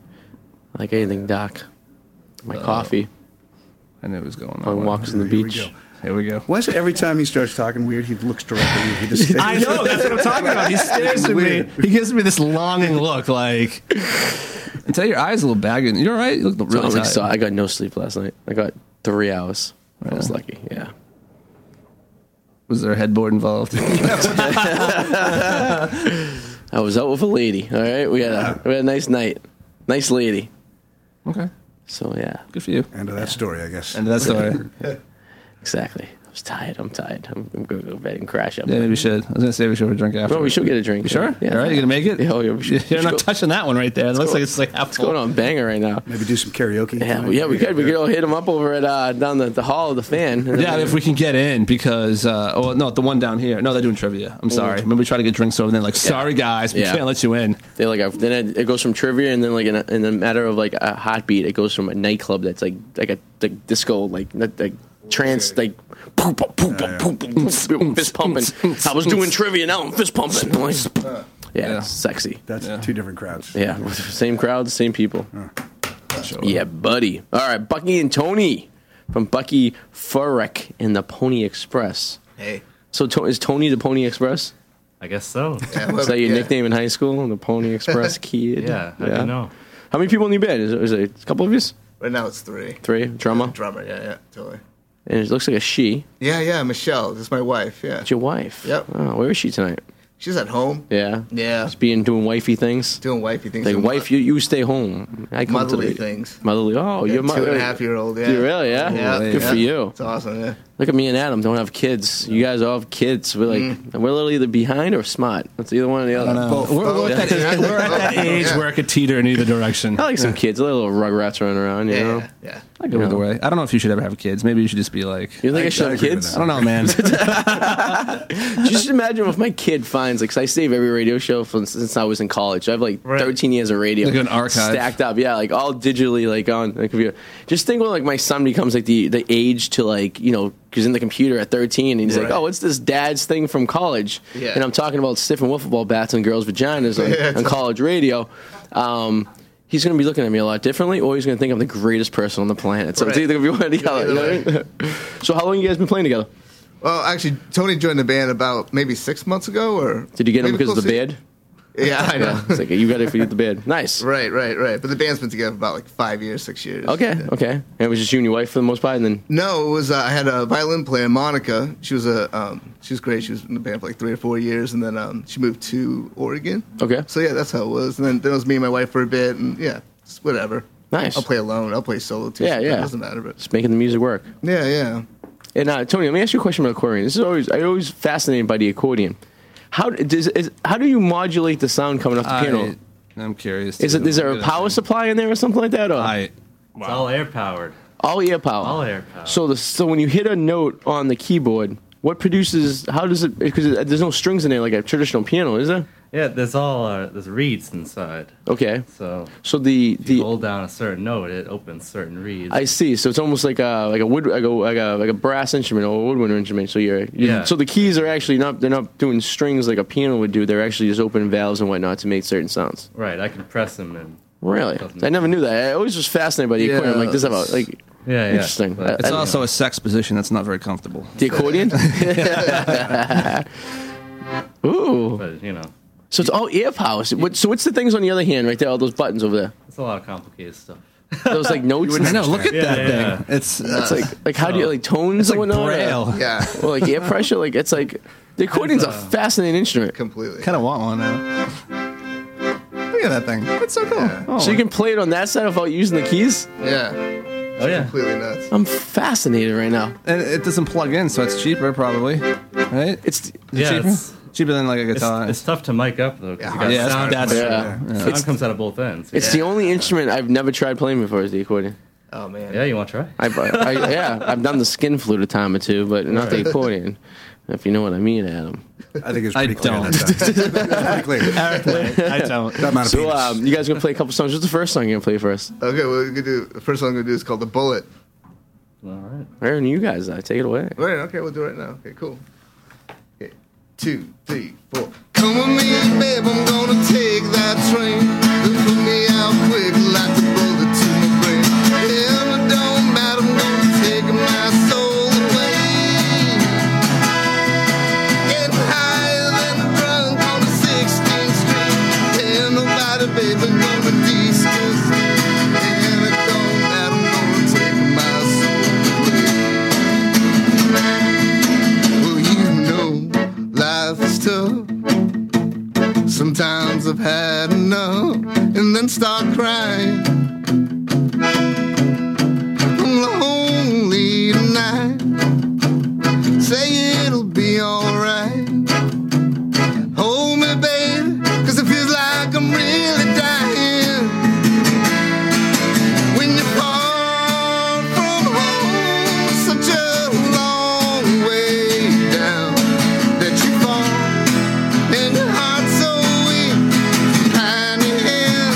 G: I like anything dark. My coffee.
F: I knew it was going
G: on. walks on the
O: [LAUGHS] Here we
G: beach.
O: go.
F: Oh, Here we go.
O: Why is it every time he starts talking weird, he looks directly at you? He just stares
F: I know, that's what I'm talking about. He stares at me.
O: Weird.
F: He gives me this longing look, like until your eyes a little bagging. You're right. You look
G: So
F: really
G: I'm
F: tired.
G: exci- I got no sleep last night. I got three hours. I was lucky. Yeah.
F: Was there a headboard
G: [LAUGHS]
F: involved?
G: I was out with a lady. All right, we had a we had a nice night. Nice lady.
F: Okay.
G: So yeah.
F: Good for you.
O: End of that story, I guess.
F: End of that
O: [LAUGHS]
F: story.
G: [LAUGHS] exactly. I was tired. I'm tired. I'm, I'm gonna go to bed and crash up.
F: Yeah, maybe we should. I was gonna say we should have a drink after.
G: Well, we should get a drink.
F: You sure?
G: Yeah.
F: All right, you gonna make it?
G: Yeah, [LAUGHS] oh, yeah, we should- we
F: You're
G: should
F: not
G: go-
F: touching that one right there. It looks like it's like half
G: It's going on banger right now.
O: Maybe do some karaoke.
G: Yeah, well, yeah, we could. We could all hit him up over at uh, down the, the hall of the fan.
F: Yeah, if we can get in because uh, oh no, the one down here. No, they're doing trivia. I'm sorry. Remember we try to get drinks over there. Like, sorry guys, we
G: Mm. Yeah.
F: can't let you in.
G: They like a, then it, it goes from trivia and then like in a, in a matter of like a hot beat, it goes from a nightclub that's like like a like disco like not- like trance like poop poop poop poop poop fist pumping. I was doing trivia now I'm fist pumping. I'm like, yeah, it's sexy.
O: Uh, That's two different crowds.
G: Yeah, with the same crowd, same people. Yeah, buddy. All right, Bucky and Tony from Bucky Furek and the Pony Express.
P: Hey.
G: So to- is Tony the Pony Express?
K: I guess [LAUGHS] so.
G: Is that your nickname in high school? The Pony
P: [LAUGHS]
G: Express kid?
K: Yeah, how'd you know?
G: How many people in the band? Is, is it a couple of you?
P: Right now it's three.
G: Three? Drummer?
P: Drummer, yeah, yeah, totally.
G: And it looks like a she.
P: Yeah, yeah, Michelle. This is my wife, yeah.
G: It's your wife.
P: Yep.
G: Oh, where is she tonight?
P: She's at home
G: Yeah.
P: Yeah.
G: Just being doing wifey things.
P: doing wifey things.
G: Like
P: and
G: wife, you, you stay home. I come
P: Motherly
G: to the,
P: things.
G: Motherly. Oh,
P: Yeah,
G: you're
P: two
G: mother.
P: and a half year old, yeah.
G: You really? Yeah.
P: Yeah,
G: Good
P: yeah.
G: for you.
P: It's awesome, yeah.
G: Look at me and Adam. Don't have kids. You guys all have kids. We're like
P: Mm.
G: we're literally either behind or smart. That's either one or the other.
F: We're, we're at that, we're at that age where it could teeter in either direction.
G: I like some kids. They're little rugrats running around. You
F: Yeah,
G: know.
P: Yeah.
F: I go
G: Yeah.
F: either way. I don't know if you should ever have kids. Maybe you should just be like.
G: You think I should have
F: agree with
G: kids?
F: that. I don't
G: [LAUGHS]
F: know, man.
G: Just imagine if my kid finds like 'cause I save every radio show from since I was in college. I have like 13 years of radio,
F: Like an archive.
G: stacked up. Yeah, like all digitally, like on the computer. Just think when like my son becomes like the the age to like you know because in the computer at 13 and he's like,
P: Right.
G: oh, what's this dad's thing from college?
P: Yeah.
G: And I'm talking about stiffing wiffle ball bats and girls' vaginas on,
P: [LAUGHS] Yeah,
G: on college radio. Um, He's going to be looking at me a lot differently, or he's going to think I'm the greatest person on the planet. So it's
P: Right.
G: either going to be one or the
P: Yeah,
G: other. you know
P: either
G: what I mean? [LAUGHS] so how long you guys been playing together?
P: Well, actually, Tony joined the band about maybe six months ago, or
G: [LAUGHS] Did you get him
P: maybe
G: because of the
P: close to-
G: bed?
P: Yeah, I know.
G: it's like you got it for you the bed. Nice.
P: Right, right, right. But the band's been together about like five years, six years.
G: Okay, okay. And it was just you and your wife for the most part, and then
P: No, it was uh, I had a violin player, Monica. She was a um, she was great. She was in the band for like three or four years, and then um, she moved to Oregon.
G: Okay.
P: So yeah, that's how it was. And then, then it was me and my wife for a bit, and yeah, it's whatever.
G: Nice.
P: I'll play alone. I'll play solo too.
G: Yeah, yeah.
P: It doesn't matter, but
G: just making the music work.
P: yeah, yeah.
G: And uh, Tony, let me ask you a question about accordion. This is always I always fascinated by the accordion. How d- does is, how do you modulate the sound coming off the piano?
F: I, am curious.
G: Is
F: too.
G: it is there
F: Look
G: a
F: at that.
G: power supply in there or something like that? Or
F: I,
K: It's all air powered.
G: all ear power.
K: All ear power.
G: So the so when you hit a note on the keyboard, what produces? How does it? Because there's no strings in there like a traditional piano, is there?
K: Yeah, there's all uh, there's reeds inside.
G: Okay.
K: So
G: so the
K: if you hold down a certain note, it opens certain reeds.
G: I see. So it's almost like a like a wood like a like a, like a brass instrument or a woodwind instrument. So you're, you
K: Yeah.
G: So the keys are actually not they're not doing strings like a piano would do. They're actually just opening valves and whatnot to make certain sounds.
K: right, I can press them and
G: Really,
K: Doesn't-
G: I never knew that. I always was fascinated by the
K: Yeah,
G: accordion. I'm like this is about like
K: Yeah, yeah.
G: interesting. I-
F: It's
G: I-
F: also a sex position that's not very comfortable.
G: the
K: [LAUGHS]
G: accordion. [LAUGHS] Ooh,
K: but you know
G: so it's all ear power. So what- so what's the things on the other hand right there? All those buttons over there.
K: it's a lot of complicated stuff.
G: Those
K: [LAUGHS]
G: like notes. and
K: wouldn't
G: stuff?
K: understand. Yeah, yeah, yeah.
F: It's
G: it's
K: uh,
G: like like how do you like tones and whatnot? or-
P: Yeah.
G: Or like air pressure. Like it's like the accordion's a fascinating instrument.
P: Completely.
F: Kind of want one now.
P: me of that thing. It's so cool.
G: So you can play it on that side without using the keys?
P: Yeah.
G: Oh yeah.
P: Completely nuts.
G: I'm fascinated right now.
F: And it doesn't plug in, so it's cheaper probably, right?
G: It's
K: Yeah,
F: cheaper?
K: it's-
F: cheaper than like a
K: It's,
F: guitar.
K: it's tough to mic up though. 'cause you got
F: Yeah,
K: sound
F: that's-
K: coming-
F: yeah. Yeah.
K: Sound
F: It's-
K: comes out of both ends.
G: uh, It's the only instrument I've never tried playing before is the accordion.
K: Oh man. Yeah, you want to try?
G: I, I, yeah, I've done the skin flute a time or two, but not
K: Right.
G: the accordion. If you know what I mean, Adam.
O: I think it's
G: I
O: pretty clear.
G: don't.
O: That's pretty clear.
G: [LAUGHS]
F: [LAUGHS]
G: I don't. so um, you guys gonna play a couple songs? What's the first song you're gonna play for us?
P: Okay, well, we're gonna do the first song I'm gonna do is called "The Bullet."
K: All right.
G: Aaron, you guys, uh, take it away.
P: All right, okay, we'll do it right now. Okay, cool. Okay, two, three, four. Come with me, babe, I'm gonna take that train. Put me out quick like the bullet to my brain. Hell, it don't matter, I'm gonna take my soul away. Get higher than a drunk on the 16th Street. Tell nobody, babe, I'm gonna discuss. Hell, it don't matter, I'm gonna take my soul away. Well, you know, life is tough. Sometimes I've had enough and then start crying. I'm lonely tonight. Say it'll be alright. Hold me, baby, cause it feels like I'm really dying. When you're far from home, such a long way down that you fall, and your heart's so weak, behind your hand.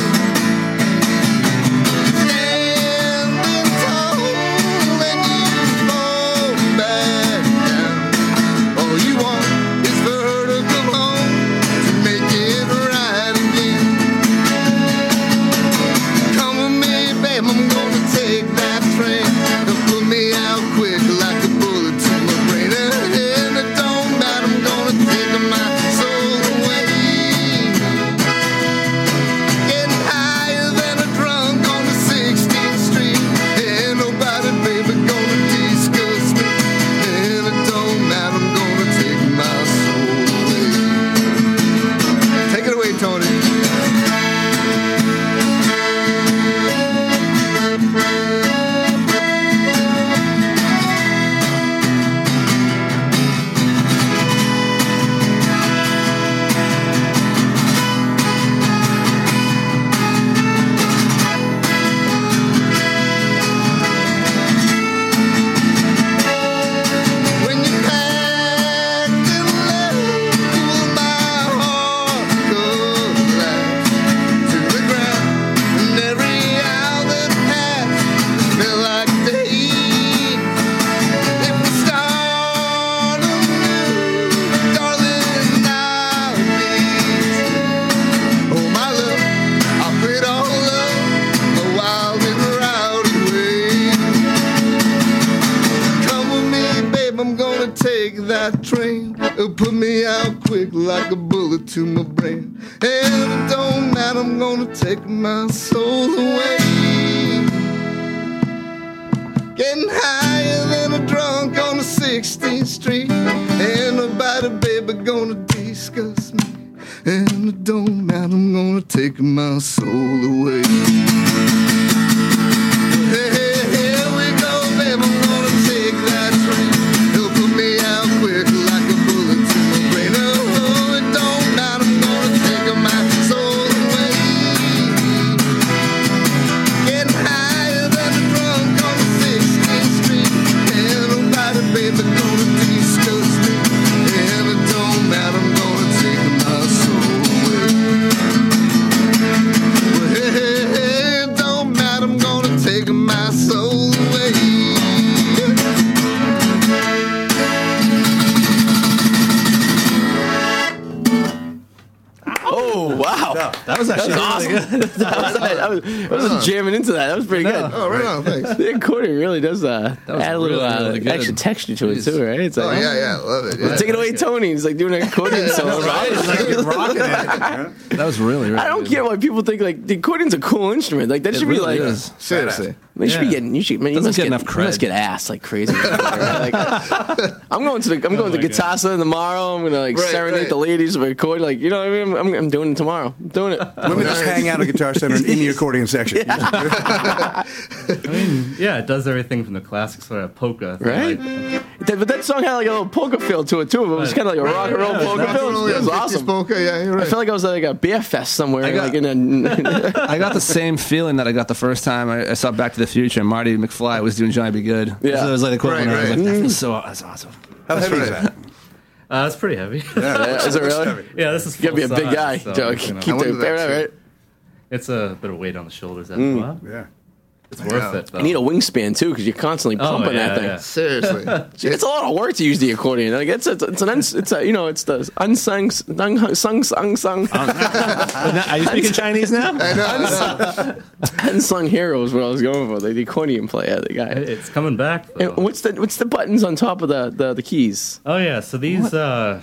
P: Standing tall, and you fall back down. All you want is for her to come home to make it right again. Come with me, babe, I'm gonna take that train. They'll put me out quick like a bullet to my brain. And it don't matter, I'm gonna take my soul away. Getting higher than a drunk on the 16th Street. Ain't nobody, baby, gonna discuss me. And it don't matter, I'm gonna take my soul away. Take it away, Tony. When you packed and left, cool my heart collapsed to the ground. And every hour that passed felt like days. If we start anew, darling, I'll be oh my love, I'll quit all love, the wild and rowdy way. Come with me, babe, I'm gonna take that train. It'll put me out quick like a bullet to my brain. And it don't matter, I'm gonna take my soul away. Getting higher than a drunk on the 16th Street. Ain't nobody, baby, gonna discuss me. And it don't matter, I'm gonna take my soul away. Hey, hey, here we go, babe, I'm gonna take that train. It'll put me out quick like a bullet to my brain. Oh, it don't matter, I'm gonna take my soul away. Getting higher than a drunk on the 16th Street. Ain't nobody, baby, gonna discuss me. And it don't matter, I'm gonna take my soul away. Well, hey, hey, hey, it don't matter, I'm gonna take my soul away.
G: [LAUGHS] Oh wow,
F: that was actually really
G: awesome. [LAUGHS] that was, I was, I was
F: Right on.
G: jamming into that. That was pretty
F: No.
G: good.
F: Oh, right on, thanks.
G: The accordion really does uh,
F: That was
G: add a little
F: really,
G: uh,
F: really good.
G: extra texture to it
F: Jeez.
G: too, right? It's
F: Oh, yeah, yeah,
G: [LAUGHS]
F: love it, yeah.
G: Take it away, Tony. He's like doing an
P: [LAUGHS]
G: accordion solo. right? [LAUGHS]
F: That was really, really
G: I don't
F: good.
G: get why people think like the accordion's a cool instrument. Like [LAUGHS] that
F: It
G: should be
F: really
G: like
F: is. Seriously.
G: You should be
F: Yeah.
G: getting. You should. Man, you
F: Doesn't
G: must
F: get
G: get,
F: enough
G: You must
F: cred.
G: get ass like crazy. Like, I'm going to the. I'm going to
F: Oh my
G: guitar Guitasa tomorrow. I'm gonna like
O: Right,
G: serenade
O: right.
G: the ladies. Record like you know. What I mean, I'm, I'm, I'm doing it tomorrow. I'm doing it.
O: Women just hang out at
G: [LAUGHS]
O: Guitar Center and in the accordion section.
K: Yeah, it does everything from the classic sort of polka. thing,
G: Right?
K: like-
G: That- but that song had like a little polka feel to it too. But it was
K: Right.
G: kind of like a
K: Right,
G: rock and roll
K: yeah,
G: polka
K: exactly.
G: feel. It was
K: Yeah,
G: awesome. Polka, yeah, I
K: right.
G: felt like I was at like a beer fest somewhere.
F: I got-
G: like in a, [LAUGHS]
F: [LAUGHS] [LAUGHS] I got the same feeling that I got the first time I, I saw Back to the Future and Marty McFly was doing Johnny Be Good.
G: Yeah.
F: So it was like the quote
G: Right,
F: when I was
G: right.
K: [LAUGHS]
F: like, that feels so that's awesome.
O: How
K: Mm. heavy is
O: that?
K: Uh, it's pretty heavy. [LAUGHS]
G: Yeah, is it really?
K: Yeah, this is.
G: You gotta be a
K: full
G: big guy,
K: size,
G: Joe.
K: you know.
G: Keep I wonder the- that, right?
K: It's a bit of weight on the shoulders. After
G: Mm.
K: a while.
O: Yeah.
K: It's worth it. Though.
G: You need a wingspan too, because you're constantly
K: Oh,
G: pumping
K: yeah,
G: that thing.
K: yeah. [LAUGHS]
G: Seriously, it's a lot of work to use the accordion. Like it's it's, it's an uns, it's a you know it's the unsung sung sung sung sung.
F: Oh, Are you speaking Chinese [LAUGHS] now?
G: I know. [LAUGHS] Unsung hero is what I was going for. Like the accordion player, the guy.
K: It's coming back.
G: And what's the what's the buttons on top of the the, the keys?
K: Oh yeah, so these uh,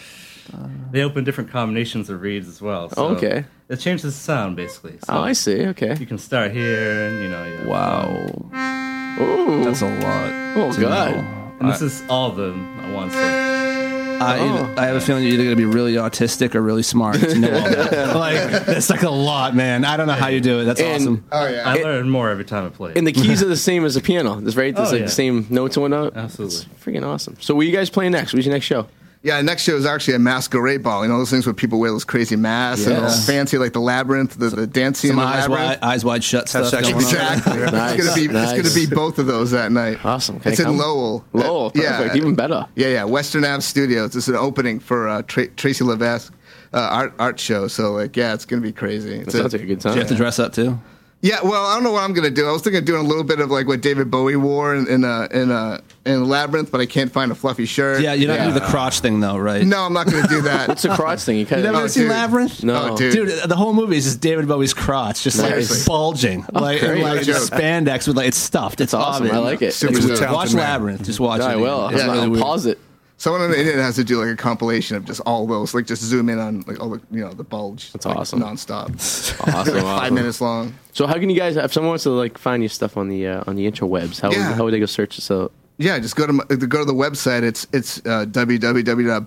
K: they open different combinations of reeds as well. So
G: Okay.
K: it changes the sound basically.
G: Oh, I see. Okay,
K: you can start here, and you know. Yeah,
G: wow, Ooh.
F: that's a lot.
G: Oh,
F: to
G: God.
F: know.
K: And this is all of them at once. So.
F: I,
G: Oh.
F: I have a feeling you're either going to be really autistic or really smart. To know all that. [LAUGHS] like that's like a lot, man. I don't know how you do it. That's
G: And-
F: awesome.
G: Oh, yeah.
K: I learn more every time I play.
G: And the keys are the same as the piano. That's right. There's
K: Oh,
G: like
K: yeah.
G: the same notes and whatnot.
K: Absolutely.
G: It's freaking awesome. So, what are you guys playing next? What's your next show?
I: Yeah, next show is actually a masquerade ball. You know those things where people wear those crazy masks and all
F: Yes.
I: fancy, like the labyrinth, the, the dancing in
F: Some
I: the
F: eyes wide,
I: labyrinth.
F: eyes wide shut stuff.
I: Exactly.
F: Going on.
I: It's gonna be it's gonna be both of those that night.
G: Awesome.
F: Can I
I: it's in
F: come?
I: Lowell.
G: Lowell, perfect. Even better.
I: Yeah, yeah. Western Ave Studios. It's an opening for uh, Tra- Tracy Levesque uh, art art show. So like, yeah, it's gonna be crazy. It's
G: sounds like a good time.
F: Do you have to dress up too?
I: yeah, well, I don't know what I'm gonna do. I was thinking of doing a little bit of like what David Bowie wore in in uh, in, uh, in Labyrinth, but I can't find a fluffy shirt.
F: Yeah, you're not gonna do the crotch thing though, right?
I: No, I'm not gonna do that.
G: What's the crotch thing? You
F: You
G: kind
F: never
G: of
F: seen Labyrinth?
G: No.
F: Oh, dude. the whole movie is just David Bowie's crotch, just
G: Seriously.
F: like bulging,
G: Oh,
F: like, and,
G: great.
F: like
G: No
F: just
G: joke.
F: spandex with like it's stuffed. It's
G: awesome. I like it. Super
F: It's-
G: talented
F: watch
G: man.
F: Labyrinth. Just watch
G: Yeah,
F: it.
G: I will.
F: It's
G: I'll-
F: really
G: I'll
F: weird.
G: pause it.
I: Someone on the internet has to do like a compilation of just all those, like just zoom in on like all the you know the bulge. That's
G: awesome.
I: Nonstop.
G: [LAUGHS] Awesome,
I: Like, [LAUGHS] Five
G: awesome.
I: minutes long.
G: So, how can you guys? If someone wants to like find your stuff on the uh, on the interwebs, how
I: Yeah.
G: how would they go search this out?
I: Yeah, just go to my, go to the website. It's it's uh,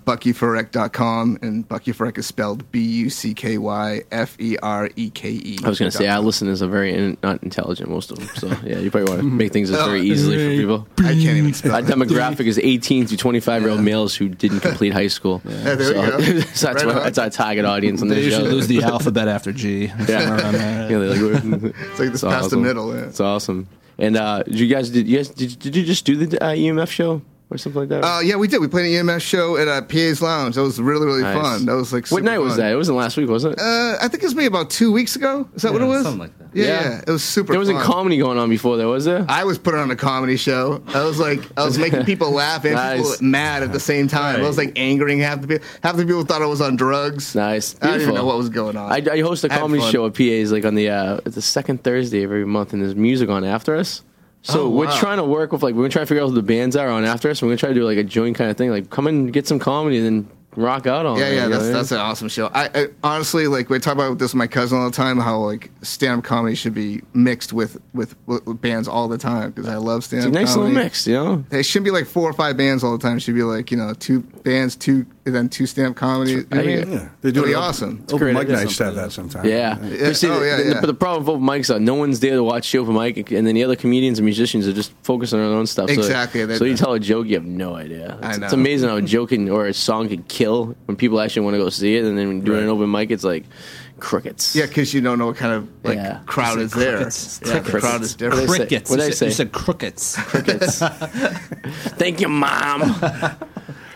I: www.buckyferrek.com and Bucky Ferrek is spelled B U C K Y F E R E K E.
G: I was going to say our listeners are very in, not intelligent, most of them. So yeah, you probably want to make
I: [LAUGHS]
G: things
I: Oh.
G: very easily for people.
I: [LAUGHS] I can't
G: [LAUGHS]
I: even spell.
G: Our demographic is 18 to 25 year old males who didn't complete high school.
I: Yeah, there
G: so,
I: we
G: [LAUGHS] so
I: go.
G: that's,
I: Right
G: what,
I: on.
G: that's our target audience. On
F: They
G: this
F: usually
G: show.
F: lose
G: [LAUGHS]
F: the alphabet after G. Somewhere around
G: yeah, [LAUGHS]
F: there.
G: yeah
F: [LAUGHS]
G: it's
I: like this past the middle, yeah.
G: It's awesome. And uh, did you guys did you guys did, did you just do the uh, EMF show or something like that?
I: Uh, yeah, we did. We played an EMS show at uh, PA's Lounge. That was really really
G: Nice.
I: fun. That was like
G: what
I: super
G: night was
I: fun.
G: that? It wasn't last week, was it?
I: Uh, I think it was maybe about two weeks ago. Is that what it
G: Yeah,
I: was?
G: something like that.
I: Yeah,
G: Yeah.
I: yeah, it was super.
G: There wasn't
I: fun.
G: comedy going on before there, was there?
I: I was putting on a comedy show. I was like, I
G: [LAUGHS]
I: was making people laugh and
G: Nice.
I: people mad at the same time. I was like angering half the people. Half the people thought I was on drugs.
G: Nice.
I: I didn't even
G: Beautiful.
I: know what was going on.
G: I, I host a
I: I had
G: comedy
I: fun.
G: show at PA's like on the uh, it's the second Thursday of every month, and there's music on after us. So
I: Oh,
G: we're
I: wow.
G: trying to work with like we're trying to figure out who the bands are on after us. and we're gonna try to do like a joint kind of thing, like come and get some comedy and then rock out on.
I: yeah,
G: it,
I: yeah,
G: you know
I: that's,
G: what I mean?
I: that's an awesome show. I, I honestly like we talk about this with my cousin all the time how like stand up comedy should be mixed with with, with bands all the time because I love stand
G: it's
I: up.
G: a nice little mix, you know.
I: It shouldn't be like four or five bands all the time. It should be like you know two bands, two and then two stand up comedy. You know what I mean?
O: Yeah, they do
I: It'd be
O: it open-
I: awesome.
O: open mic nights to have that sometimes.
G: Yeah. But, see,
I: oh,
G: the-
I: yeah,
G: the-
I: yeah.
G: but the problem with open mics are no one's there to watch the open mic, and then the other comedians and musicians are just focusing on their own stuff. So-
I: Exactly,
G: So,
I: they-
G: you tell a joke, you have no idea.
I: I
G: It's,
I: know.
G: it's amazing how a joke can, or a song can kill when people actually want to go see it, and then when doing an open mic, it's like crickets.
I: Yeah, because you don't know what kind of like
G: Yeah.
I: crowd is there.
F: Crickets.
I: Yeah, the crowd is different.
F: Crickets.
G: What did I
F: You said-
G: say?
F: You said crickets. [LAUGHS]
G: Crickets. Thank you, [LAUGHS] mom.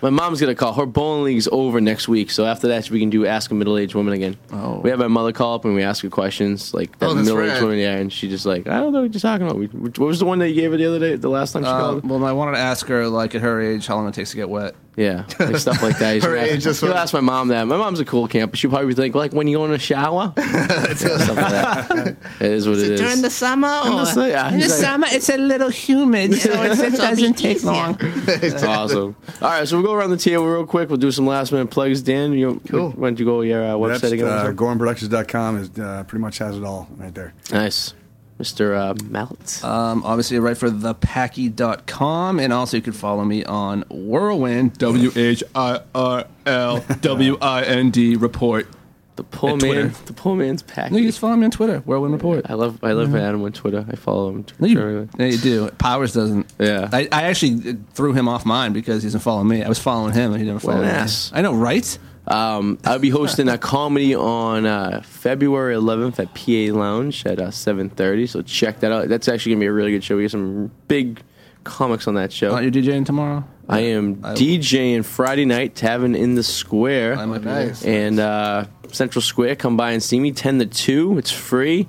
G: My mom's gonna call. Her bowling league's over next week, so after that we can do ask a middle-aged woman again. Oh. We have my mother call up and we ask her questions like that
I: Oh, that's
G: middle-aged
I: right.
G: woman, yeah, and she just like I don't know what you're talking about. We- we- What was the one that you gave her the other day? The last time she
F: Uh,
G: called.
F: well, I wanted to ask her, like, at her age, how long it takes to get wet.
G: Yeah, like stuff like [LAUGHS] that.
F: Her
G: She'll
F: age just
G: ask, she'll
F: went-
G: ask my mom that. My mom's a cool camper. She'll probably think like when you go in a [LAUGHS] shower. Yeah, stuff like that. It is what it is.
H: During the summer?
G: In the
H: or-
G: su- yeah,
H: In the
G: exactly.
H: summer,
F: it's a little humid, [LAUGHS]
H: so it
G: It'll be
H: doesn't take
G: easier.
H: long.
G: That's awesome. All right, so we'll go around the table real quick. We'll do some last minute plugs. Dan, you cool. Why don't you go your uh, website
O: That's,
G: again?
O: uh, GorhamProductions.com is uh, pretty much has it all right there.
G: nice. Mr. Uh, Mallet.
F: Um, obviously, I write for thepacky.com, and also you can follow me on Whirlwind, W H I R L W I N D report.
G: The poor man, the poor man's pack.
F: No, you just follow me on Twitter, Whirlwind Report.
G: I love I love
F: Yeah.
G: Adam on Twitter. I follow him.
F: No, you, yeah, you do. Powers doesn't. Yeah. I, I actually threw him off mine because he doesn't follow me. I was following him, and he didn't follow
G: Well,
F: me.
G: yes.
F: I know, right?
G: Um, I'll be hosting a comedy on uh, February 11th at PA Lounge at uh, 7:30. So check that out. That's actually gonna be a really good show. We got some big comics on that show.
F: Aren't you DJing tomorrow?
G: I am
F: I-
G: DJing Friday night, Tavern in the Square.
F: might be Nice.
G: And uh, Central Square, come by and see me 10 to 2. It's free.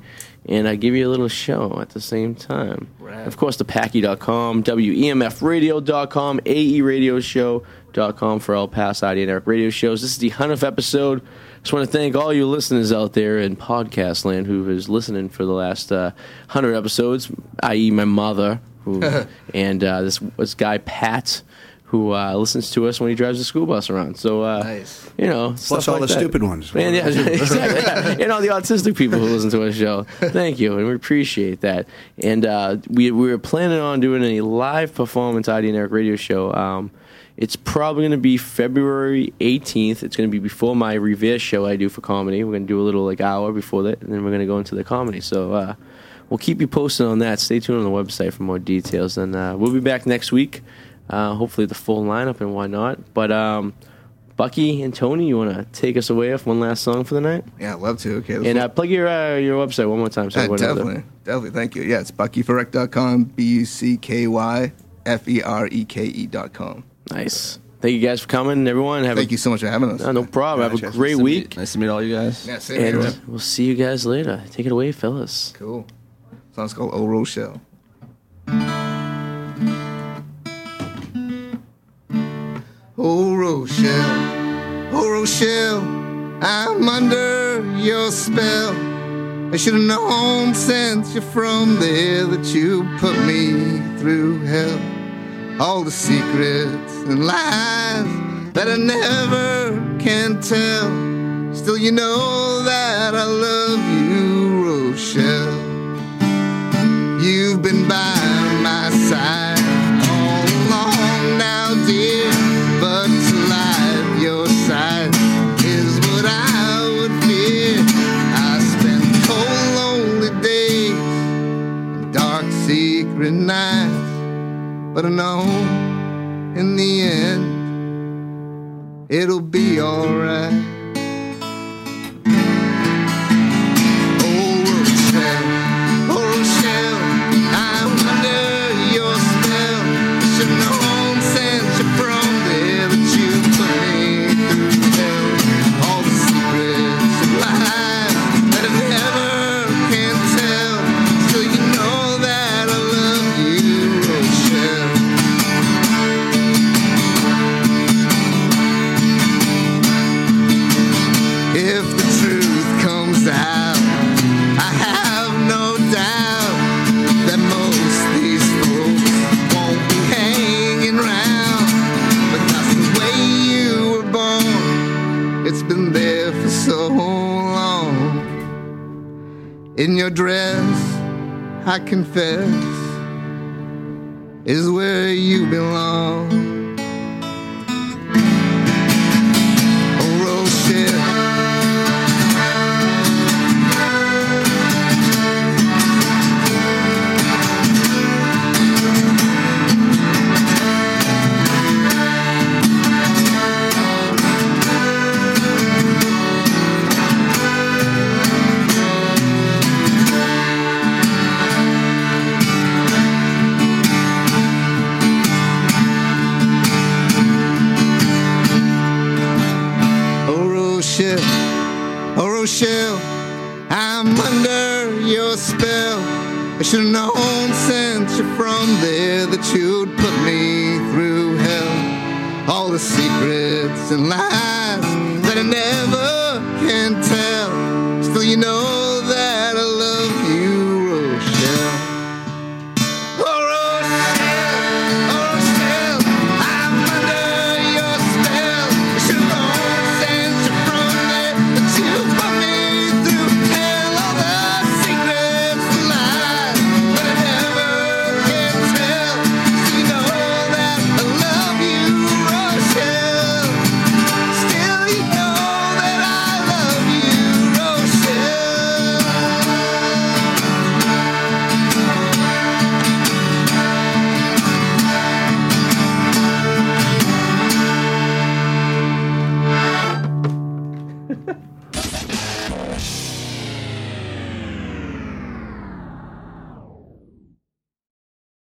G: And I give you a little show at the same time. Of course, thepacky.com, WEMFradio.com, AERadioshow.com for all past ID and Eric radio shows. This is the 100th episode. Just want to thank all you listeners out there in podcast land who is listening for the last uh, 100 episodes, i.e., my mother, who, and uh, this, this guy, Pat, who uh, listens to us when he drives the school bus around. So, uh, you know,
O: Plus
G: stuff
O: all
G: like
O: the
G: that.
O: stupid ones. [LAUGHS]
G: Man, yeah, [LAUGHS] exactly, yeah. and all the autistic people who listen to our show. Thank you, and we appreciate that. And uh, we we were planning on doing a live performance ID and Eric radio show. Um, it's probably going to be February 18th. It's going to be before my Revere show I do for comedy. We're going to do a little like hour before that, and then we're going to go into the comedy. So. Uh, We'll keep you posted on that. Stay tuned on the website for more details, and uh, we'll be back next week. Uh, hopefully, the full lineup and whatnot. But um, Bucky and Tony, you want to take us away with one last song for the night?
P: Yeah, I'd love to. Okay. let's
G: And uh, plug your uh, your website one more time. So
P: Uh,
G: everyone knows it.
P: definitely, definitely. Thank you. Yeah, it's buckyferrek.com, B U C K Y F E R E K E dot com.
G: Nice. Thank you guys for coming, everyone. Have
P: Thank you so much for having us.
G: Uh, no problem. Have a great week.
F: nice to meet all you guys.
P: Yeah, same
G: and
P: here.
G: we'll see you guys later. Take it away, fellas.
P: Cool. Song's called O Rochelle. Oh Rochelle, oh Rochelle, I'm under your spell. I should have known since you're from there that you put me through hell. All the secrets and lies that I never can tell. Still, you know that I love you, Rochelle. You've been by my side all along now, dear. But to lie at your side is what I would fear. I spend cold, lonely days, and dark, secret nights. But I know in the end, it'll be alright. Oh, Rochelle. Oh, Rochelle, I'm under your spell. Should have known since you're from there that you put me through hell. All the secrets of lies that I never can tell. Still, you know that I love you, oh, Rochelle. If the truth comes out, I have no doubt that most these folks won't be hanging round. But that's the way you were born. It's been there for so long. In your dress, I confess, is where you belong. Oh, Rochelle. Oh, Rochelle, oh, Rochelle, I'm under your spell. I should have known since you're from there that you'd put me through hell. All the secrets and lies that I never Oh,